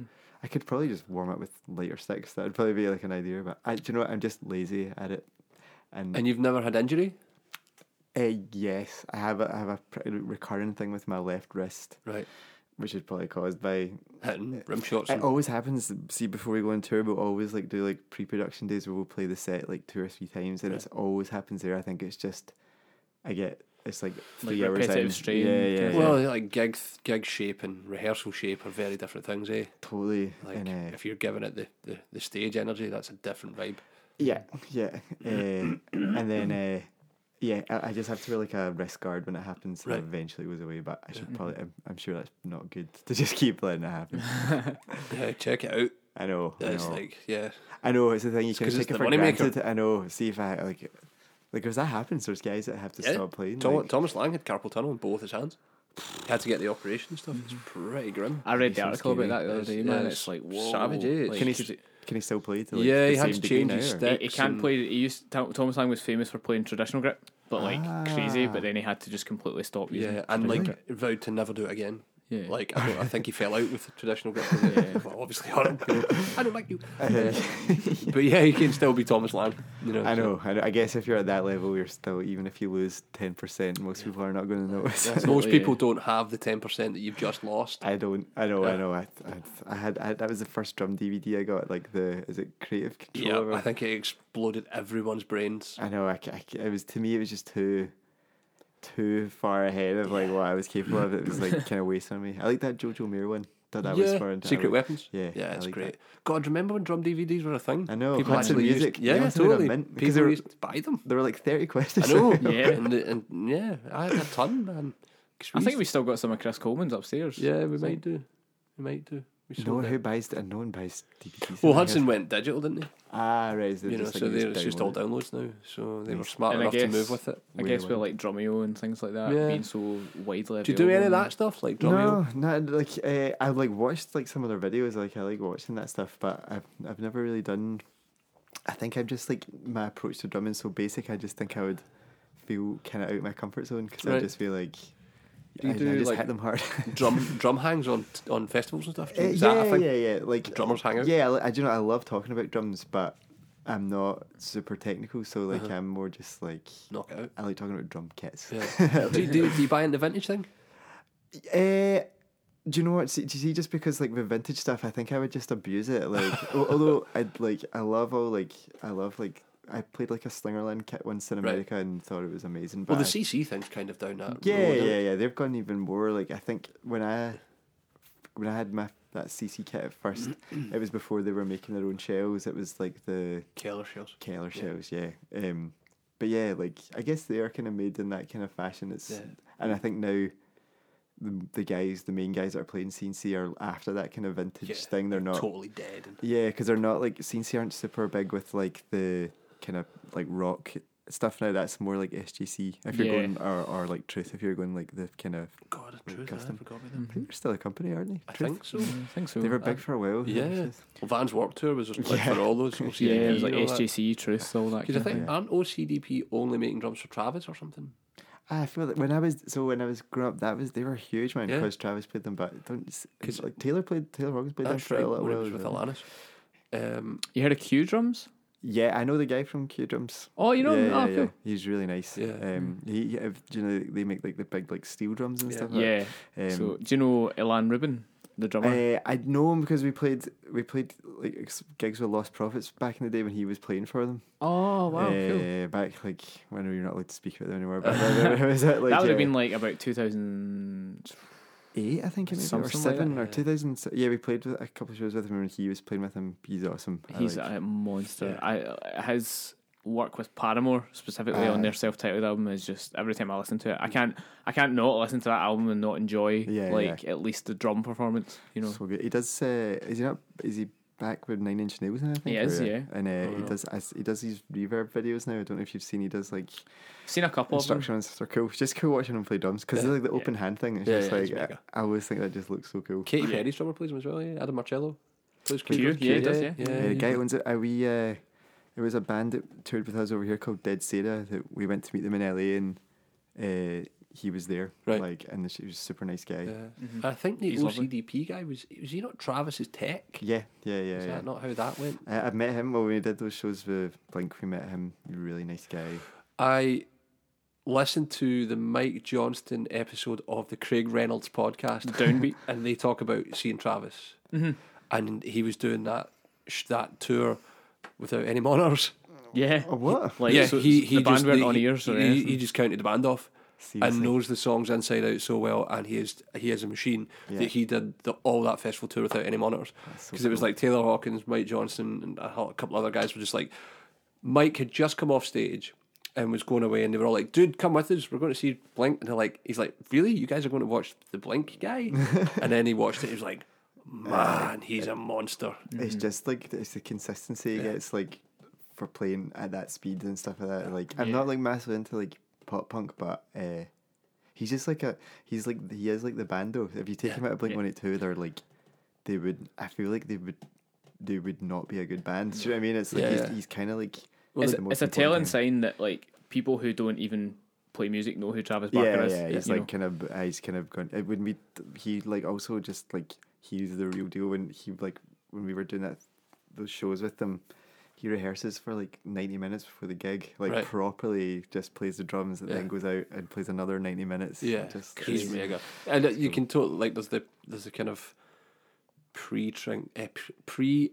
C: I could probably just warm up with lighter sticks. That would probably be like an idea. But I, do you know what? I'm just lazy at it. And
B: And you've never had injury?
C: Uh, yes, I have a, I have a pretty recurring thing with my left wrist,
B: Right.
C: which is probably caused by. Eh,
B: Hitting rim shots.
C: It
B: And,
C: always happens. See, before we go on tour, we'll always like do like pre-production days where we'll play the set like two or three times, and it's always happens there. I think it's just, I get it's like three hours
A: repetitive
C: in.
A: strain
C: Yeah,
A: kind
C: yeah,
A: of-
C: yeah,
B: well, like gig gig shape and rehearsal shape are very different things, eh?
C: totally.
B: Like
C: and, uh,
B: if you're giving it the, the, the stage energy, that's a different vibe. [CLEARS THROAT]
C: Yeah, yeah. Uh, and then uh, yeah, I, I just have to wear like a wrist guard when it happens. So
B: Right. Mm-hmm.
C: eventually it goes away, but I should probably. I'm, I'm sure that's not good [LAUGHS] to just keep letting it happen.
B: [LAUGHS] Yeah, check it out.
C: I know. I
B: It's
C: know.
B: like, yeah.
C: I know it's the thing you can
B: 'cause
C: take
B: it's
C: it
B: the
C: for
B: moneymaker.
C: granted. I know. See if I like, like, because that happens. There's guys that have to
B: yeah.
C: stop playing.
B: Tom-
C: like,
B: Thomas Lang had carpal tunnel in both his hands. He had to get the operation and stuff. It's
C: Mm-hmm.
B: pretty grim.
A: I read the
C: so
A: article about
C: scary.
A: that the other
B: It's-
A: day,
B: yeah,
A: man.
B: it's
A: It's like whoa,
B: savage, eh?
A: Like,
C: can he
A: 'cause
C: s-
A: it-
C: can he still play? To, like,
B: Yeah,
C: the
B: he had
C: same
B: to
C: degree
B: change
C: now,
B: his
C: or-
A: he,
B: step.
A: he can't
B: Excellent.
A: play. He used Tom- Thomas Lang was famous for playing traditional grip, but like crazy. But then he had to just completely stop using.
B: Ah. Yeah, and
A: traditional
B: like
A: grip.
B: vowed to never do it again.
A: Yeah.
B: Like
C: [LAUGHS]
B: I, don't, I think he fell out with the traditional grip. [LAUGHS] well, obviously, I don't,
C: [LAUGHS]
B: I don't like you. but yeah, he can still be Thomas Lang. You know,
C: I
B: so-
C: know. I know. I guess if you're at that level, you're still even if you lose ten percent, most people are not going to notice. [LAUGHS]
B: Most
A: Absolutely,
B: people
A: yeah.
B: don't have the ten percent that you've just lost.
C: I don't. I know. I know. I, I, I had. I, that was the first drum DVD I got. Like the is it Creative Control?
B: Yeah, I think it exploded everyone's brains.
C: I know. I, c- I c- it was to me. It was just too, too far ahead of like what I was capable of. It was like
B: [LAUGHS]
C: kind of wasting on me. I like that Jojo Mayer one. Thought that was fun.
B: Secret Weapons.
C: Yeah,
B: yeah,
C: I
B: it's
C: like
B: great. God, remember when drum DVDs were a thing?
C: I know,
B: people
C: Hudson
B: actually
C: Music,
B: used. Yeah,
C: they must have been a
B: totally.
C: mint, because
B: People
C: they were-
B: used to buy
C: [LAUGHS]
B: them.
C: There were like thirty
B: I
C: questions.
B: know.
C: [LAUGHS]
A: Yeah.
B: [LAUGHS] and, and yeah, I had a ton, man. 'Cause
A: I think
B: used-
A: we still got some of Chris Coleman's upstairs.
B: Yeah, we might do. We might do. We
C: No
B: sold
C: one
B: it.
C: who buys and no one buys DVDs.
B: Well,
C: in my house.
B: Hudson went digital, didn't he?
C: Ah, right. So
B: you know,
C: just, like,
B: so
C: you
B: they're, it's just all
C: download it.
B: downloads now. So they were smart
A: And I
B: enough to
A: guess-
B: move with it.
A: I guess with like Drumeo and things like that
B: Yeah.
A: being so widely.
B: Do you do any of
A: available.
B: that stuff like drum
C: No, not like uh, I've like watched like some of their videos. Like I like watching that stuff, but I've I've never really done. I think I'm just like my approach to drumming so basic. I just think I would feel kind of out of my comfort zone because I
B: Right.
C: just feel like
B: Do you
C: I, I
B: do,
C: just
B: like,
C: hit them hard. [LAUGHS]
B: drum drum hangs on on festivals and stuff?
C: Uh,
B: Do you- Is
C: yeah,
B: that a thing?
C: yeah, yeah. Like
B: Drummers hang out?
C: Yeah, I, li- I do know. I love talking about drums, but I'm not super technical. So like
B: Uh-huh.
C: I'm more just like
B: Knock it out.
C: I like talking about drum kits.
B: Yeah. do, you- do, you- do you buy into vintage thing?
C: Eh, do you know what? See, do you see? Just because like the vintage stuff, I think I would just abuse it.
B: [LAUGHS]
C: Like, al- although I would like, I love all like, I love like, I played like a Slingerland kit once in
B: Right.
C: America and thought it was amazing. But
B: Well, the
C: I-
B: CC thing's kind of down that.
C: yeah,
B: road, isn't
C: yeah,
B: it?
C: yeah. They've gone even more. Like, I think when I when I had my that CC kit
B: [CLEARS THROAT]
C: at first, it was before they were making their own shells. It was like the
B: Keller shells.
C: Keller shells, yeah. Um, but yeah, like I guess they are kind of made in that kind of fashion. It's
B: Yeah.
C: and I think now the, the guys, the main guys that are playing CNC are after that kind of vintage
B: Yeah,
C: thing. They're not,
B: totally dead. And,
C: yeah, because they're not like CNC aren't super big with like the kind of like rock stuff now. That's more like SGC if you're
A: Yeah.
C: going or, or like Truth if you're going like the kind of.
B: God, a truth. I
C: custom.
B: forgot about that.
C: I think they're still a company, aren't they?
B: Mm-hmm. I
C: Truth?
B: think so.
A: Mm-hmm. I think so.
C: They were
A: Uh,
C: big for a while.
B: Yeah. Well, Van's Warped Tour was just like for all those.
C: [LAUGHS]
B: OCDP,
A: Yeah, it was like
B: and all that.
A: SJC, Truth, all that.
B: Because I
A: kind of
B: think aren't OCDP only making drums for Travis or something?
C: I feel that when I was so when I was growing up, that was they were huge, man.
B: Yeah.
C: Because Travis played them, but don't s-
B: 'Cause-
C: like Taylor played Taylor Hawkins played them
B: That's
C: for
B: right.
C: a little
B: When it
C: while.
B: was with
C: as well.
B: Alanis. Um,
A: You heard of Q drums?
C: Yeah, I know the guy from Q Drums.
A: Oh, you know
C: yeah,
A: him?
C: yeah,
A: Oh,
C: yeah.
A: cool.
C: he's really nice.
B: Yeah.
C: um, he, he- if- do you know they make like the big like steel drums and
B: Yeah.
C: stuff.
A: Yeah.
C: like, um,
A: so, do you know Elan Rubin, the drummer?
C: Uh, I know him because we played we played like ex- gigs with Lost Profits back in the day when he was playing for them.
A: oh, wow, cool.
C: uh, Back like when you're not allowed to speak about them anymore. But when was it, like,
A: that would have
C: uh,
A: been like about 2000.
C: eight, I think it maybe, or
A: Something like that,
C: seven, or
B: yeah.
C: two thousand. Yeah, we played with a couple of shows with him, and he was playing with him. He's awesome. I
A: He's uh,
C: like-
A: a monster.
B: Yeah.
A: I uh, his work with Paramore specifically on their self-titled album is just every time I listen to it, I can't I can't not listen to that album and not enjoy
C: Yeah,
A: like at least the drum performance. You know,
C: so good. He does. Uh, is he not? Is he back with Nine Inch Nails now? I think
A: He
C: or,
A: is,
C: uh,
A: yeah.
C: And uh, he
B: no.
C: does. I s- He does these reverb videos now. I don't know if you've seen. He does like
A: seen a couple of them.
C: instructions. They're cool. It's just cool watching him play drums because
B: Yeah.
C: like the open hand thing. It's
B: Yeah,
C: just
B: yeah, it's
C: like I,
B: mega.
C: I always think that just looks so cool.
B: Katy Perry's drummer plays him as well. Yeah, Adam Marcello. Plays
A: Cute,
B: keyboard.
A: yeah, he does, yeah.
B: yeah.
C: Uh, the guy that owns it. Uh, we uh, there was a band that toured with us over here called Dead Sarah that we went to meet them in LA and uh, he was there.
B: Right.
C: Like and he was a super nice guy.
B: Yeah.
C: Yeah,
B: I think the
A: Mm-hmm. He's lovely.
B: OCDP guy was was he not Travis's tech?
C: yeah, yeah, yeah.
B: Is that not how that went?
C: I, I met him well, when we did those shows with Blink. We met him. Really nice guy.
B: I listened to the Mike Johnston episode of the Craig Reynolds
A: [LAUGHS]
B: podcast,
A: Downbeat. Mm-hmm.
B: and they talk about seeing Travis, and he was doing that sh- that tour without any monitors.
A: Yeah,
C: what?
A: Like,
B: yeah,
A: so
B: he,
A: it's-
B: he
A: the band
B: just,
A: weren't
B: he-
A: on ears
B: He,
A: or
B: he,
A: anything.
B: just counted the band off
C: Seriously.
B: and knows the songs inside out so well, and he is he is a machine
C: Yeah.
B: that he did the, all that festival tour without any monitors
C: so
B: because it was like Taylor Hawkins, Mike Johnson, and a, hell- a couple other guys were just like Mike had just come off stage. and was going away, and they were all like, "Dude, come with us. We're going to see Blink." And they're like, "He's like, really? You guys are going to watch the Blink
C: [LAUGHS]
B: guy?" and then he watched it. He was like, "Man, he's a monster."
C: It's
A: Mm-hmm.
C: just like it's the consistency it gets like for playing at that speed and stuff like that. Like I'm not like massive into like pop punk, but uh, he's just like a he's like he is like the bando. If you take him out of Blink
A: Yeah.
C: One Eight Two, they're like they would. I feel like they would they would not be a good band. Do you know what I mean? It's like
B: Yeah,
C: he's,
B: yeah.
C: he's kind of like
A: it's,
C: the most
A: it's a
C: important
A: telling
C: thing.
A: sign that like people who don't even play music know who Travis Barker
C: Yeah,
A: is.
C: yeah, he's
A: you
C: like
A: know.
C: kind of, uh, he's kind of gone. It would be he like also just like he's the real deal. When he like when we were doing that those shows with them, he rehearses for like ninety minutes before the gig, like
B: Right.
C: properly just plays the drums and
B: Yeah.
C: then goes out and plays another ninety minutes.
B: Yeah,
C: just
B: he's mega, and uh, you can totally like there's the there's the kind of eh, pre pre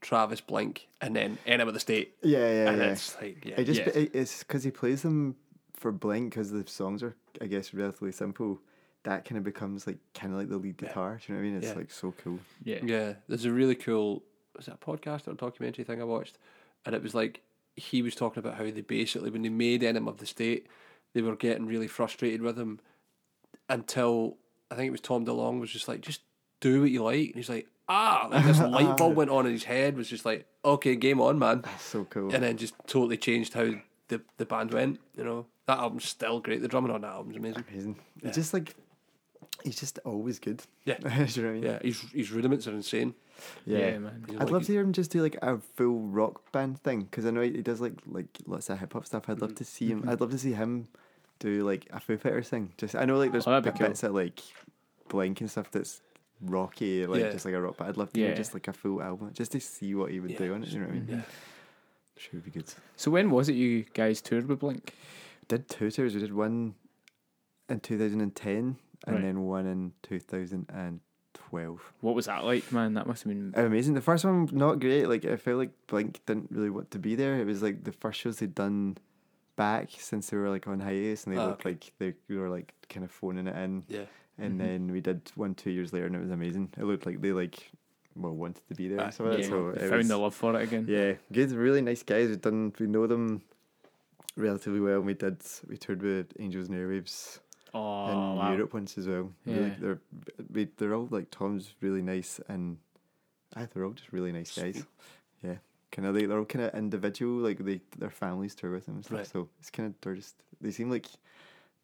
B: Travis Blink, and then Enema of the State,
C: yeah, yeah,
B: and
C: yeah.
B: it's like yeah,
C: It just
A: yeah.
C: it, it's because he plays them for Blink because the songs are I guess relatively simple. That kind of becomes like kind of like the lead guitar. Do you know what I mean? It's
B: Yeah.
C: like so cool.
A: yeah.
B: Yeah, there's a really cool was it a podcast or a documentary thing I watched, and it was like he was talking about how they basically when they made Enema of the State, they were getting really frustrated with him until I think it was Tom DeLong was just like just do what you like, and he's like ah like
C: [LAUGHS]
B: this light bulb went on in his head was just like okay game on man,
C: So cool.
B: and then just totally changed how the the band went. You know that album's still great. The drumming on that album's amazing.
C: Amazing. It's just like he's just always good.
B: Yeah.
C: [LAUGHS] Do you know what I mean?
B: Yeah, his his rudiments are insane.
A: yeah, man.
B: You know,
C: I'd
B: like
C: love
B: he-
C: to hear him just do like a full rock band thing because I know he he does like like lots of hip hop stuff. I'd love
B: Mm-hmm.
C: to see him. I'd love to see him do like a Foo Fighters thing. Just I know like there's
A: Oh, that'd be
C: bit- bits of like Blink and stuff that's rocky, like
B: Yeah.
C: just like a rock. But I'd love to hear
A: Yeah.
C: just like a full album just to see what he would
B: Yeah,
C: do on it. You know what I mean?
B: yeah.
C: Should be good.
A: So when was it you guys toured with Blink?
C: did two tours. We did one in 2010 and
A: Right.
C: then one in 2012.
A: What was that like, man? That must have been
C: amazing. The first one not great. Like I felt like Blink didn't really want to be there. It was like the first shows they'd done back since they were like on hiatus, and they
B: Ah,
C: looked
B: okay.
C: like they we were like kind of phoning it in.
B: Yeah.
C: And
A: Mm-hmm.
C: then we did one two years later, and it was amazing. It looked like they like well wanted to be there.
B: Ah,
C: and stuff like that,
A: yeah,
C: so
A: they
C: it
A: found
C: was-
A: the love for it again.
C: yeah, good, really nice guys. We've done we know them relatively well. and We did we toured with Angels and Airwaves
A: Oh,
C: in
A: wow.
C: Europe once as well. Really,
A: Yeah.
C: they're we, they're all like Tom's really nice and I they're all just really nice guys. Yeah, kind of they they're all kind of individual. Like they their families tour with them and stuff.
B: Right.
C: So it's kind of they're just they seem like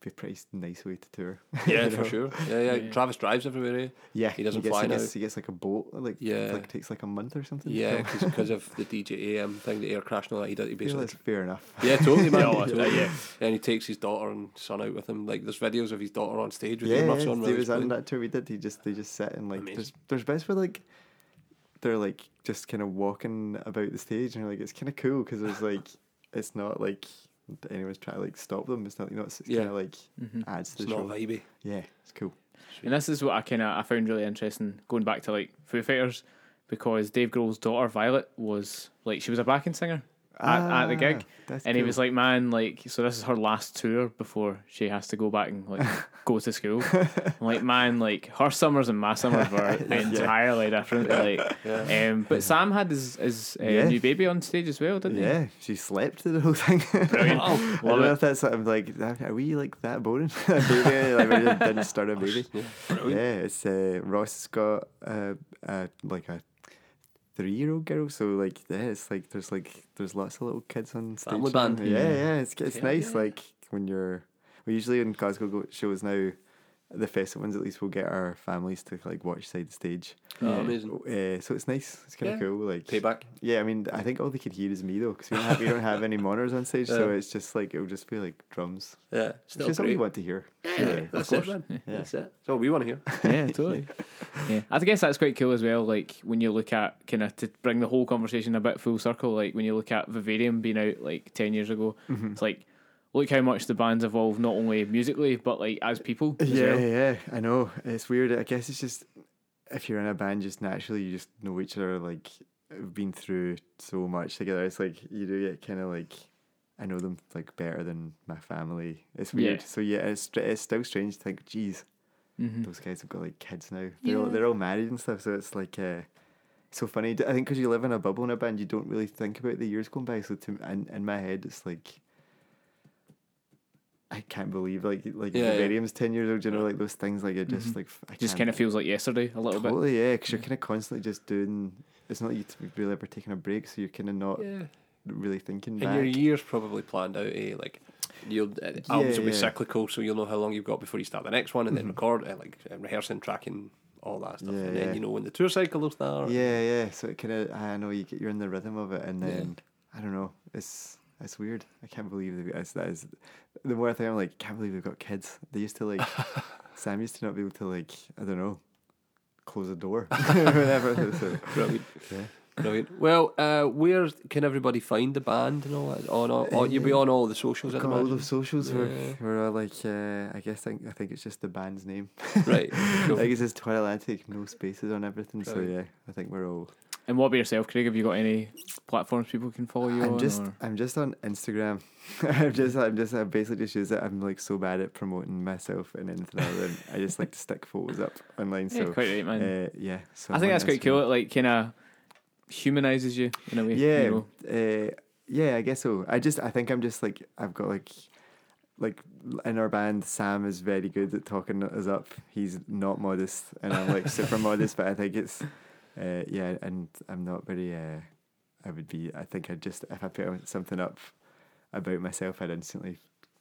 C: be a pretty nice way to tour.
B: [LAUGHS] Yeah,
C: [LAUGHS] you
B: for
C: know?
B: sure. Yeah, yeah.
A: Yeah.
B: Travis drives everywhere. Eh?
C: Yeah,
B: He doesn't
C: gets,
B: fly
C: he
B: now.
C: gets, he gets like a boat. Like
B: Yeah.
C: like takes like a month or something. to
B: Yeah,
C: come.
B: because of the DJ AM thing, the air crash and all that. He, does, he
C: I feel
B: [LAUGHS] basically.
C: that's fair enough.
B: Yeah, totally, man.
A: Yeah, oh,
B: totally.
A: yeah.
B: And he takes his daughter and son out with him. Like, there's videos of his daughter on stage with
C: yeah,
B: earmuffs
C: yeah,
B: on.
C: they
B: while he's
C: was on
B: playing.
C: that tour we did. He just they just sat and like
B: Amazing.
C: there's there's bits where like they're like just kind of walking about the stage and you're like it's kind of cool because
A: [LAUGHS]
C: it's like it's not like anyone's trying to like stop them. It's not you know it's,
B: Yeah.
C: kind of like
A: Mm.
C: adds to
B: It's
C: the
B: not
C: show.
B: vibey.
C: Yeah, it's cool.
A: Mm-hmm. And this is what I kind of I found really interesting going back to like Foo Fighters because Dave Grohl's daughter Violet was like she was a backing singer at, at the gig,
C: Ah, that's
A: and he
C: cool.
A: was like, "Man, like so this is her last tour before she has to go back and
C: [LAUGHS]
A: like go to school." I'm like, man, like her summers and my summers were
C: [LAUGHS]
A: entirely different. Like, um, but Sam had his his uh,
C: Yeah.
A: new baby on stage as well, didn't
C: Yeah, she slept through the whole thing. [LAUGHS]
A: he?
B: Oh,
C: I
A: love
C: don't know
A: it.
C: if that's I'm like, that- are we like that boring? [LAUGHS] A baby, like we just
A: [LAUGHS]
C: didn't start
A: Oh,
C: a baby. Yeah, it's uh, Ross has got uh, uh, like a three-year-old girl, so like yeah, it's like there's like there's lots of little kids on stage.
B: Family
C: now.
B: band.
C: Yeah, yeah, it's it's
B: Yeah,
C: nice.
B: yeah.
C: Like when you're, we usually in Glasgow go, shows now. The festival ones, at least, we'll get our families to like watch side stage.
B: Oh,
A: Yeah.
B: amazing.
C: Uh, so it's nice. It's kind
B: Yeah.
C: of cool. Like
B: Payback.
C: yeah, I mean, I think all they could hear is me though, because we, don't have- we don't have any monitors on stage,
B: [LAUGHS]
C: so
B: Yeah.
C: it's just like it'll just be like drums.
B: Yeah.
C: It's
B: Still
C: just what we
B: great.
C: want to hear.
B: Yeah, that's it, man. That's it. That's all we want to hear.
A: yeah, totally. yeah, I guess that's quite cool as well. Like when you look at kind of to bring the whole conversation a bit full circle. Like when you look at Vivarium being out like ten years ago, it's like look how much the band's evolved not only musically but like as people. As
C: Yeah,
A: well.
C: yeah, I know. It's weird. I guess it's just if you're in a band, just naturally you just know each other. Like we've been through so much together. It's like you do get kind of like I know them like better than my family. It's weird.
A: Yeah.
C: So yeah, it's str- it's still strange to think. Geez,
A: Mm-hmm.
C: those guys have got like kids now. They're all, they're all married and stuff. So it's like. Uh, so funny. D- I think because you live in a bubble in a band, you don't really think about the years going by. So to in, in my head, it's like I can't believe like like
B: Yeah,
C: the
B: yeah.
C: Barium's ten years old. You know, like those things like it just like I
A: just
C: can't-
A: kind of feels like yesterday a little bit.
C: totally yeah, because you're kind of constantly just doing. It's not like you t- really ever taking a break, so you're kind of not
B: Yeah.
C: really thinking
B: And your
C: back.
B: year's probably planned out, eh? Like, you'll, uh, albums will be
C: yeah. Mm-hmm.
B: cyclical, so you'll know how long you've got before you start the next one and then record, uh, like uh, rehearsing, tracking, all that stuff.
C: Yeah,
B: and then
C: yeah.
B: you know when the tour cycle will start.
C: Yeah, yeah. So it kind of I know you get you're in the rhythm of it, and then I don't know. It's it's weird. I can't believe they've got that is the more I think I'm like can't believe they've got kids. They used to like
B: [LAUGHS]
C: Sam used to not be able to like I don't know close a door [LAUGHS] whenever. So,
B: Brilliant. Brilliant. Well, uh, where can everybody find the band and all that? On all, all- you'll be on all the socials, I'd
C: got Uh, all
B: imagine.
C: those socials were
B: Yeah.
C: were all like uh, I guess I, I think it's just the band's
B: [LAUGHS]
C: name. [LAUGHS]
B: right. Cool.
C: I guess it's Twin Atlantic, no spaces on everything. So
B: Right.
C: yeah, I think we're all
A: And what about yourself, Craig? Have you got any platforms people can follow you
C: I'm
A: on?
C: just
A: or-
C: I'm just on Instagram. [LAUGHS] I'm just I'm just I basically just use it. I'm like so bad at promoting myself and anything other than I just like to stick photos up online.
A: yeah,
C: So
A: quite right, man.
C: uh, yeah, so
A: I
C: I'm
A: think
C: on
A: that's quite
C: Instagram.
A: cool. It like kind of humanizes you in a way. you
C: Yeah,
A: know.
C: uh, yeah, I guess so. I just I think I'm just like I've got like like in our band Sam is very good at talking us up. He's not modest, and I'm
B: [LAUGHS]
C: like super modest. But I think it's uh, yeah, and I'm not very. Uh, I would be. I think I just if I put something up about myself, I'd instantly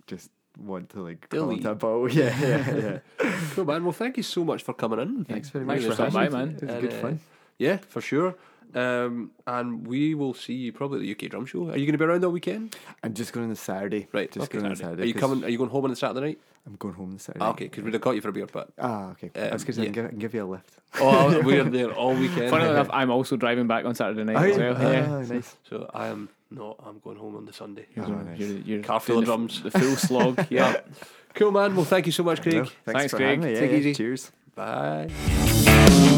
C: just want to like call
B: Delete.
C: it a ball. [LAUGHS] Yeah, yeah,
B: [LAUGHS]
C: yeah.
B: Cool, man. Well, thank you so much for coming in.
C: Thanks very
A: Thanks
C: much
A: for stopping by, man.
C: It was good
B: And, uh,
C: fun.
B: Yeah, for sure. Um, and we will see you probably at the UK Drum Show. Are you going to be around all weekend?
C: I'm just going on the Saturday.
B: Right.
C: just
B: okay,
C: going on
B: Saturday.
C: Saturday.
B: Are you
C: 'cause
B: coming? Are you going home on the Saturday night?
C: I'm going home on the Saturday.
B: Ah, okay, because we'd have got you for a beer, but
C: Ah, okay. I was
B: Um,
C: going to
B: yeah.
C: give, I can give you a lift.
B: oh, [LAUGHS] we're there all weekend.
A: Funnily enough, I'm also driving back on Saturday night
C: Oh,
A: as
C: yeah.
A: well. yeah.
C: Ah, nice.
B: [LAUGHS] So I am not. I'm going home on the Sunday.
C: Oh, nice.
A: You're, you're
B: Car full
A: doing
B: of
A: the-
B: drums.
A: The full
B: [LAUGHS]
A: slog. Yeah.
B: Cool, man. Well, thank you so much, Craig.
C: No,
A: Thanks,
C: for
A: Craig.
C: having me. Yeah,
B: Take it
C: yeah.
B: easy.
C: Cheers.
B: Bye.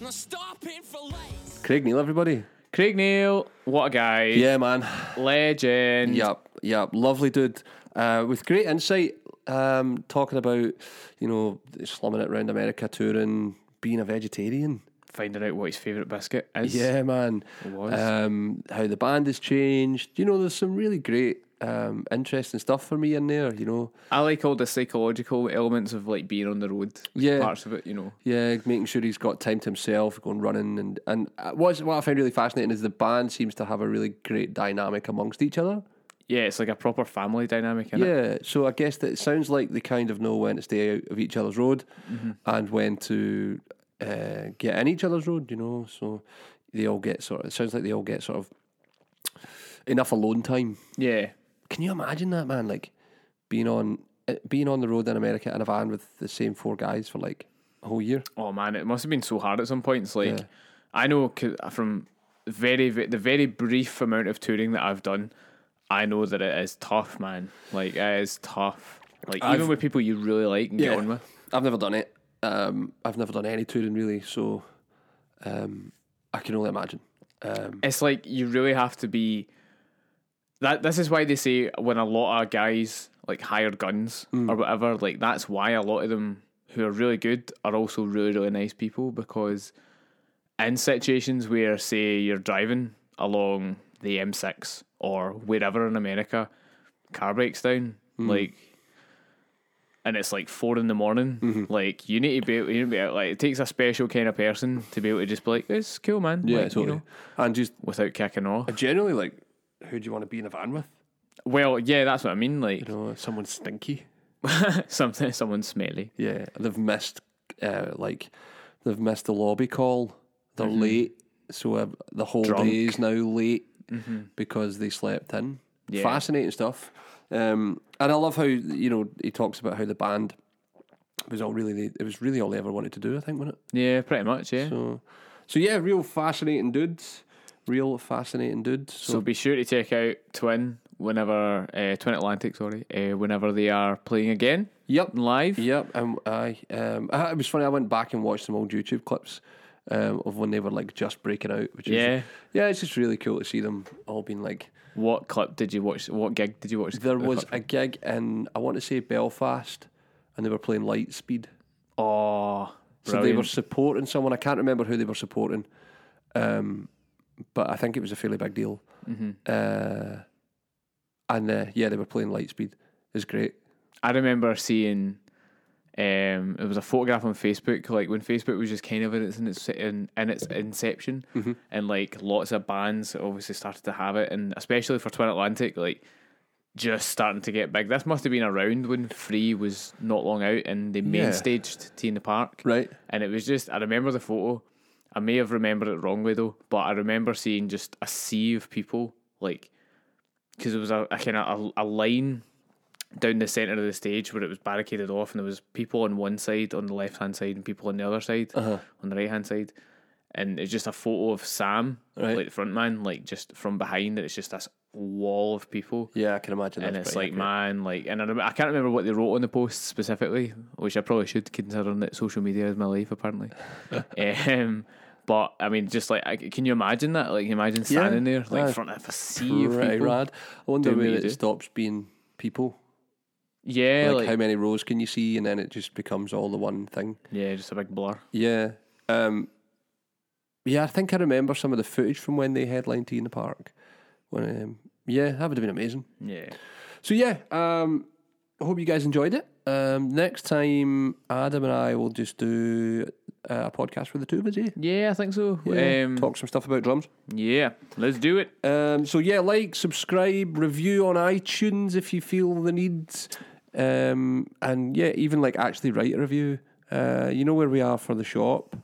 D: Now stop it for lights.
B: Craig Neal, everybody.
A: Craig Neal, what a guy.
B: Yeah, man.
A: Legend.
B: Yep, yep. Lovely dude. Uh, with great insight, um, talking about, you know, slumming it around America, touring, being a vegetarian.
A: Finding out what his favourite biscuit is.
B: Yeah, man.
A: It was.
B: Um, how the band has changed. You know, there's some really great, um, interesting stuff for me in there, you know.
A: I like all the psychological elements of like being on the road.
B: Yeah.
A: Parts of it, you know.
B: Yeah, making sure he's got time to himself, going running, and and uh, what's, what I find really fascinating is the band seems to have a really great dynamic amongst each other.
A: Yeah, it's like a proper family dynamic in it.
B: Yeah, so I guess that it sounds like they kind of know when to stay out of each other's road and when to uh, get in each other's road, you know. So they all get sort of, it sounds like they all get sort of enough alone time.
A: Yeah.
B: Can you imagine that, man? Like being on uh, being on the road in America in a van with the same four guys for like a whole year.
A: Oh man, it must have been so hard at some points. Like,
B: Yeah.
A: I know 'cause from very ve- the very brief amount of touring that I've done, I know that it is tough, man. Like it is tough. Like
B: I've-
A: even with people you really like and
B: Yeah.
A: get on with.
B: I've never done it. Um, I've never done any touring really, so um, I can only imagine. Um,
A: it's like you really have to be that this is why they say when a lot of guys like hire guns
B: Mm.
A: or whatever like that's why a lot of them who are really good are also really really nice people because in situations where say you're driving along the M6 or wherever in America car breaks down
B: Mm.
A: like and it's like four in the morning.
B: Mm-hmm.
A: Like you need to be, able, you need to be able, like it takes a special kind of person to be able to just be like, it's cool, man.
B: yeah,
A: Like, you
B: totally.
A: know
B: And just
A: without kicking off.
B: generally, like, who do you want to be in a van with?
A: Well, yeah, that's what I mean. Like
B: You know, someone stinky.
A: [LAUGHS] something, someone smelly.
B: Yeah, they've missed, uh, like, they've missed the lobby call. They're late, so uh, the whole
A: Drunk.
B: day is now late because they slept in.
A: Yeah.
B: Fascinating stuff. Um, and I love how you know he talks about how the band was all really it was really all they ever wanted to do. I think, wasn't it?
A: Yeah, pretty much. Yeah. So,
B: So, so yeah, real fascinating dudes. Real fascinating dudes. So,
A: be sure to check out Twin whenever uh, Twin Atlantic. Sorry, uh, whenever they are playing again
B: yep,
A: live.
B: yep. And I, um, [LAUGHS] I, it was funny. I went back and watched some old YouTube clips um, of when they were like just breaking out. Which
A: Yeah.
B: is, yeah, it's just really cool to see them all being like.
A: What clip did you watch? What gig did you watch?
B: There
A: the
B: was
A: clip?
B: a gig in I want to say Belfast, and they were playing Lightspeed.
A: oh,
B: So they were
A: Brilliant.
B: supporting someone. I can't remember who they were supporting, um, but I think it was a fairly big deal.
A: hmm
B: Uh, and uh, yeah, they were playing Lightspeed. It's great.
A: I remember seeing um, it was a photograph on Facebook, like when Facebook was just kind of in its in its, in, in its inception, and like lots of bands obviously started to have it, and especially for Twin Atlantic, like just starting to get big. This must have been around when Free was not long out, and they
B: Yeah.
A: main staged Tea in the Park,
B: Right.
A: and it was just I remember the photo. I may have remembered it wrongly though, but I remember seeing just a sea of people, like because it was a, a kind of a, a line down the center of the stage where it was barricaded off, and there was people on one side, on the left hand side, and people on the other side, on the right hand side, and it's just a photo of Sam,
B: Right.
A: like the front man, like just from behind. It's just this wall of people
B: Yeah, I can imagine.
A: and
B: that's
A: it's
B: pretty
A: like
B: accurate.
A: man like and I, remember, I can't remember what they wrote on the post specifically which i probably should considering that social media is my life
B: [LAUGHS]
A: apparently um, but i mean just like I, can you imagine that like imagine standing there like
B: aye.
A: in front of a sea of
B: pretty
A: people
B: rad. I wonder
A: doing what
B: where
A: you
B: it
A: do.
B: stops being people.
A: yeah
B: like,
A: like,
B: how many rows can you see, and then it just becomes all the one thing.
A: yeah just a big blur
B: Yeah. Um, yeah, I think I remember some of the footage from when they headlined Tea in the Park. When um, yeah, that would have been amazing.
A: yeah
B: So yeah, um, I hope you guys enjoyed it. Um, next time, Adam and I will just do uh, a podcast with the two of us. eh?
A: yeah i think so
B: Yeah,
A: um
B: talk some stuff about drums.
A: yeah let's do it
B: Um, so yeah, like, subscribe, review on iTunes if you feel the need, um, and yeah, even like actually write a review. Uh, you know where we are for the shop.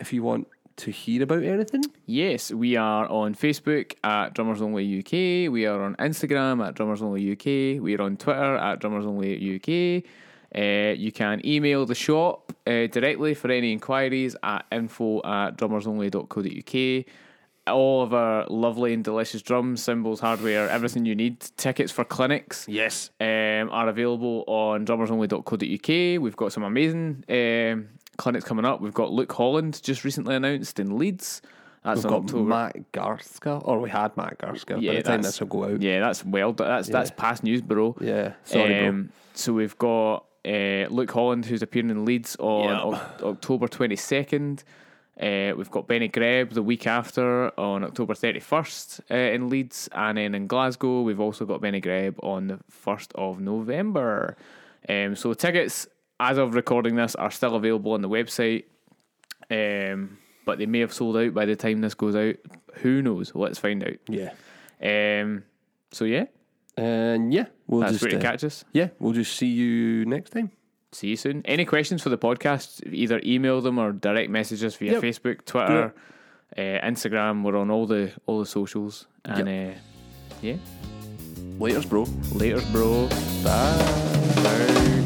B: If you want to hear about anything,
A: Yes, we are on Facebook at Drummers Only UK. We are on Instagram at Drummers Only UK. We are on Twitter at Drummers Only UK. Uh, you can email the shop uh, directly for any inquiries at info at drummersonly.co.uk. All of our lovely and delicious drums, cymbals, hardware, everything you need. Tickets for clinics
B: yes,
A: um, are available on drummersonly.co.uk. We've got some amazing um, clinics coming up. We've got Luke Holland just recently announced in Leeds. That's
B: we've
A: on
B: got
A: October.
B: Matt Garska, or we had Matt Garska. By the time
A: that's-
B: this will go out,
A: Yeah, that's well. do- That's that's past news, bro.
B: Yeah, sorry,
A: Um,
B: bro.
A: So we've got uh, Luke Holland, who's appearing in Leeds on Oc- October twenty second. Uh, we've got Benny Greb the week after on October thirty first uh, in Leeds, and then in Glasgow we've also got Benny Greb on the first of November. Um, so tickets, as of recording this, are still available on the website. Um, but they may have sold out by the time this goes out. Who knows? Let's find out.
B: yeah,
A: Um. So yeah,
B: and yeah, we'll
A: that's
B: just
A: where to
B: uh,
A: catch us.
B: yeah, we'll just see you next time.
A: See you soon. Any questions for the podcast? Either email them or direct message us via
B: Yep.
A: Facebook, Twitter, uh, Instagram. We're on all the all the socials. And uh, yeah,
B: Later's, bro.
A: later, bro.
B: Bye.